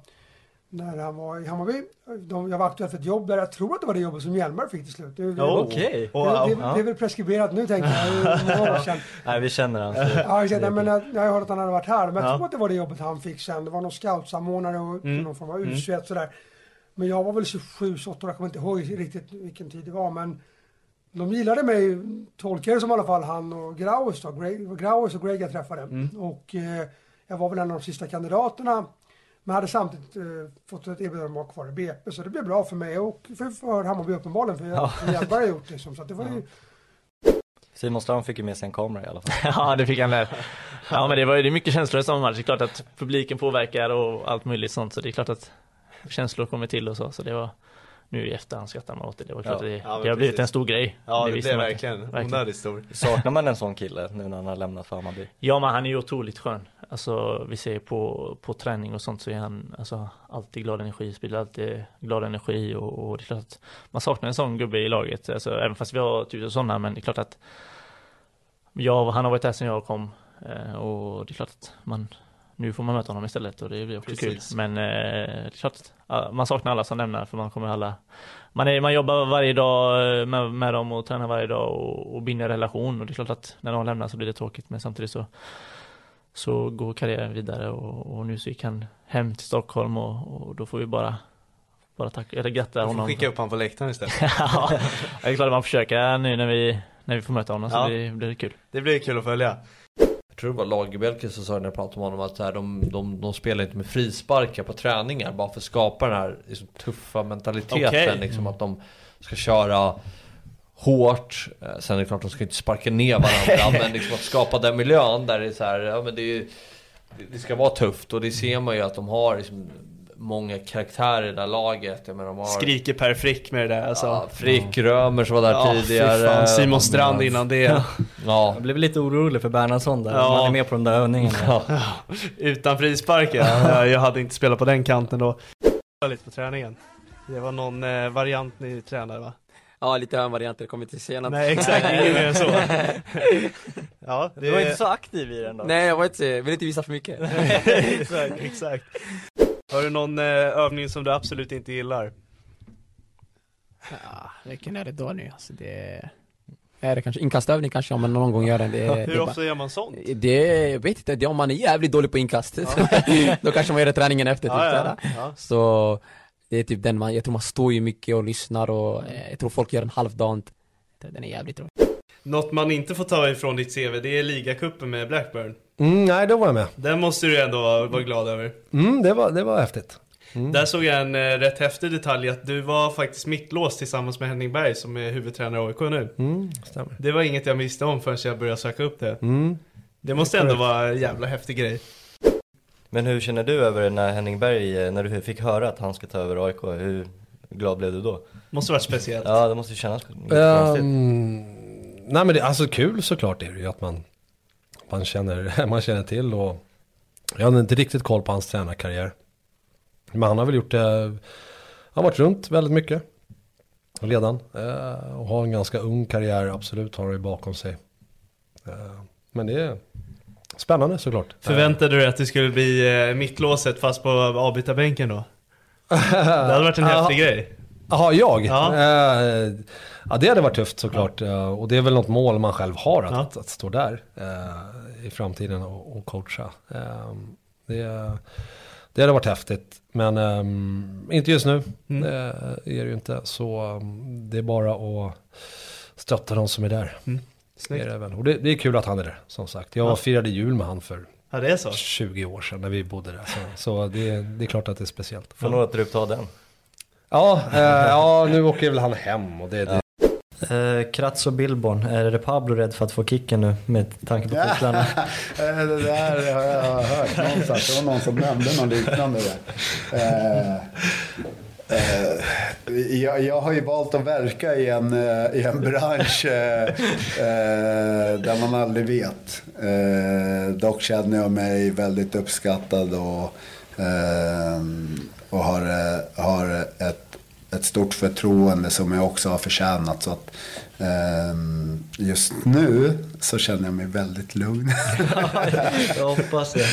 S25: när han var i Hammarby. De, jag var aktuell för ett jobb där, jag tror att det var det jobbet som Hjelmberg fick till slut. Det, det,
S4: Ja, okej.
S25: det, det, det,
S4: Wow.
S25: det är väl preskriberat nu tänker jag, det är många år sedan.
S4: Nej vi känner han.
S25: Ja, exakt. Nej, men jag, jag har hört att han hade varit här, men jag
S4: Ja.
S25: tror att det var det jobbet han fick sen. Det var någon scoutsamordnare och
S4: Mm.
S25: någon form av
S4: Mm.
S25: U21 sådär. Men jag var väl 27, 28, jag kommer inte ihåg riktigt vilken tid det var, men de gillade mig, tolkade det som i alla fall han och Graus då. Greg, det var Graus och Greg jag träffade.
S4: Mm.
S25: Och eh, jag var väl en av de sista kandidaterna. Men hade samtidigt eh, fått ett erbjudande om att vara kvar i BP, så det blev bra för mig och för, för Hammarby uppenbarligen, för
S4: Ja.
S25: Hjelmberg har gjort det. Liksom, så att det var ju
S4: Simon Strand fick ju med sig en kamera i alla fall.
S16: ja, det fick han väl. Ja, men det var ju det är mycket känslor i samma match. Det är klart att publiken påverkar och allt möjligt sånt. Så det är klart att känslor kommer till och så. Så det var, nu i efterhand skrattar man åt det. Det var klart
S4: Ja.
S16: att det,
S4: Ja, men
S16: det har blivit
S4: precis.
S16: en stor grej.
S4: Ja, det
S16: visste
S4: blev
S16: man inte.
S4: verkligen onödigt stor. Saknar man en sån kille nu när han har lämnat för Hammarby?
S16: Ja, men han är ju otroligt skön. Alltså vi ser på, på träning och sånt så är han alltså, alltid glad energi, sprider alltid glad energi och, och det är klart att man saknar en sån gubbe i laget. Alltså, även fast vi har tusen sådana men det är klart att jag, han har varit här sedan jag kom eh, och det är klart att man nu får man möta honom istället och det blir också
S19: Precis.
S16: kul. Men eh, det är klart att ja, man saknar alla som lämnar för man kommer alla man, är, man jobbar varje dag eh, med, med dem och tränar varje dag och, och binder relation och det är klart att när de lämnar så blir det tråkigt men samtidigt så så går karriären vidare och, och nu så gick han hem till Stockholm och, och då får vi bara bara tacka, eller gratta
S3: Du får
S16: honom.
S3: skicka upp honom på läktaren istället.
S16: ja, det är klart att man försöker nu när vi, när vi får möta honom
S3: Ja.
S16: så det blir kul.
S3: Det blir kul att följa.
S28: Jag tror det var Lagerbielke som sa det när jag pratade med honom att så här, de, de, de spelar inte med frisparkar på träningar bara för att skapa den här liksom, tuffa mentaliteten.
S4: Okej.
S28: Liksom,
S3: Mm.
S28: att de ska köra hårt. Eh, Sen är det klart de ska inte sparka ner varandra men liksom, att skapa den miljön där det är så här, ja, men det, är, det ska vara tufft och det ser man ju att de har liksom, många karaktärer i det här laget. Jag menar, de har,
S3: Skriker Per Frick med det där alltså.
S28: Ja, Frick, Römer som var där
S3: Ja, fy
S28: tidigare.
S3: fan, Simon Strand innan det.
S28: Ja.
S39: Jag blev lite orolig för Bernhardsson där,
S3: Ja.
S39: han är med på de där övningarna.
S3: Utan frispark ja. Ja, Jag hade inte spelat på den kanten då. Jag lite på träningen. Det var någon eh, variant ni tränade va?
S11: Ja, lite hörnvarianter, kommer inte se något.
S3: Nej exakt, inget mer än så. Ja,
S11: Du var inte så aktiv
S39: i den då?
S11: Nej, jag var inte, vill inte visa för mycket.
S3: exakt, exakt. Har du någon eh, övning som du absolut inte gillar?
S11: Ja, vilken är det då nu? Alltså det... Är det kanske inkastövning kanske om man någon gång gör den? Det, det
S3: Hur
S11: är
S3: ofta gör man sånt?
S11: Det, jag vet inte, det, om man är jävligt dålig på inkast, då kanske man gör det träningen efter typ,
S3: Ja, ja,
S11: sådär.
S3: ja.
S11: Så det är typ den man, jag tror man står ju mycket och lyssnar och eh, jag tror folk gör en halvdant. Den är jävligt rolig.
S3: Något man inte får ta ifrån ditt CV, det är ligacupen med Blackburn.
S9: Mm, nej, då var jag med.
S3: Den måste du ändå vara glad över.
S9: Mm, det var, det var häftigt. Mm.
S3: Där såg jag en eh, rätt häftig detalj att du var faktiskt mittlås tillsammans med Henning Berg som är huvudtränare i AIK nu.
S9: Mm, stämmer.
S3: Det var inget jag visste om förrän jag började söka upp det.
S9: Mm.
S3: Det måste ändå vara en jävla häftig grej.
S4: Men hur känner du över det när Henning Berg, eh, när du fick höra att han ska ta över AIK, hur glad blev du då?
S3: Måste varit speciellt.
S4: Ja, det måste ju kännas lite konstigt.
S9: Ehm, nej men det, alltså kul såklart är det ju att man, man, känner, man känner till och jag hade inte riktigt koll på hans tränarkarriär. Men han har väl gjort det, han har varit runt väldigt mycket redan. eh, och har en ganska ung karriär, absolut har han ju bakom sig. Eh, men det är spännande såklart.
S3: Förväntade du dig att du skulle bli eh, mittlåset fast på avbytarbänken då? Det hade varit en häftig
S9: Ja.
S3: grej.
S9: Jaha, jag?
S3: Ja.
S9: Eh, ja, det hade varit tufft såklart. Eh, och det är väl något mål man själv har att, att, att stå där eh, i framtiden och, och coacha. Eh, det, det hade varit häftigt, men ehm, inte just nu.
S3: Mm.
S9: Eh, är det ju inte. Så um, det är bara att stötta de som är där.
S3: Mm.
S9: Det
S3: Snyggt.
S9: är det, väl. Och det, det är kul att han är där, som sagt. Jag
S3: Ja.
S9: firade jul med han för
S3: Ja, det är så.
S9: 20 år sedan när vi bodde där. Så, så det, det är klart att det är speciellt.
S4: Får nog återuppta den.
S9: Ja, eh, ja, nu åker väl han hem och det, det.
S40: Eh, Kratz och Billborn, är det Pablo rädd för att få kicken nu med tanke på titlarna?
S41: Eh, det där har jag hört någonstans. Det var någon som nämnde något liknande där. Eh, eh, jag, jag har ju valt att verka i en, eh, i en bransch eh, eh, där man aldrig vet. Eh, dock känner jag mig väldigt uppskattad och, eh, och har, eh, har ett, ett stort förtroende som jag också har förtjänat. Så att, ehm, just nu så känner jag mig väldigt lugn.
S40: jag hoppas det.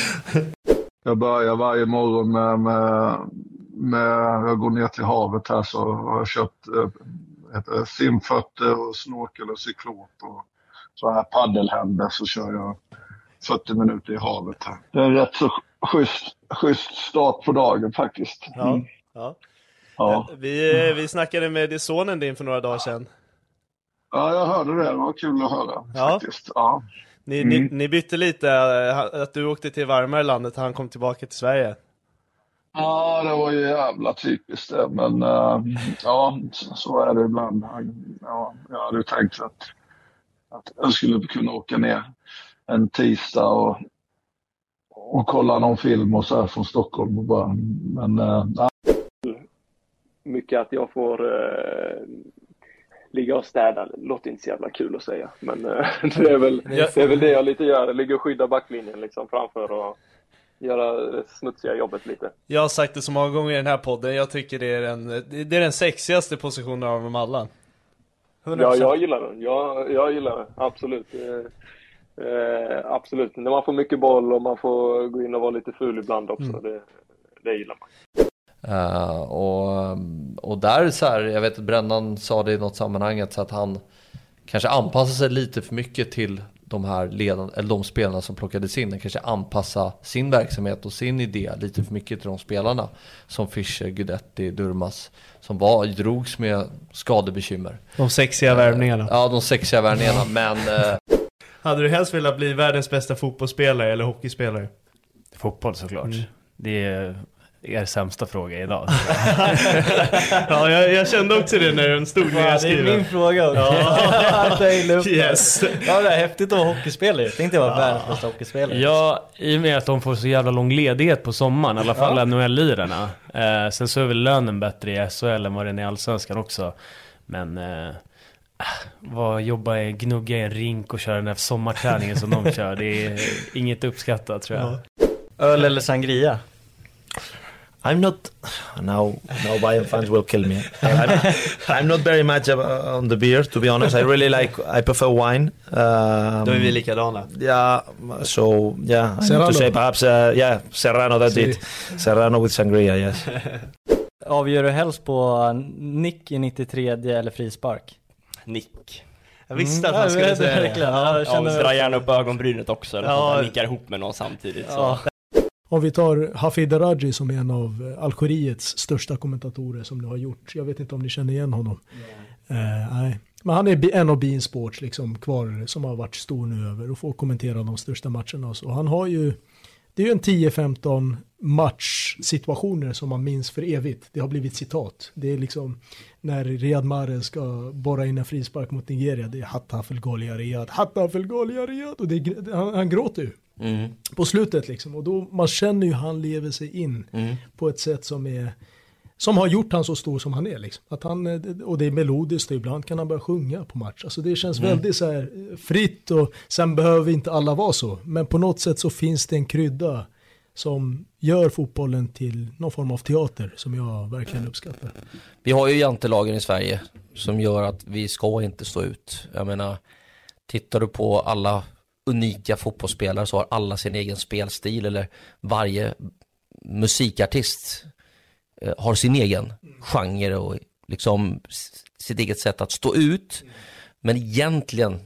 S42: Jag börjar varje morgon med, med, med jag går ner till havet här så har jag köpt eh, ett, eh, simfötter och snorkel och cyklop och så här paddelhänder så kör jag 40 minuter i havet här. Det är en rätt så schysst, schysst start på dagen faktiskt. Mm.
S3: Ja. Ja.
S42: Ja.
S3: Vi, eh, vi snackade med sonen din för några dagar sedan.
S42: ja, jag hörde det. Det var kul att höra faktiskt. Ja.
S3: Ni,
S42: Mm.
S3: ni, ni bytte lite, eh, ha- att du åkte till varmare landet och han kom tillbaka till Sverige.
S42: Ja, det var ju jävla typiskt det. Men eh, ja, så- så är det ibland. Ja, jag hade ju tänkt att, att jag skulle kunna åka ner en tisdag och, och kolla någon film och så här från Stockholm och bara. Men eh, nej.
S33: mycket att jag får eh, ligga och städa låter inte så jävla kul att säga. Men eh, det, är väl, det är väl det jag lite gör. Ligga och skydda backlinjen liksom framför och göra det smutsiga jobbet lite.
S3: Jag har sagt det så många gånger i den här podden, jag tycker det är den, det är den sexigaste positionen av dem alla. 100%.
S33: Ja, jag gillar den. Jag, jag gillar den, absolut. Eh, eh, absolut, när man får mycket boll och man får gå in och vara lite ful ibland också, det, det gillar man.
S28: Eh, och, och där så här, jag vet att Brännan sa det i något sammanhang att, så att han kanske anpassar sig lite för mycket till de här ledan, eller de spelarna som plockades in. Han kanske anpassar sin verksamhet och sin idé lite för mycket till de spelarna som Fischer, Gudetti, Durmas som var, drogs med skadebekymmer.
S3: De sexiga värvningarna.
S28: Ja, de sexiga värvningarna, men eh,
S3: Hade du helst velat bli världens bästa fotbollsspelare eller hockeyspelare?
S15: Fotboll såklart.
S3: Mm.
S15: Det är er sämsta fråga idag.
S3: ja, jag, jag kände också det när den stod när
S4: Ja,
S3: jag
S4: det är
S3: skrev
S4: min
S3: den.
S4: fråga också.
S3: Ja.
S4: Allt jag hängde upp på.
S3: Yes.
S4: Ja, det är häftigt att vara hockeyspelare. Jag tänkte jag var världens bästa hockeyspelare.
S15: Ja, i och med att de får så jävla lång ledighet på sommaren, i alla fall
S4: Ja.
S15: NHL-lirarna. Eh, sen så är väl lönen bättre i SHL än vad den är i Allsvenskan också. Men, eh, ah, vad jobba i, gnugga i en rink och köra den här sommarträningen som de kör, det är inget uppskattat tror jag.
S4: Öl eller sangria?
S43: I'm not. Now, now, Bayern fans will kill me. I'm, I'm not very much ab- uh, on the beer, to be honest. I really like. I prefer wine. Um,
S3: Då är vi likadana.
S43: Yeah. So yeah, I have
S4: Serrano.
S43: to say perhaps uh, yeah, Serrano. That's
S4: Si.
S43: it. Serrano with sangria. Yes.
S4: Avgör du helst på nick i 93 eller frispark? Nick.
S3: Jag
S22: Mm.
S3: visste att han skulle säga det.
S4: Ja, jag känner
S12: dra gärna upp ögonbrynet också, eller
S3: Ja.
S12: ja. man nickar ihop med någon samtidigt.
S4: Ja.
S12: Så.
S14: Om vi tar Hafid Raji som är en av eh, Algeriets största kommentatorer som nu har gjort. Jag vet inte om ni känner igen honom. Eh, nej. Men han är bi- en av Bein Sports liksom, kvar som har varit stor nu över och får kommentera de största matcherna. Och så. Han har ju, det är ju en 10-15 matchsituationer som man minns för evigt. Det har blivit citat. Det är liksom när Riyad Mahrez ska borra in en frispark mot Nigeria. Det är Hattafel Golia Riyad, Hattafel Golia Riyad. Och det är, gr- han, han gråter ju
S12: Mm.
S14: på slutet liksom. Och då, man känner ju han lever sig in
S12: Mm.
S14: på ett sätt som är som har gjort han så stor som han är. Liksom. Att han, eh, och det är melodiskt och ibland kan han börja sjunga på match. Alltså det känns
S12: Mm.
S14: väldigt så här eh, fritt och sen behöver inte alla vara så. Men på något sätt så finns det en krydda som gör fotbollen till någon form av teater som jag verkligen uppskattar.
S27: Vi har ju jantelagen i Sverige som gör att vi ska inte stå ut. Jag menar, tittar du på alla unika fotbollsspelare så har alla sin egen spelstil eller varje musikartist eh, har sin egen genre och liksom s- sitt eget sätt att stå ut. Men egentligen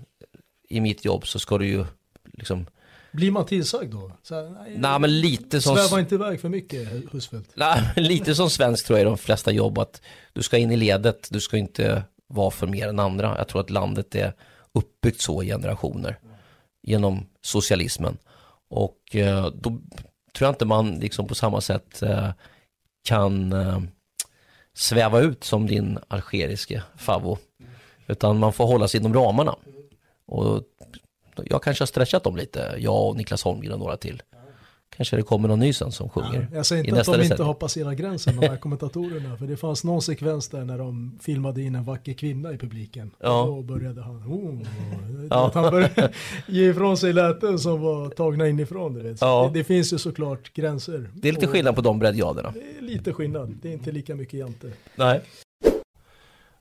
S27: i mitt jobb så ska du ju liksom,
S14: Blir man tillsagd då? Så här, nej,
S27: nej men lite som...
S14: Sväva inte iväg för mycket Husfeldt.
S27: Nej, men lite som svensk tror jag i de flesta jobb att du ska in i ledet, du ska inte vara för mer än andra. Jag tror att landet är uppbyggt så i generationer genom socialismen. Och eh, då tror jag inte man liksom på samma sätt eh, kan eh, sväva ut som din algeriske favvo. Utan man får hålla sig inom ramarna. Och jag kanske har stretchat dem lite, jag och Niklas Holmgren och några till. Kanske det kommer någon ny sen som sjunger
S14: Jag säger
S27: i
S14: inte att
S27: nästa
S14: de inte
S27: decennium.
S14: har passerat gränsen, de här kommentatorerna. För det fanns någon sekvens där när de filmade in en vacker kvinna i publiken.
S27: Ja.
S14: Och då började han, oh, och-
S27: Ja.
S14: att han började ge ifrån sig läten som var tagna inifrån. Du vet. Så
S27: Ja.
S14: Det, det finns ju såklart gränser.
S27: Det är lite
S14: Och
S27: skillnad på de breddgraderna.
S14: det är Lite skillnad, det är inte lika mycket jante.
S27: Nej.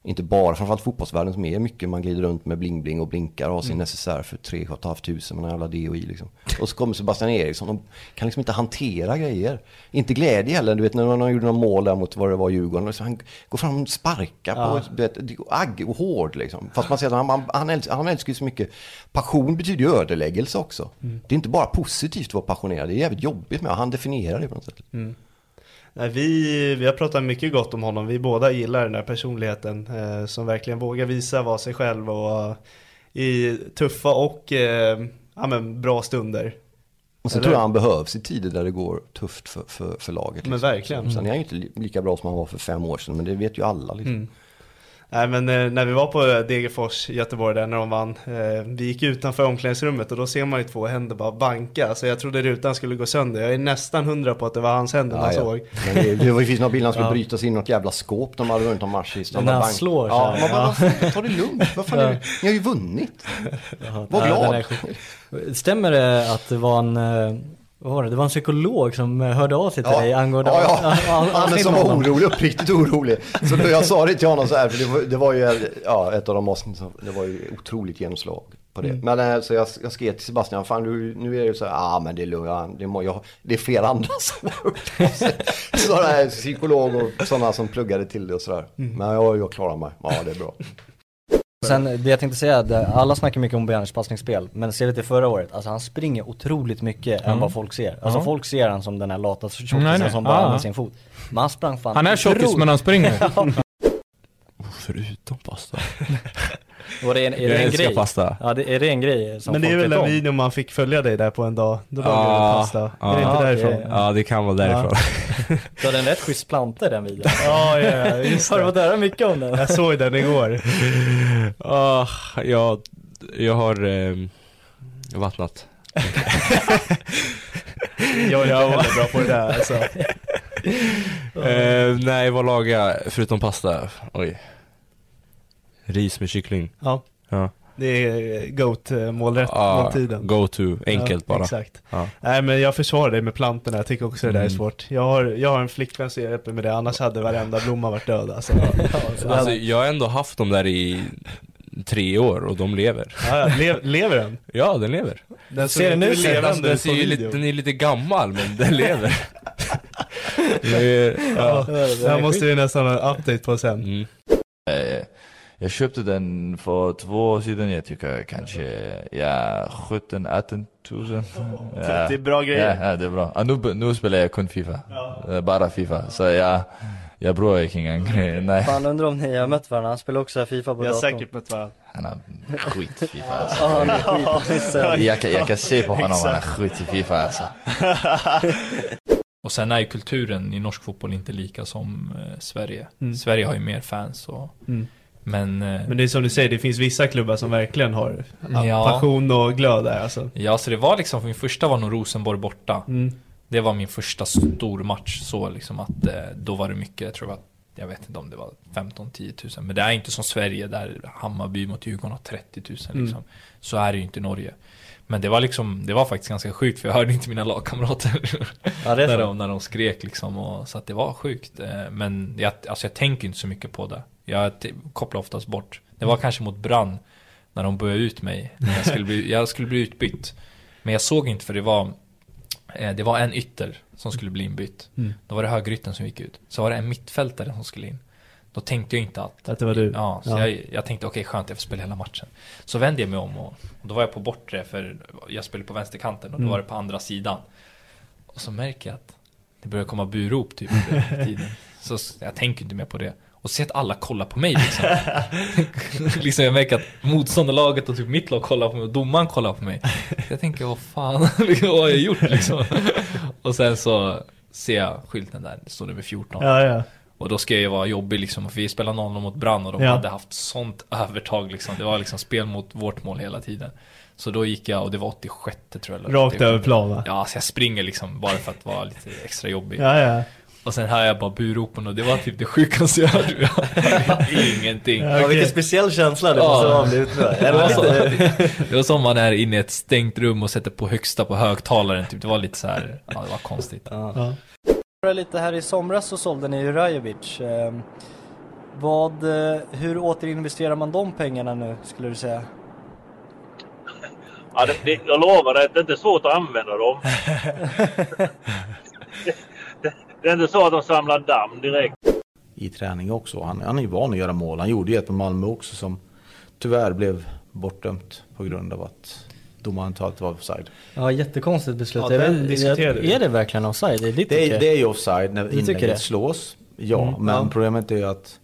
S22: Inte bara, framförallt fotbollsvärlden som är mycket, man glider runt med bling-bling och blinkar och har sin
S14: Mm.
S22: necessär för 3 tusen med en jävla DOI liksom. Och så kommer Sebastian Eriksson och kan liksom inte hantera grejer. Inte glädje heller, du vet när han gjorde några mål där mot vad det var Djurgården. Liksom, han går fram och sparkar Ja. på, du vet, det- agg och hård liksom. Fast man ser att han, han, han, älskar, han älskar ju så mycket, passion betyder ju ödeläggelse också.
S16: Mm.
S22: Det är inte bara positivt att vara passionerad, det är jävligt jobbigt med, han definierar det på något sätt.
S16: Mm.
S3: Nej, vi, vi har pratat mycket gott om honom. Vi båda gillar den där personligheten eh, som verkligen vågar visa vad sig själv och eh, i tuffa och eh, ja, men bra stunder.
S22: Och sen
S3: Eller?
S22: tror jag han behövs i tider där det går tufft för, för, för laget.
S3: Men verkligen.
S22: Sen är han ju inte li- lika bra som han var för fem år sedan, men det vet ju alla. Liksom.
S3: Mm. Nej men eh, när vi var på Degerfors, Göteborg där när de vann. Eh, vi gick utanför omklädningsrummet och då ser man ju två händer bara banka. Så jag trodde rutan skulle gå sönder. Jag är nästan hundra på att Mm, det var hans händer man
S22: Ja, ja.
S3: såg.
S22: Men det, det var- det finns några bilder han skulle
S3: Ja.
S22: bryta sig in i något jävla skåp de hade runt om Marschistan.
S3: Men när
S22: Bara
S3: han
S22: bank-
S3: slår så
S22: Ja,
S3: här,
S22: man bara,
S3: ja.
S22: "Vad- ta det lugnt. Vad fan är det? Ni har ju vunnit. Var
S6: Ja, den
S22: glad.
S6: är sjuk. Stämmer det att det var en, eh, vad var det, det var en psykolog som eh, hörde av sig till dig angående
S22: Ja, ja.
S6: an- an-
S22: Han
S6: anledningen
S22: som
S6: av
S22: var
S6: honom?
S22: orolig, uppriktigt orolig. Så då jag sa det till honom så här, för det var, det var ju ja, ett av de avsnitten som, det var ju otroligt genomslag på det.
S6: Mm.
S22: Men eh, så jag, jag skrev till Sebastian, fan du, nu är det ju så här, ah, men det är lugnt, ja, det, må, jag, det är flera andra som har hört av sig." Sådana här psykolog och sådana som pluggade till det och sådär.
S6: Mm.
S22: Men jag, jag klarar mig, ja det är bra.
S4: Sen det jag tänkte säga, det- alla snackar mycket om Bjärnes passningsspel, men ser vi till förra året, alltså han springer otroligt mycket
S28: Mm.
S4: än vad folk ser. Alltså
S28: Ja.
S4: folk ser han som den här lata
S28: Nej,
S4: tjockisen
S28: nej.
S4: som bara
S28: Ja, ja.
S4: använder sin fot. Men han sprang fan
S28: Han är tjockis, men han springer.
S4: Förutom pasta. Var det en, är
S3: Jag
S4: det en
S3: älskar
S4: grej?
S3: pasta.
S4: Ja, det, är det en grej som
S3: Men det är
S4: folk
S3: väl
S4: vet
S3: den
S4: om?
S3: videon man fick följa dig där på en dag. Då lagade du
S12: Ja,
S3: pasta.
S12: ja.
S3: Är det
S12: Ja,
S3: inte därifrån?
S12: Ah, okej. Ja, det kan vara därifrån.
S4: Du hade en rätt schysst planta i den videon.
S3: Ja, ja, just
S4: Har du fått höra mycket om den?
S3: Jag såg den igår.
S12: Ah, jag, jag har eh, vattnat.
S3: Jag är inte heller bra på det där, alltså.
S12: eh, nej, vad lagar jag förutom pasta? Oj. Ris med kyckling.
S3: Ja.
S12: ja.
S3: Det är eh,
S12: Ja,
S3: GOAT-måltiden.
S12: go to, Ah, enkelt
S3: Ja,
S12: bara.
S3: Exakt.
S12: Ja.
S3: Nej men jag försvarar dig med plantorna, jag tycker också det där är
S12: Mm.
S3: svårt. Jag har, jag har en flickvän som hjälper mig med det, annars hade varenda blomma varit död alltså.
S12: Alltså, jag har ändå haft dem där i tre år och de lever.
S3: Ja, ja, le- lever den?
S12: Ja, den lever.
S3: Den Ser såg den inte ut? levande
S12: Alltså, den,
S3: ut på
S12: ser ju
S3: video.
S12: lite, den är lite gammal, men den lever. Det är-
S3: Ja,
S12: ja.
S3: det här måste vi nästan ha en update på sen.
S13: Mhm. Eh, Jag köpte den för två år sedan, jag tycker kanske ja, 17 18 tusen. Ja.
S43: Det är bra grejer.
S13: Ja, ja det är bra. Ah, nu, nu spelar jag kun Fifa. Eh, Bara Fifa. Så jag, jag bryr mig inte en gång. Nej.
S4: Fan undrar om ni har mött varandra, han spelar också Fifa på
S13: Vi har
S4: datorn.
S13: säkert
S3: mött varandra.
S13: Han har skit i Fifa alltså.
S4: Ja, han är skit.
S13: jag, kan, jag kan se på honom, han har
S24: Exakt.
S13: skit i Fifa alltså.
S24: Och sen är ju kulturen i norsk fotboll inte lika som eh, Sverige.
S3: Mm.
S24: Sverige har ju mer fans och...
S3: Mm.
S24: Men... Eh,
S3: Men det är som du säger, det finns vissa klubbar som verkligen har
S24: Ja.
S3: passion och glöd där alltså.
S24: Ja, så det var liksom, min första var nog Rosenborg borta.
S3: Mm.
S24: Det var min första stor match så liksom att eh, då var det mycket, jag tror det var, jag vet inte om det var 15-10 000. Men det är inte som Sverige där Hammarby mot Djurgården har 30 000 liksom.
S12: Mm.
S24: Så är det ju inte i Norge. Men det var liksom, det var faktiskt ganska sjukt för jag hörde inte mina lagkamrater.
S4: Ja, det är
S24: när,
S4: så.
S24: de, när de skrek liksom och, så att det var sjukt. Eh, Men jag, alltså jag tänker inte så mycket på det. Jag t- kopplar oftast bort. Det var kanske mot Brann när de började ut mig. När jag, skulle bli, jag skulle bli utbytt. Men jag såg inte för det var, eh, det var en ytter som skulle bli inbytt.
S3: Mm.
S24: Då var det högeryttern som gick ut. Så var det en mittfältare som skulle in. Då tänkte jag inte att...
S3: Att det var du?
S24: Ja, så
S3: Ja.
S24: Jag, jag tänkte okej skönt jag får spela hela matchen. Så vände jag mig om och, och då var jag på bortre för jag spelade på vänsterkanten och
S3: Mm.
S24: då var det på andra sidan. Och så märker jag att det börjar komma burop typ i tiden. Så s- jag tänker inte mer på det. Och så ser jag att alla kollar på mig liksom. liksom jag märker att motståndarlaget och typ mitt lag kollar på mig och domaren kollar på mig. Jag tänker vad fan, liksom, vad har jag gjort liksom? Och sen så ser jag skylten där, det står nummer 14.
S3: Ja, ja.
S24: Och då ska jag ju vara jobbig liksom, för vi spelade 0-0 mot Brann och de
S3: Ja.
S24: hade haft sånt övertag liksom. Det var liksom spel mot vårt mål hela tiden. Så då gick jag, och det var 86 tror jag. eller
S3: Rakt
S24: 87.
S3: över plan, va?
S24: Ja, så jag springer liksom bara för att vara lite extra jobbig.
S3: Ja, ja.
S24: Och sen hör jag bara buropen och det var typ det sjukaste jag hört. Ingenting.
S4: Ja, vilken speciell känsla det måste ha blivit nu.
S24: Det
S4: Eller
S24: var, så,
S4: lite-
S24: det var som man är inne i ett stängt rum och sätter på högsta på högtalaren. Typ. Det var lite så här, ja det var konstigt.
S4: Ja. Lite här i somras så sålde ni ju Rajovic. Eh, Vad, eh, hur återinvesterar man de pengarna nu skulle du säga?
S36: Ja, det, det, jag lovar dig att det är inte svårt att använda dem. det, det, det är inte så att de samlar damm direkt.
S31: i träning också. Han, han är ju van att göra mål. Han gjorde ju ett på Malmö också som tyvärr blev bortdömt på grund av att domaren sa att det var offside.
S6: Ja, jättekonstigt beslut.
S31: Ja,
S6: Jag
S31: den
S6: vet-
S31: diskuterade vi.
S6: är det verkligen offside? Det är, ditt
S31: Det
S6: tycke.
S31: är, det är ju offside när
S6: Ni tycker det?
S31: inlägget slås. Ja,
S6: Mm.
S31: men
S6: Ja.
S31: problemet är ju att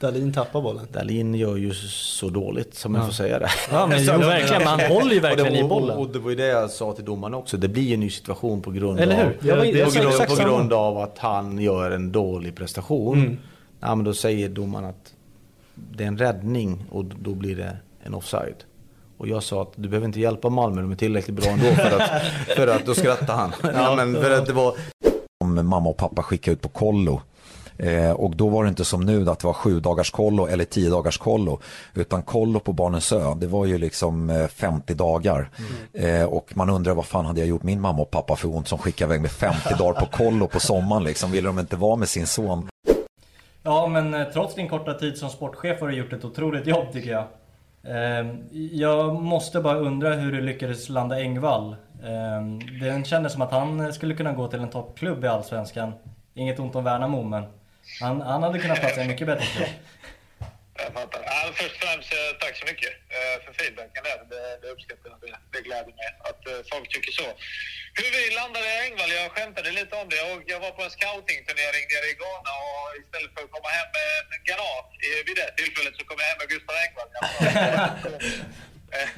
S3: Dahlin tappar bollen.
S31: Dahlin gör ju så dåligt som man Ja. får säga det.
S6: Ja, men jo, verkligen. Men han håller ju
S31: Och det-
S6: verkligen i
S31: och-
S6: bollen.
S31: Och, och det var ju det jag sa till domaren också. Det blir ju en ny situation på grund
S6: Eller hur?
S31: av,
S6: Jag var- jag
S31: på
S6: sa
S31: grund,
S6: exakt
S31: på
S6: samma.
S31: grund av att han gör en dålig prestation. Mm. Ja, men då säger domaren att det är en räddning och då blir det en offside. Och jag sa att du behöver inte hjälpa Malmö, de är tillräckligt bra ändå för att, för att då skrattar han. Nej, men för att det var...
S17: Om mamma och pappa skickade ut på kollo. Eh, och då var det inte som nu att det var sju dagars kollo eller tio dagars kollo. Utan kollo på Barnens ö, det var ju liksom eh, 50 dagar. Eh, och man undrar vad fan hade jag gjort min mamma och pappa för ont som skickade iväg med 50 dagar på kollo på sommaren liksom. Ville de inte vara med sin son?
S4: Ja, men eh, trots din korta tid som sportchef har du gjort ett otroligt jobb tycker jag. Ehm, Jag måste bara undra hur du lyckades landa Engvall. Ehm, Det kändes som att han eh, skulle kunna gå till en toppklubb i Allsvenskan. Inget ont om Värnamo, men han, han hade kunnat platsa i en mycket bättre klubb.
S6: Ja, först och främst, eh, tack så mycket eh, för feedbacken där. Det, det uppskattar jag. Det, det gläder mig att eh, folk tycker så. Hur vi landade i Engvall, jag skämtade lite om det. Och jag var på en scoutingturnering nere i Ghana och istället för att komma hem med en granat eh, vid det tillfället så kom jag hem med Gustav Engvall. Jag bara, eh,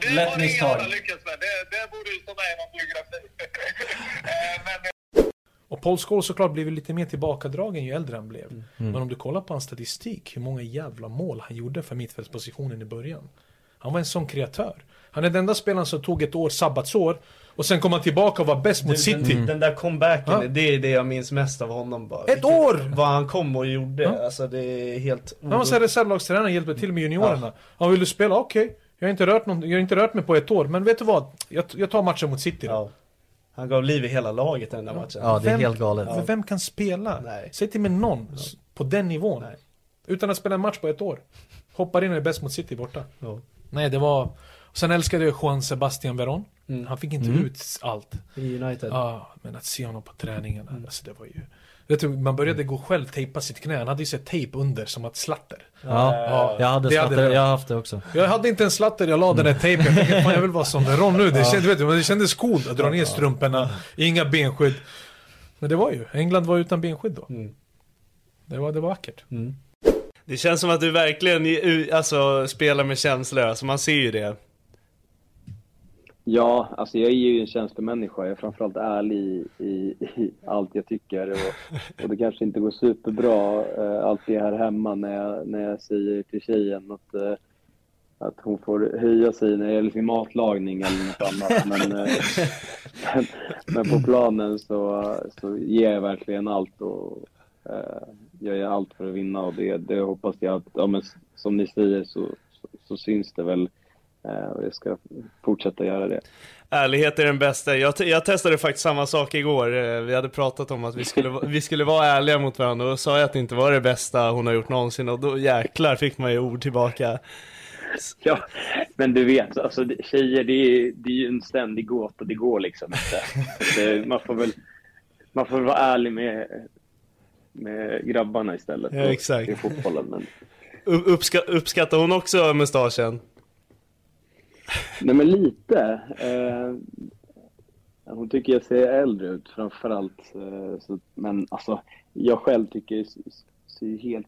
S6: det
S4: Lätt
S6: har ingen
S4: misstag.
S6: annan lyckats med. Det, det borde ju stå med i någon biografi. Eh, men
S20: Och Paul Scholes såklart blev ju lite mer tillbakadragen ju äldre han blev.
S3: Mm.
S20: Men om du kollar på hans statistik, hur många jävla mål han gjorde för mittfältspositionen i början. Han var en sån kreatör. Han är den enda spelaren som tog ett år sabbatsår och sen kom han tillbaka och var bäst mot
S3: Den,
S20: City.
S3: den där comebacken,
S20: Ja.
S3: det är det jag minns mest av honom bara.
S20: Ett år!
S3: Vad han kom och gjorde,
S20: Ja.
S3: alltså det är helt...
S20: Han var så här reservlagstränare, hjälpte till med juniorerna. Han ville spela, okej. Jag har inte rört någon, jag har inte rört mig på ett år, men vet du vad? Jag, jag tar matchen mot City då.
S3: Han gav liv i hela laget i den där matchen.
S20: Vem- Men vem kan spela? Säg till mig någon s- på den nivån. Utan att spela en match på ett år. Hoppar in och är bäst mot City borta. Nej, det var... och Sen älskade jag Juan Sebastian Veron. Han fick inte
S3: Mm.
S20: ut allt.
S3: I United. Mm.
S20: Ja, men att se honom på träningarna, alltså det var ju... Vet du, man började
S4: Mm.
S20: gå själv, tejpa sitt knä. Han hade ju sett tejp under som att slatter.
S4: Ja, jag hade
S20: det
S4: slatter,
S20: vi.
S4: jag har haft det också.
S20: Jag hade inte en slatter, jag la den där tejpen. Jag tänkte, fan jag vill vara som Veron nu. Det
S4: Ja.
S20: kändes, vet du, men det kändes coolt att dra ner strumporna, inga benskydd. Men det var ju, England var utan benskydd då.
S4: Mm.
S20: Det, var, det var vackert.
S3: Det känns som att du verkligen eh, alltså, spelar med känslor, alltså man ser ju det.
S7: Ja, alltså jag är ju en tjänstemänniska. Jag är framförallt ärlig i, i, i allt jag tycker. Och, och det kanske inte går superbra eh, alltid här hemma när jag, när jag säger till tjejen att, eh, att hon får höja sig när det gäller sin matlagning eller något annat. Men, eh, men, men på planen så, så ger jag verkligen allt och eh, jag gör allt för att vinna. Och det, det hoppas jag att, ja, men, s- som ni säger så, så, så syns det väl. Eh, och jag ska fortsätta göra det.
S3: Ärlighet är den bästa. Jag, te- jag testade faktiskt samma sak igår. Eh, Vi hade pratat om att vi skulle, va- vi skulle vara ärliga mot varandra och då sa jag att det inte var det bästa hon har gjort någonsin och då jäklar fick man ju ord tillbaka.
S7: Ja, men du vet, alltså, det- tjejer det är, det är ju en ständig gåta. Det går liksom inte. Det, man, får väl, man får väl vara ärlig med, med grabbarna istället.
S3: Ja, exakt.
S7: I fotbollen. Men,
S3: U- Uppska, uppskattar hon också mustaschen?
S7: nej, men lite. Eh, hon tycker jag ser äldre ut framförallt. Eh, så, men alltså, jag själv tycker jag ser- ser helt,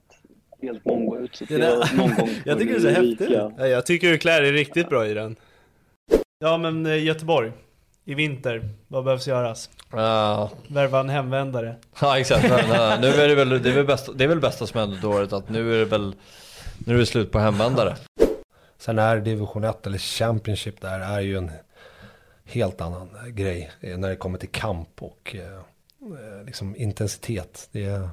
S7: helt mongo ut. Så att jag, någon gång får bli rika.
S3: Ja, Jag tycker du klär dig riktigt bra i den. Ja men eh, Göteborg, i vinter, vad behövs göras?
S28: Ja.
S3: Värva en hemvändare.
S28: Ja exakt, men, eh, nu är det väl det, är väl bästa, det är väl bästa som hänt under året att nu är det väl nu är det slut på hemvändare.
S9: Sen är division 1 eller Championship där är ju en helt annan grej eh, när det kommer till kamp och eh, eh, liksom intensitet. Det är,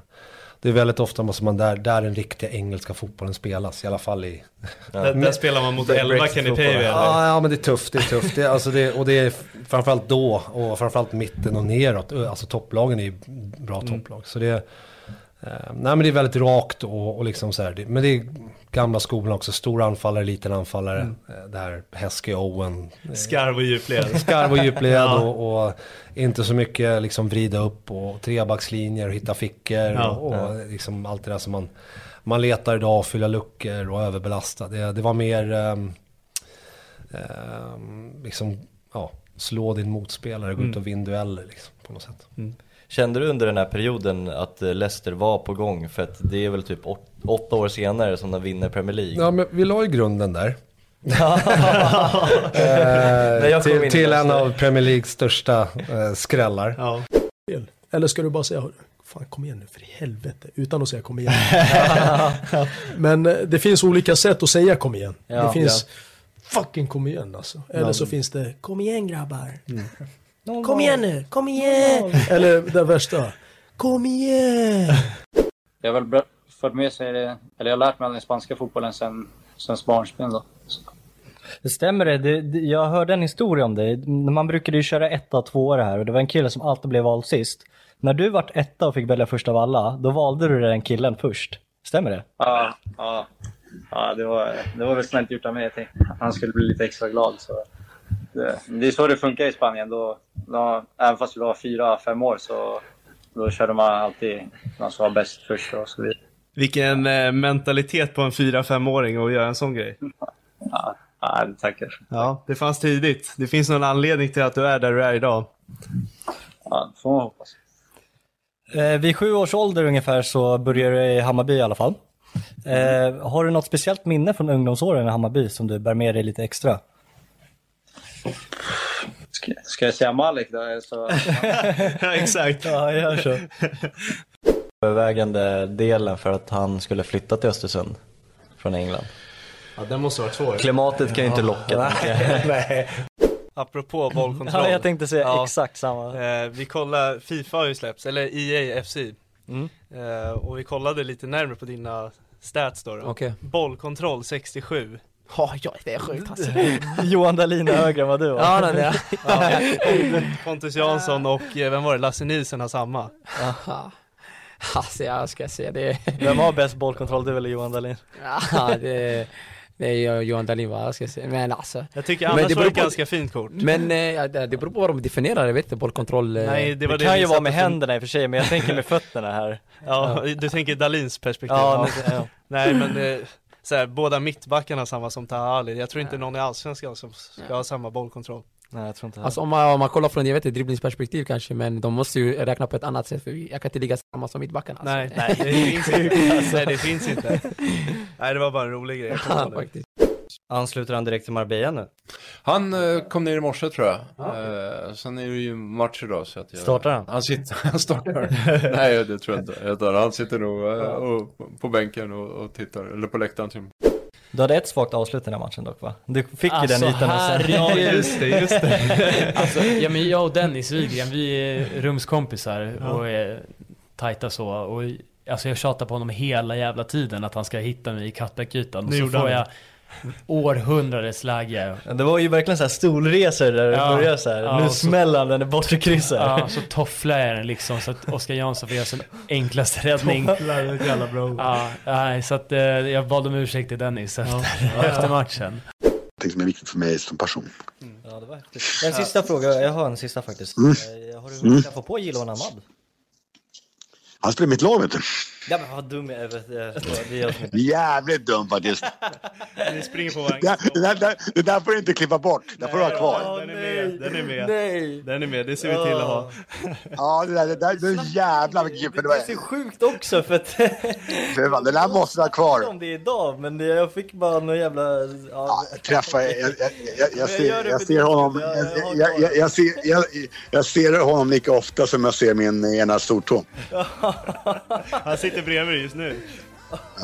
S9: det är väldigt ofta måste man där, där den riktiga engelska fotbollen spelas, i alla fall i...
S3: Där- där spelar man mot elva Kenny
S9: fotboll.
S3: Pavey, eller?
S9: Ja, ja, men det är tufft, det är tufft. Det, är- alltså det, och det är framförallt då, och framförallt mitten och neråt. Alltså topplagen är ju bra
S3: Mm.
S9: topplag. Så det, eh, nej men det är väldigt rakt och, och liksom så här, det, men det är gamla skolan också. Stor anfallare, liten anfallare.
S3: Mm.
S9: Eh, Det här Häske Owen. eh,
S3: Skarv och djupled.
S9: Skarv och djupled
S3: Ja.
S9: och, och inte så mycket liksom vrida upp och trebackslinjer och hitta fickor.
S3: Ja.
S9: och, och
S3: Ja.
S9: liksom allt det där som man, man letar idag, fylla luckor och överbelasta. Det, det var mer ehm, ehm, liksom, ja, slå din motspelare, gå ut
S3: Mm.
S9: och vinn dueller liksom, på något sätt.
S44: Kände du under den här perioden att eh, Leicester var på gång? För att det är väl typ åt, åtta år senare som de vinner Premier League.
S9: Ja, men vi la ju grunden där.
S44: När
S9: eh,
S44: jag kom in
S9: till
S44: i
S9: till en
S44: Leicester.
S9: av Premier Leagues största eh, skrällar.
S3: Ja.
S14: Eller ska du bara säga Fan, kom igen nu för i helvete. Utan att säga kom igen. Men eh, det finns olika sätt att säga kom igen.
S25: Ja.
S14: det finns
S25: Ja.
S14: fucking kom igen alltså. Eller
S25: Ja.
S14: så finns det kom igen grabbar.
S4: Mm.
S25: Kom igen nu, kom igen!
S14: Eller det värsta. Kom igen!
S23: Jag har väl bra- fört med sig det, eller jag har lärt mig all den spanska fotbollen sen, sen barnsben då.
S4: Stämmer det? Det, det? Jag hörde en historia om dig. Man brukade ju köra etta, tvåa här och det var en kille som alltid blev vald sist. När du vart etta och fick välja först av alla, då valde du den killen först. Stämmer det?
S23: Ja, ja. ja det, var, det var väl snällt gjort av mig. Jag tänkte att han skulle bli lite extra glad. Så. Det, det är så det funkar i Spanien. Då, då, även fast vi var fyra, fem år så då körde man alltid någon som var bäst först och så vidare.
S3: Vilken eh, mentalitet på en 4-5-åring att göra en sån grej.
S23: Ja, ja, det tackar.
S3: Ja, det fanns tidigt. Det finns någon anledning till att du är där du är idag.
S23: Ja, det får man hoppas.
S4: Eh, vid sju års ålder ungefär så började du i Hammarby i alla fall. Eh, har du något speciellt minne från ungdomsåren i Hammarby som du bär med dig lite extra?
S23: Ska, ska jag säga Malik då? eller Så...
S3: ja, exakt.
S23: Ja, gör så.
S11: övervägande delen för att han skulle flytta till Östersund från England.
S3: Ja, den måste vara svår.
S11: Klimatet kan ju inte locka, tänker jag.
S3: Nej. Apropå bollkontroll.
S4: Ja, jag tänkte säga
S3: exakt samma. Eh, vi kollar, Fifa har ju släppts, eller E EA FC.
S4: Mm.
S3: Eh, och vi kollade lite närmare på dina stats då. då.
S4: Okej.
S3: Bollkontroll 67.
S11: Ja, jag är sjukt alltså.
S4: Johan Dahlin är högre än vad du var.
S3: Ja, nej, nej. Ja. Pontus Jansson och eh, vem var det, Lasse Nielsen har samma.
S11: Aha. Alltså jag ska se det.
S4: Vem har bäst bollkontroll, du eller Johan Dahlin?
S11: Ja, det, det är jag och Johan Dahlin va, jag ska se. Men alltså.
S3: Jag tycker
S11: Men
S3: annars
S11: det
S3: var det ett
S11: beror på-
S3: ganska fint kort.
S11: Men eh, ja, det det beror på vad de definierar, jag vet inte, bollkontroll. eh.
S3: Nej, det var det
S11: kan
S3: vi
S11: ju vara
S3: satte
S11: med
S3: som-
S11: händerna
S4: i och för sig, men jag tänker med fötterna här.
S3: Ja, du tänker Dalins perspektiv.
S4: Ja, nej, ja.
S3: Nej, men eh, så här, båda mittbackarna har samma som Taha Ali. Jag tror inte någon i Allsvenskan som ska ha samma bollkontroll.
S4: Nej, jag tror inte
S11: Alltså om man, om man kollar från, jag vet inte, dribblingsperspektiv kanske, men de måste ju räkna på ett annat sätt för vi- jag kan inte ligga samma som mittbackarna. alltså.
S3: Nej, nej, det finns inte. alltså. Nej, det finns inte. Nej, det var bara en rolig grej. Jag kom på nu.
S4: Ansluter han direkt till Marbella nu?
S29: Han eh, kom ner i morse tror jag. Eh, sen är det ju match idag så att jag...
S4: Startar han?
S29: Han, sitter, han startar. Nej, det tror jag inte. Jag tar, han sitter nog eh, och, på bänken och, och tittar, eller på läktaren till och med.
S4: Du hade ett svagt avslut i den här matchen dock va? Du fick ju den ytan och sen...
S15: Ja, just det, just det. alltså, ja, men jag och Dennis Rydgren, vi är rumskompisar
S4: Ja.
S15: och är tajta så. Och, alltså, jag tjatar på honom hela jävla tiden att han ska hitta mig i cutbackytan. Och
S4: Nu
S15: så
S4: gjorde
S15: får
S4: han
S15: jag århundradets läge.
S4: Ja, Det var ju verkligen så här stolresor där
S15: Ja.
S4: det började så här.
S15: Ja,
S4: nu
S15: och så-
S4: smäller han den i bortre krysset.
S15: Ja, så tofflar jag den liksom så att Oskar Jansson får göra sin enklaste räddning.
S4: Tofflar den, jävla bro.
S15: Ja, nej, så att, eh, jag bad om ursäkt till Dennis efter,
S4: Ja.
S15: efter matchen.
S32: någonting som är viktigt för mig som person.
S4: Ja, det var häftigt. En sista fråga, jag har en sista faktiskt.
S32: Mm.
S4: Eh, Har du hunnit träffa på Jiloan Ahmad?
S32: Han spelar i mitt lag vet du.
S4: Ja men vad dum jag är, vet jag förstår. det är jag som är...
S32: Jävligt dum faktiskt.
S3: Ni springer på varandra.
S32: Det där, det, där, det där får du inte klippa bort. Det får du ha kvar.
S3: Den är med, den är med.
S32: Nej.
S3: Den är med, det ser vi till att ha.
S32: Ja, det där, det där, det där jävlar vilken gubbe det var. Det är
S4: sjukt också för att...
S32: Fy fan, det där måste du
S4: Jag
S32: ha
S4: vet
S32: kvar.
S4: om det är idag, men det- jag fick bara någon jävla... Ja,
S32: Träffa, jag, jag, jag, jag,
S4: jag gör
S32: ser,
S4: det
S32: jag
S4: för
S32: ser
S4: dig.
S32: honom, jag, jag, jag, jag, ser, jag, jag ser honom lika ofta som jag ser min ena stortå.
S3: Han sitter bredvid dig just nu.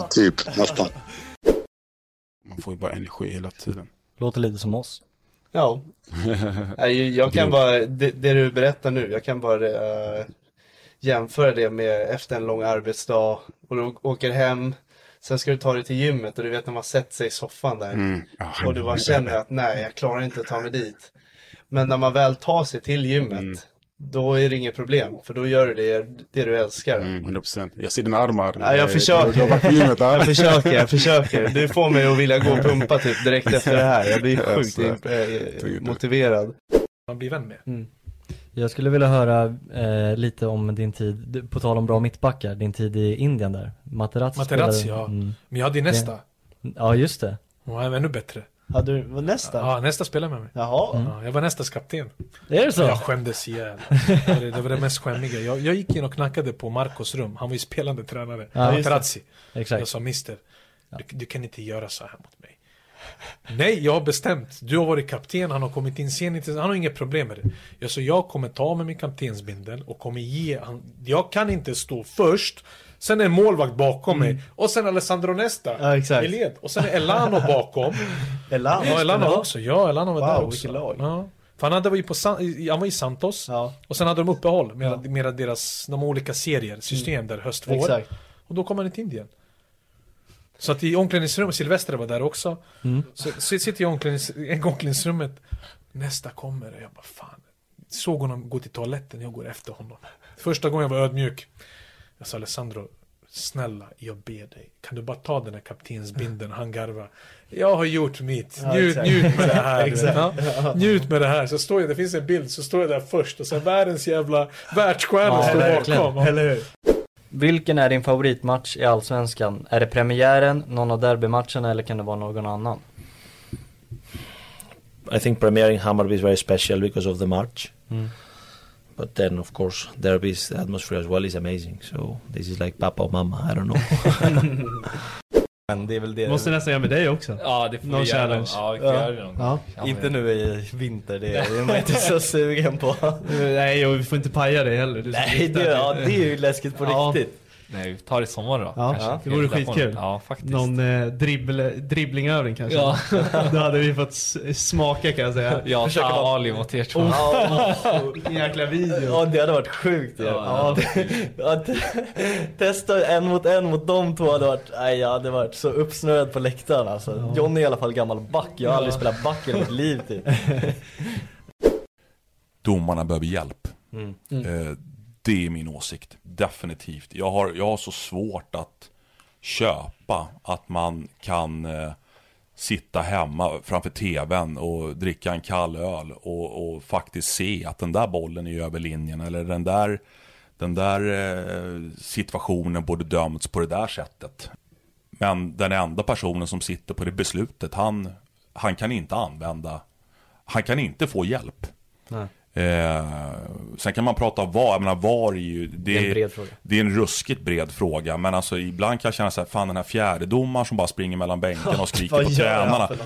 S32: Typ, nästan.
S21: Man får ju bara energi hela tiden.
S4: Låter lite som oss.
S3: Ja. Nej, Jag kan bara, det, det du berättar nu, jag kan bara eh, jämföra det med efter en lång arbetsdag och du åker hem, sen ska du ta dig till gymmet och du vet när man sätter sig i soffan där
S21: Mm. Ja.
S3: och du bara känner att nej, jag klarar inte att ta mig dit. Men när man väl tar sig till gymmet,
S21: Mm.
S3: då är det inget problem, för då gör du det, det du älskar.
S21: Mm, 100%. Jag ser dina armar.
S3: Ja, jag
S21: Eh,
S3: försöker.
S21: jobbar på gymmet, ja.
S3: jag försöker, jag försöker. Du får mig att vilja gå och pumpa typ direkt efter det här. Jag blir sjukt
S21: Alltså,
S3: imp- eh, motiverad.
S20: Man blir vän med.
S4: Mm. Jag skulle vilja höra eh, lite om din tid, på tal om bra mittbackar, din tid i Indien där. Materazzi
S20: Materazzi
S4: spelade-
S20: ja.
S4: Mm.
S20: Men jag hade ju nästa.
S4: Ja just det.
S20: Och han var ännu bättre.
S3: Hade du, var nästa?
S20: Ja, nästa spelade med mig.
S3: Jaha.
S4: Mm.
S20: Ja, jag var nästas kapten.
S4: Är det så?
S20: Jag skämdes ihjäl. Ja, det, det var det mest skämmiga. Jag, jag gick in och knackade på Marcos rum. Han var ju spelande tränare.
S4: Ja, just det.
S20: Materazzi.
S4: Exakt.
S20: Jag sa mister, du, du kan inte göra så här mot mig. Nej, jag har bestämt. Du har varit kapten, han har kommit in sent, han har inga problem med det. Jag sa, jag kommer ta med min kaptensbindel och kommer ge han, Jag kan inte stå först, sen är en målvakt bakom mig, och sen Alessandro Nesta
S3: Mm. Ja, exakt.
S20: i led. Och sen är Elano bakom.
S3: Elano?
S20: Ja, Elano
S3: Ja.
S20: också. Ja, Elano var
S3: Wow,
S20: där också.
S3: vilket lag.
S20: Ja. För han, hade, var ju på, San- i- han var i Santos, och sen hade de uppehåll med, med deras, de har olika serier, system
S3: Mm.
S20: där höst, vår.
S3: Exakt.
S20: Och då kom han inte in igen. Så att i omklädningsrummet, Silvester var där också.
S24: Mm.
S20: Så, så jag sitter jag i omklädnings, i omklädningsrummet, nästa kommer och jag bara fan. Såg honom gå till toaletten, jag går efter honom. Första gången jag var ödmjuk. Jag sa Alessandro, snälla jag ber dig. Kan du bara ta den här kaptensbindeln? Han garvade. Jag har gjort mitt.
S3: Ja,
S20: Njut,
S3: exakt.
S20: njut med det här. du vet.
S3: Exakt.
S20: Ja. Njut med det här. Så står jag, det finns en bild, så står jag där först och sen världens jävla världsstjärna står bakom. Ja.
S4: Vilken är din favoritmatch i Allsvenskan? Är det premiären, någon av derbymatcherna eller kan det vara någon annan?
S43: I think premiering Hammarby is very special because of the march.
S4: Mm.
S43: But then, of course, derbies, the atmosphere as well is amazing. So this is like Papa or Mama, I don't know.
S4: Men det är väl det.
S3: Måste nästan göra med dig också.
S4: Ja, det får vi
S3: Någon
S4: göra.
S3: challenge.
S4: Ja, vi får göra det någon gång. Ja, men- Inte nu i vinter, det är man inte så sugen på.
S3: Nej, och vi får inte paja dig heller. Du ska
S4: Nej,
S3: hitta
S4: det, ja, det är ju läskigt på
S3: Ja.
S4: riktigt.
S3: Nej,
S24: ta det i sommar då.
S3: Ja,
S24: kanske.
S3: det vore
S24: Eller på-
S3: skitkul.
S24: Ja, faktiskt.
S3: Någon eh, dribble, dribblingövning kanske.
S24: Ja.
S3: Då hade vi fått s- smaka kan jag säga.
S24: Ja, Försöka vara- Ali mot er två.
S3: Oh,
S24: Ja.
S3: jäkla video.
S4: Ja, det hade varit sjukt ju.
S3: Ja,
S4: Ja, Att testa en mot en mot de två hade varit, nej jag hade varit så uppsnurrad på läktaren alltså. Johnny är i alla fall gammal back, jag har aldrig
S3: Ja.
S4: spelat back i mitt liv typ.
S8: domarna behöver hjälp.
S4: Mm.
S8: Eh, det är min åsikt, definitivt. Jag har, jag har så svårt att köpa att man kan eh, sitta hemma framför tvn och dricka en kall öl och, och faktiskt se att den där bollen är över linjen eller den där, den där eh, situationen borde dömts på det där sättet. Men den enda personen som sitter på det beslutet, han, han kan inte använda, han kan inte få hjälp.
S4: Nej.
S8: Eh, sen kan man prata om VAR, jag menar VAR är ju... Det,
S4: är en bred fråga.
S8: Det är en ruskigt bred fråga, men alltså ibland kan jag känna så här, fan den här fjärdedomaren som bara springer mellan bänken och skriker
S32: Vad
S8: på
S32: gör han
S8: tränarna.
S32: för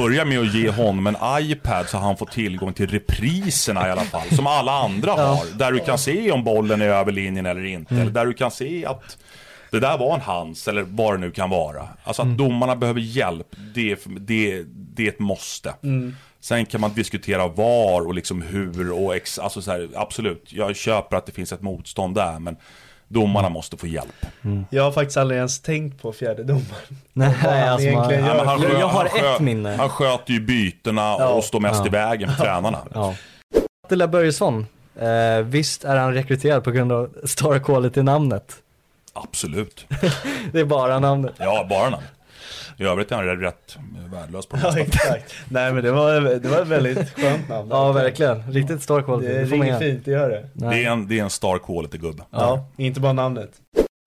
S8: Börja med att ge honom en iPad så han får tillgång till repriserna i alla fall, som alla andra
S32: Ja.
S8: har. Där du kan se om bollen är över linjen eller inte,
S32: Mm.
S8: eller där du kan se att det där var en hans, eller vad det nu kan vara. Alltså att
S32: Mm.
S8: domarna behöver hjälp, det, är- det, det är ett måste.
S32: Mm.
S8: Sen kan man diskutera var och liksom hur och ex, alltså så här, absolut, jag köper att det finns ett motstånd där, men domarna måste få hjälp.
S3: Jag har faktiskt aldrig ens tänkt på fjärde domaren.
S4: Nej,
S3: Vad han
S4: alltså, man-
S3: egentligen
S4: Ja,
S3: gör.
S4: men han- Jag har
S8: skö-
S4: ett minne.
S8: Han sköter ju bytena och står mest i vägen för tränarna.
S4: Ja. Attila Börjesson, eh, visst är han rekryterad på grund av Star Quality-namnet?
S8: Absolut.
S4: Det är bara namnet.
S8: Ja, bara namn. I övrigt är han rätt värdelös på det
S3: Ja,
S8: mesta.
S3: exakt. Nej men det var, det var ett väldigt skönt namn.
S4: Ja, verkligen. Riktigt Star Quality.
S3: Det
S4: får man
S3: ringer
S4: ge.
S3: fint, det gör det.
S8: Det är en, det är en star quality-gubbe.
S3: Ja, inte bara namnet.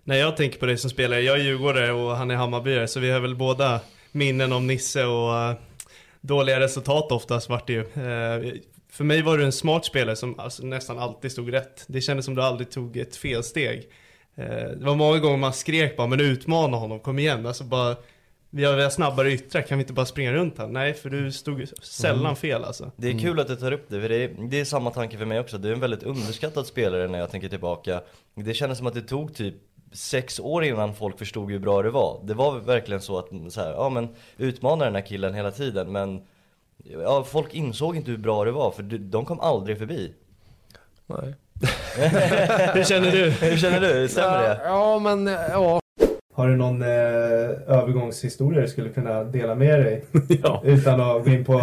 S3: När jag tänker på dig som spelare, jag är djurgårdare och han är hammarbyare, så vi har väl båda minnen om Nisse och eh, dåliga resultat oftast vart det ju. Eh, för mig var du en smart spelare som alltså, nästan alltid stod rätt. Det kändes som du aldrig tog ett felsteg. Eh, det var många gånger man skrek bara, men utmana honom, kom igen. Alltså bara, vi har, vi har snabbare yttrar, kan vi inte bara springa runt här? Nej, för du stod sällan
S4: Mm.
S3: fel alltså.
S4: Det är kul att du tar upp det, för det är, det är samma tanke för mig också. Du är en väldigt underskattad spelare när jag tänker tillbaka. Det kändes som att det tog typ sex år innan folk förstod hur bra du var. Det var verkligen så att, mm, så här, ja men utmana den här killen hela tiden, men ja, folk insåg inte hur bra du var, för du, de kom aldrig förbi.
S9: Nej.
S3: Hur känner du?
S4: Hur känner du? Stämmer det?
S9: Ja, men eh, ja.
S3: Har du någon eh, övergångshistoria du skulle kunna dela med dig? Utan att gå in på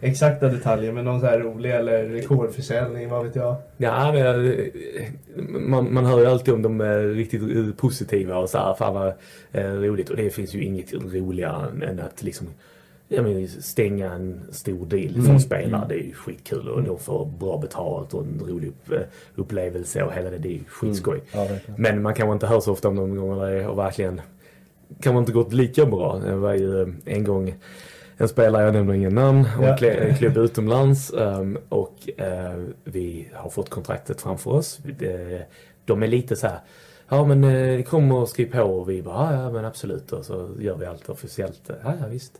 S3: exakta detaljer, men någon så här rolig eller rekordförsäljning, vad vet jag?
S19: Ja, men, eh, man, man hör ju alltid om de eh, riktigt eh, positiva och så här, fan vad eh, roligt. Och det finns ju inget roligare än- än att liksom, jag menar, stänga en stor deal för Mm. en spelare. Det är ju skitkul och de får bra betalt och en rolig upp, eh, upplevelse och hela det. Det är ju skitskoj. Mm. Ja, verkligen. Men man kanske inte hör så ofta om de gångerna det har verkligen kanske inte gått lika bra. Det var ju eh, en gång en spelare, jag nämner ingen namn, och Ja. en kle- en klubb utomlands ehm, och eh, vi har fått kontraktet framför oss. Vi- eh, De är lite så här, ja men eh, kom och skriv på och vi bara, "Ja, ja men absolut och så gör vi allt officiellt. Ja, ja visst.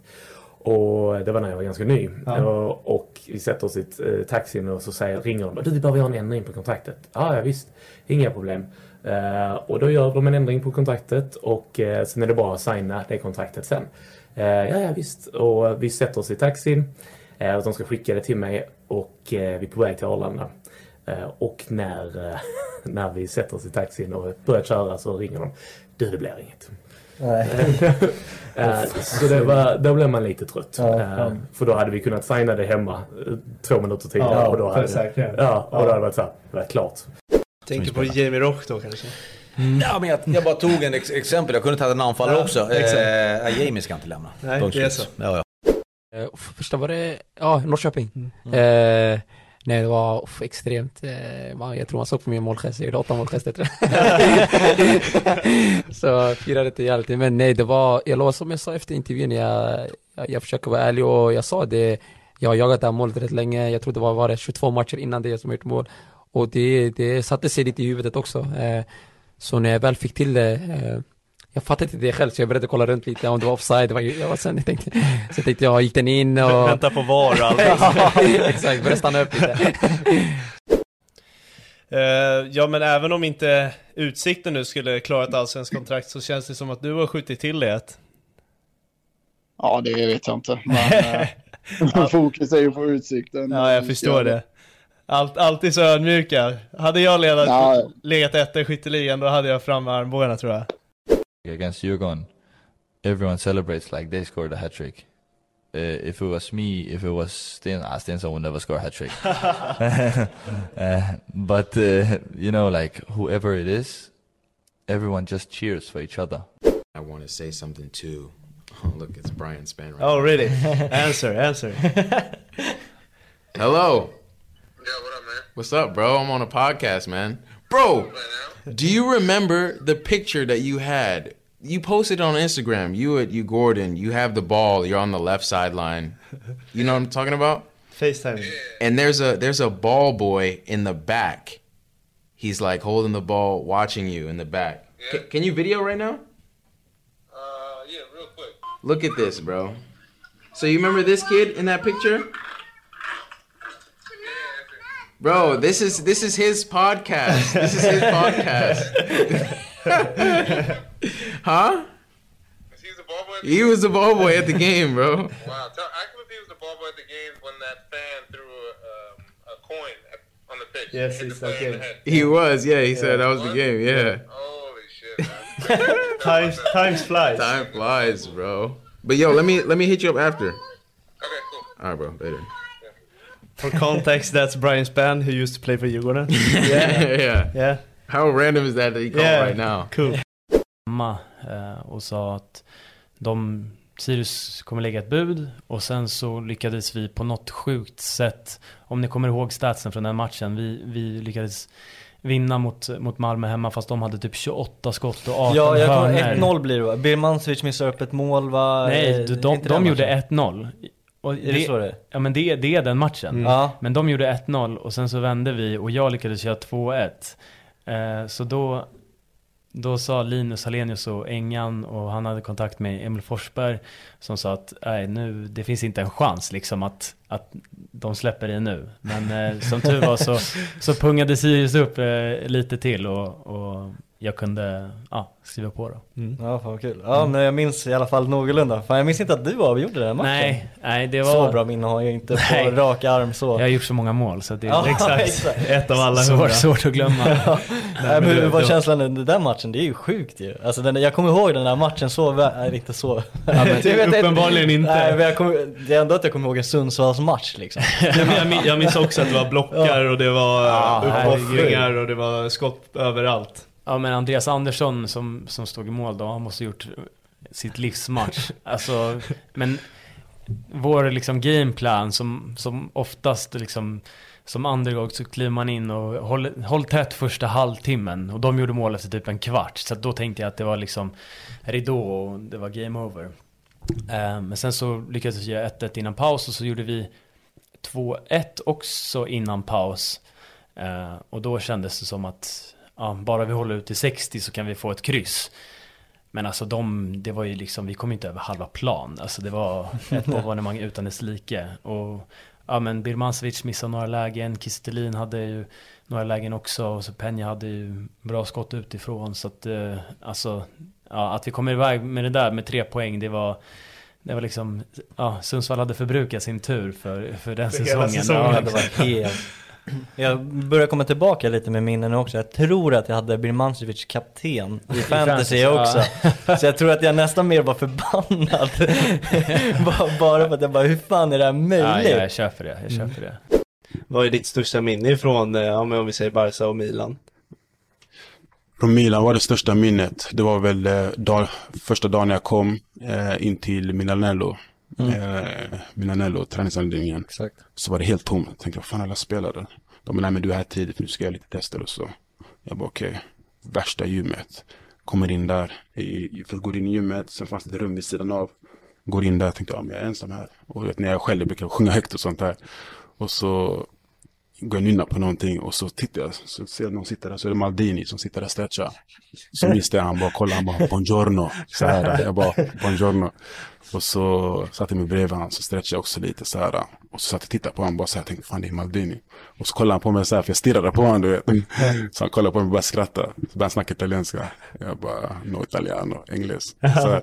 S19: Och det var när jag var ganska ny.
S45: Ja.
S19: Eh, Och vi sätter oss i ett, eh, taxin och så säger, ringer de. Du, vi behöver göra en ändring på kontraktet. Ja, ja visst. Inga problem. Eh, och då gör de en ändring på kontraktet och eh, sen är det bara att signa det kontraktet sen. Eh, ja, ja visst. Och vi sätter oss i taxin. Eh, och de ska skicka det till mig och eh, vi är på väg till Arlanda. Eh, och när, eh, när vi sätter oss i taxin och börjar köra så ringer de. Du, det blir inget.
S16: Nej.
S19: Eh, så det var, då blev man lite trött.
S16: Ja,
S19: Eh,
S16: ja.
S19: För då hade vi kunnat signa det hemma eh, två minuter tidigare.
S3: Ja,
S19: och då hade,
S3: säkert.
S19: ja, och då
S3: Ja.
S19: hade det varit, så här, det varit klart.
S3: Tänker på Jamie Rock då kanske?
S31: Ja, men jag, jag bara tog en ex exempel. Jag kunde tagit en anfallare
S3: Ja,
S31: också.
S3: exakt.
S31: Eh, Jamie ska inte lämna.
S11: Nej,
S31: Punkt
S11: det är
S31: slut.
S11: så.
S31: Ja, Mm. ja.
S11: Eh, och för- Första var det, ja, Norrköping. Eh, nej, det var uff, extremt, eh, man, jag tror man såg på min målgest, jag gjorde åtta målgester tror jag. Så jag firade inte jävligt, men nej det var, jag lovar som jag sa efter intervjun, jag, jag, jag försöker vara ärlig och jag sa det, jag har jagat det här målet rätt länge, jag tror det var, var det 22 matcher innan det som jag gjort mål. Och det, det satte sig lite i huvudet också. Eh, så när jag väl fick till det, eh, jag fattade inte det själv så jag började kolla runt lite om det var offside, det var, ju- jag var sen, jag tänkte, så jag tänkte jag gick den in och...
S3: Vänta på VAR alltså. och allt.
S11: Exakt, Exakt, började stanna upp lite.
S3: Eh, ja men även om inte Utsikten nu skulle klara ett allsvenskt kontrakt så känns det som att du har skjutit till det ett.
S10: Ja, det vet jag inte. Men, eh, fokus är ju på utsikten.
S3: Ja, jag förstår det. Allt, alltid så ödmjuka. Hade jag ledat,
S10: Ja.
S3: legat etta i skytteligan då hade jag fram med armbågarna tror jag.
S13: against Jurgon, everyone celebrates like they scored a hat trick. Uh, if it was me, if it was Sten, ah, Stenson would never score a hat trick. uh, but uh, you know, like whoever it is, everyone just cheers for each other.
S18: I want to say something too. look, it's Brian Span right
S3: Oh
S18: now.
S3: really? answer, answer.
S18: Hello. Yeah, what up, man? What's up, bro? I'm on a podcast, man. Bro, do you remember the picture that you had? You posted on Instagram. You at you Gordon. You have the ball. You're on the left sideline. You know what I'm talking about?
S3: Facetime.
S18: And there's a there's a ball boy in the back. He's like holding the ball, watching you in the back. C- can you video right now? Uh, yeah, real Uh, quick. Look at this, bro. So you remember this kid in that picture? Bro, this is this is his podcast. This is his podcast. huh? He was the ball boy at the game, bro.
S46: Wow, tell, I can believe he was the ball boy at the game when that fan threw a, um, a coin at, on the pitch.
S3: Yes,
S46: Hit the
S3: it's that
S46: player in
S3: game.
S46: the head.
S18: He was, yeah. He said that was the game, yeah.
S3: Times times flies.
S18: Time flies, bro. But yo, let me let me hit you up after. Okay, cool. All right, bro. Later.
S3: For context that's Brian Spann who used to play for Djurgården.
S18: yeah, yeah.
S3: Yeah.
S18: How random is that that he called
S3: Yeah,
S18: right now?
S3: Cool.
S15: hemma eh, och sa att de, Sirius kommer lägga ett bud och sen så lyckades vi på något sjukt sätt, om ni kommer ihåg statsen från den matchen, vi, vi lyckades vinna mot, mot Malmö hemma fast de hade typ 28 skott och 18
S4: Ja, jag kommer
S15: hörnor.
S4: 1-0 blir det va? Birmancevic missar upp ett mål va?
S15: Nej,
S4: Eh,
S15: de, de,
S4: inte den
S15: gjorde
S4: matchen.
S15: 1-0. Och
S4: Är det så det är?
S15: Ja men det, det är den matchen.
S4: Mm. Ja.
S15: Men de gjorde 1-0 och sen så vände vi och jag lyckades göra 2-1. Eh, så då, då sa Linus Hallenius och Engan och han hade kontakt med Emil Forsberg som sa att nej, nu, det finns inte en chans liksom att, att de släpper det nu. Men eh, som tur var så, så pungade Sirius upp eh, lite till och, och jag kunde ja, skriva på då.
S4: Ja, fan vad kul. Ja,
S15: Mm.
S4: men jag minns i alla fall någorlunda. Fan jag minns inte att du avgjorde den här matchen.
S15: Nej, nej det var...
S4: Så bra minne har jag inte på rak arm så.
S15: Jag har gjort så många mål så det är
S4: Ja,
S15: Ett av alla svårt, svårt att glömma.
S4: Ja. Nej, men
S15: det-
S4: hur var
S15: det-
S4: känslan under den matchen? Det är ju sjukt ju. Alltså den, jag kommer ihåg den där matchen så väl, nej, inte så.
S15: men- Uppenbarligen inte.
S4: Nej, men jag kommer, det är ändå att jag kommer ihåg en Sundsvalls-match liksom.
S3: Ja, men jag, min- jag minns också att det var blockar och det var
S15: Ja,
S3: eh, uppoffringar
S15: herregud.
S3: och det var skott överallt.
S15: Ja men Andreas Andersson som, som stod i mål då, han måste ha gjort sitt livsmatch. alltså, men vår liksom gameplan som, som oftast liksom som underdog så kliver man in och håll, håll tätt första halvtimmen och de gjorde mål efter typ en kvart. Så att då tänkte jag att det var liksom ridå och det var game over. Eh, Men sen så lyckades vi göra 1-1 innan paus och så gjorde vi 2-1 också innan paus. Eh, och då kändes det som att ja, bara vi håller ut till 60 så kan vi få ett kryss. Men alltså de, det var ju liksom, vi kom ju inte över halva plan. Alltså det var ett avvarnemang utan dess like. Och ja men Birmancevic missade några lägen, Kistelin hade ju några lägen också och så Peña hade ju bra skott utifrån. Så att eh, alltså, ja, att vi kommer iväg med det där med tre poäng, det var det var liksom, ja, Sundsvall hade förbrukat sin tur för, för den
S4: För hela
S15: säsongen.
S4: Alltså, säsongen.
S15: Ja,
S4: det var helt... Jag börjar komma tillbaka lite med minnen nu också. Jag tror att jag hade Birmancevic kapten i fantasy
S15: fantasy,
S4: jag också.
S15: ja.
S4: Så jag tror att jag nästan mer var förbannad. bara, bara för att jag bara, hur fan är det här möjligt? Mm.
S15: Ja, jag köper det, jag köper det.
S3: Vad är ditt största minne ifrån, eh, ja, men om vi säger Barca och Milan?
S21: Från Milan var det största minnet. Det var väl eh, dag, första dagen jag kom eh, in till Milanello.
S8: Mm.
S21: Eh, Milanello, träningsanläggningen.
S8: Exakt.
S21: Så var det helt tomt. Jag tänkte, vad fan alla spelare? De bara, nej men du är här tidigt, nu ska jag göra lite tester och så. Jag bara, okej. Värsta gymmet. Kommer in där. I, för går in i gymmet, sen fanns det ett rum vid sidan av. Går in där, tänkte, ja men jag är ensam här. Och vet, när jag är själv, jag brukar sjunga högt och sånt där. Och så går jag och nynnar på någonting och så tittar jag, så ser jag någon sitta där, så är det Maldini som sitter där och stretchar. Så visste jag, han bara kollar, han bara buongiorno. Så här, där. jag bara buongiorno. Och så satt jag mig bredvid honom, så stretchade jag också lite så här. Och så satt jag och tittade på honom, bara så här, tänkte fan det är Maldini. Och så kollade han på mig så här, för jag stirrade på honom, du vet. Så han kollade på mig och började skratta. Så började han snacka italienska. Jag bara, no italiano, engelsk. Så, här.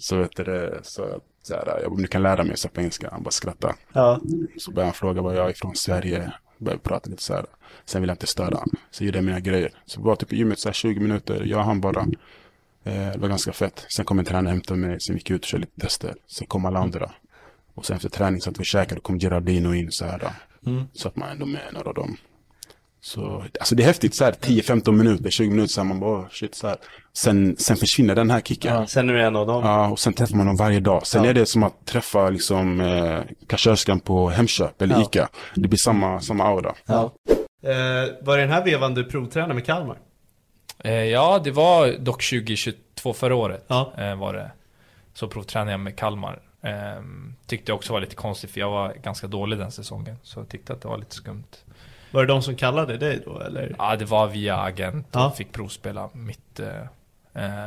S21: så vet du det, så, så här, jag bara, "Men du kan lära mig så här på engelska. Han bara skrattade.
S3: Ja.
S21: Så började han fråga var jag är ifrån Sverige. Började prata lite så här. Sen ville jag inte störa honom. Så gjorde jag mina grejer. Så vi var typ i gymmet så här 20 minuter. Jag och han bara. Eh, det var ganska fett. Sen kom en tränare och hämtade mig. Sen gick jag ut och körde lite tester. Sen kom alla andra. Och sen efter träning så att vi käkade. Då kom Gerardino in så här.
S8: Mm.
S21: Så att man ändå med några av dem. Så, alltså det är häftigt så här 10-15 minuter, 20 minuter så här, man bara oh, shit så här. Sen, sen försvinner den här kicken.
S3: sen är du en av dem.
S21: Ja, och sen träffar man dem varje dag. Sen är det som att träffa liksom eh, kassörskan på Hemköp eller
S3: Ja.
S21: Ica. Det blir samma, samma aura.
S3: Eh, var det den här vevan du provtränade med Kalmar?
S24: Eh, ja, det var dock 2022 förra året. Eh, var det. Så provtränade jag med Kalmar. Eh, tyckte jag också var lite konstigt för jag var ganska dålig den säsongen. Så jag tyckte att det var lite skumt.
S3: Var det de som kallade dig då eller?
S24: Ja, det var via agent.
S3: Ja.
S24: Jag fick provspela mitt... Eh, eh,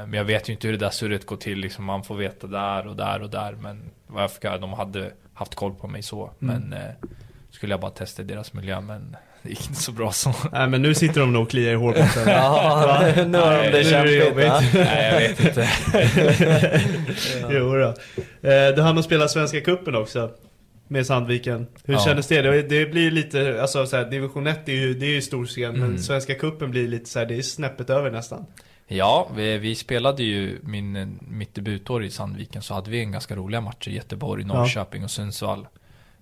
S24: men jag vet ju inte hur det där surret går till. Liksom, man får veta där och där och där. Men vad jag fick höra, de hade haft koll på mig så.
S3: Mm.
S24: Men eh, skulle jag bara testa i deras miljö. Men det gick inte så bra så.
S3: Nej men nu sitter de nog och kliar i hårbotten.
S24: Ja, nu- nu har de det kämpigt, va? Nej, jag vet inte.
S3: jo, då. Eh, Du hann att spela Svenska Cupen också. Med Sandviken. Hur
S24: Ja.
S3: kändes det? Det, det blir ju lite, alltså så här, division 1 är ju, det är ju stor scen. Men
S24: Mm.
S3: Svenska Cupen blir lite så här, det är snäppet över nästan.
S24: Ja, vi, vi spelade ju min, mitt debutår i Sandviken så hade vi en ganska roliga matcher i Göteborg,
S3: Ja.
S24: Norrköping och Sundsvall.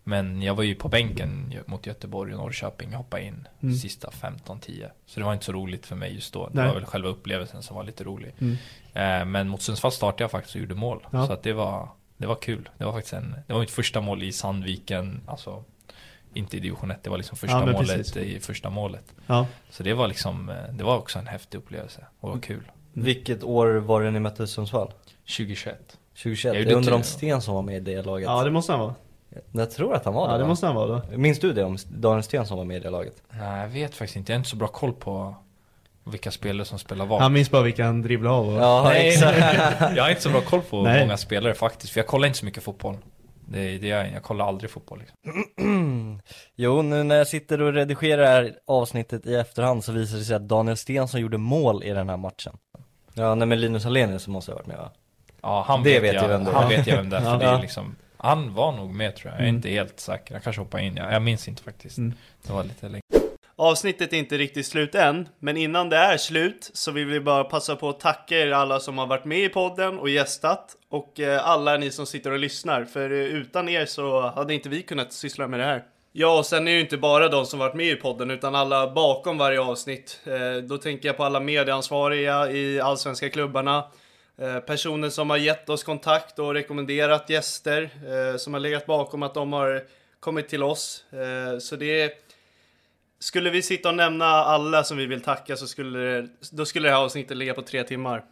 S24: Men jag var ju på bänken mot Göteborg och Norrköping och hoppade in
S3: Mm.
S24: sista 15-10. Så det var inte så roligt för mig just då. Det
S3: Nej.
S24: var väl själva upplevelsen som var lite rolig.
S3: Mm.
S24: Eh, men mot Sundsvall startade jag faktiskt och gjorde mål.
S3: Ja.
S24: Så att det, var, det var kul. Det var faktiskt en, det var mitt första mål i Sandviken. Alltså, inte i division 1, det var liksom första
S3: Ja, men
S24: målet
S3: precis.
S24: i första målet.
S3: Ja.
S24: Så det var liksom, eh, det var också en häftig upplevelse och var kul.
S4: Vilket år var det ni mötte Sundsvall?
S24: 2021.
S4: 2021,
S24: Jag
S4: jag,
S24: gjorde
S4: undrar om
S24: tre.
S4: Sten som var med i det laget?
S3: Ja, det måste han vara.
S4: Jag tror att han var
S3: Ja,
S4: det
S3: det
S4: va?
S3: måste han vara då.
S4: Minns du det om Daniel Sten som var med i det laget?
S24: Nej, jag vet faktiskt inte. Jag har inte så bra koll på vilka spelare som spelar vad.
S3: Han minns bara vilka han dribblade av. och-
S24: Nej, jag har inte så bra koll på
S3: Nej.
S24: många spelare faktiskt, för jag kollar inte så mycket fotboll. Det, det gör jag, inte. jag kollar aldrig fotboll. Liksom.
S4: Jo, nu när jag sitter och redigerar avsnittet i efterhand så visar det sig att Daniel Stensson gjorde mål i den här matchen. Ja, nej men Linus Hallenius måste ha varit med va?
S24: Ja, han
S4: det
S24: vet,
S4: vet
S24: jag,
S4: ju vem det
S24: han
S4: var.
S24: vet jag vem det är, för
S4: Ja.
S24: det är liksom, Han var nog med tror jag, jag är
S3: Mm.
S24: inte helt säker. Jag kanske hoppar in, jag, jag minns inte faktiskt.
S3: Mm.
S24: Det var lite länge.
S3: Avsnittet är inte riktigt slut än, men innan det är slut så vill vi bara passa på att tacka er alla som har varit med i podden och gästat och eh, alla ni som sitter och lyssnar, för eh, utan er så hade inte vi kunnat syssla med det här. Ja, och sen är det ju inte bara de som varit med i podden utan alla bakom varje avsnitt. Eh, Då tänker jag på alla medieansvariga i allsvenska klubbarna, Eh, personer som har gett oss kontakt och rekommenderat gäster eh, som har legat bakom att de har kommit till oss. Eh, Så det är skulle vi sitta och nämna alla som vi vill tacka så skulle det, då skulle det här avsnittet ligga på tre timmar.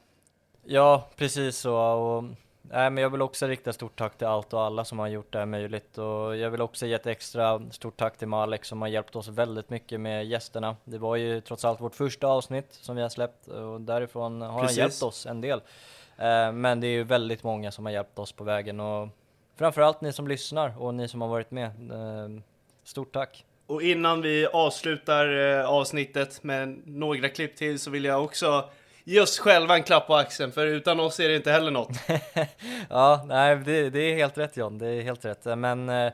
S4: Ja, precis så. Och, nej, men jag vill också rikta stort tack till allt och alla som har gjort det här möjligt. Och jag vill också ge ett extra stort tack till Malek som har hjälpt oss väldigt mycket med gästerna. Det var ju trots allt vårt första avsnitt som vi har släppt och därifrån har
S3: Precis.
S4: han hjälpt oss en del. Eh, Men det är ju väldigt många som har hjälpt oss på vägen och framförallt ni som lyssnar och ni som har varit med. Eh, Stort tack!
S3: Och innan vi avslutar eh, avsnittet med några klipp till så vill jag också ge oss själva en klapp på axeln för utan oss är det inte heller något.
S4: Ja, nej, det, det är helt rätt John, det är helt rätt. Men eh,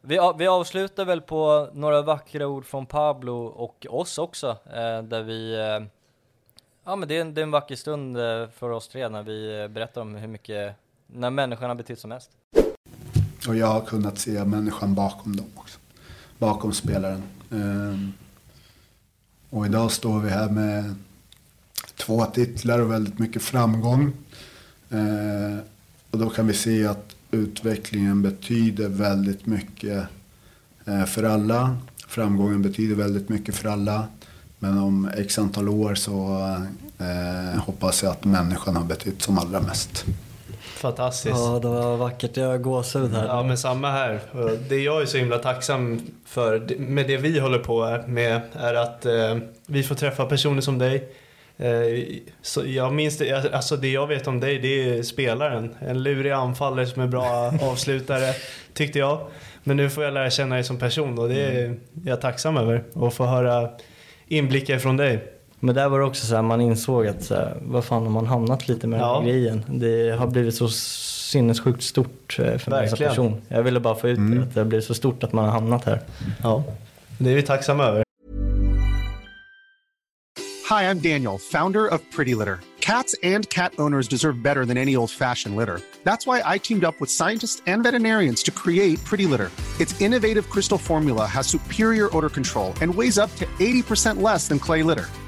S4: vi, a- vi avslutar väl på några vackra ord från Pablo och oss också, eh, där vi... Eh, ja, men det är, en, det är en vacker stund eh, för oss tre när vi eh, berättar om hur mycket, när människan har betytt som mest.
S41: Och jag har kunnat se människan bakom dem också. Bakom spelaren. Ehm, Och idag står vi här med två titlar och väldigt mycket framgång. Ehm, Och då kan vi se att utvecklingen betyder väldigt mycket eh, för alla. Framgången betyder väldigt mycket för alla. Men om x antal år så eh, hoppas jag att människan har betytt som allra mest.
S3: Fantastiskt.
S4: Ja, det var vackert. Jag har gåshud här.
S3: Ja, men samma här. Och Det jag är så himla tacksam för det- med det vi håller på här med är att eh, vi får träffa personer som dig. Eh, så jag minns det, alltså det jag vet om dig det är spelaren. En lurig anfallare som är bra avslutare tyckte jag. Men nu får jag lära känna dig som person och det är
S4: Mm.
S3: jag tacksam över. Och få höra inblickar från dig.
S4: Men där var det också så här, man insåg att så här, vad fan har man hamnat lite med den
S3: Ja.
S4: här grejen? Det har blivit så sinnessjukt stort eh, för mig som
S3: Verkligen. Mm.
S4: person. Jag ville bara få ut det, att det har blivit så stort att man har hamnat här.
S3: Ja, det är vi tacksamma över.
S41: Hi, I'm Daniel, founder of Pretty Litter. Cats and cat owners deserve better than any old fashioned litter. That's why I teamed up with scientists and veterinarians to create Pretty Litter. Its innovative crystal formula has superior odor control and weighs up to 80% less than clay litter.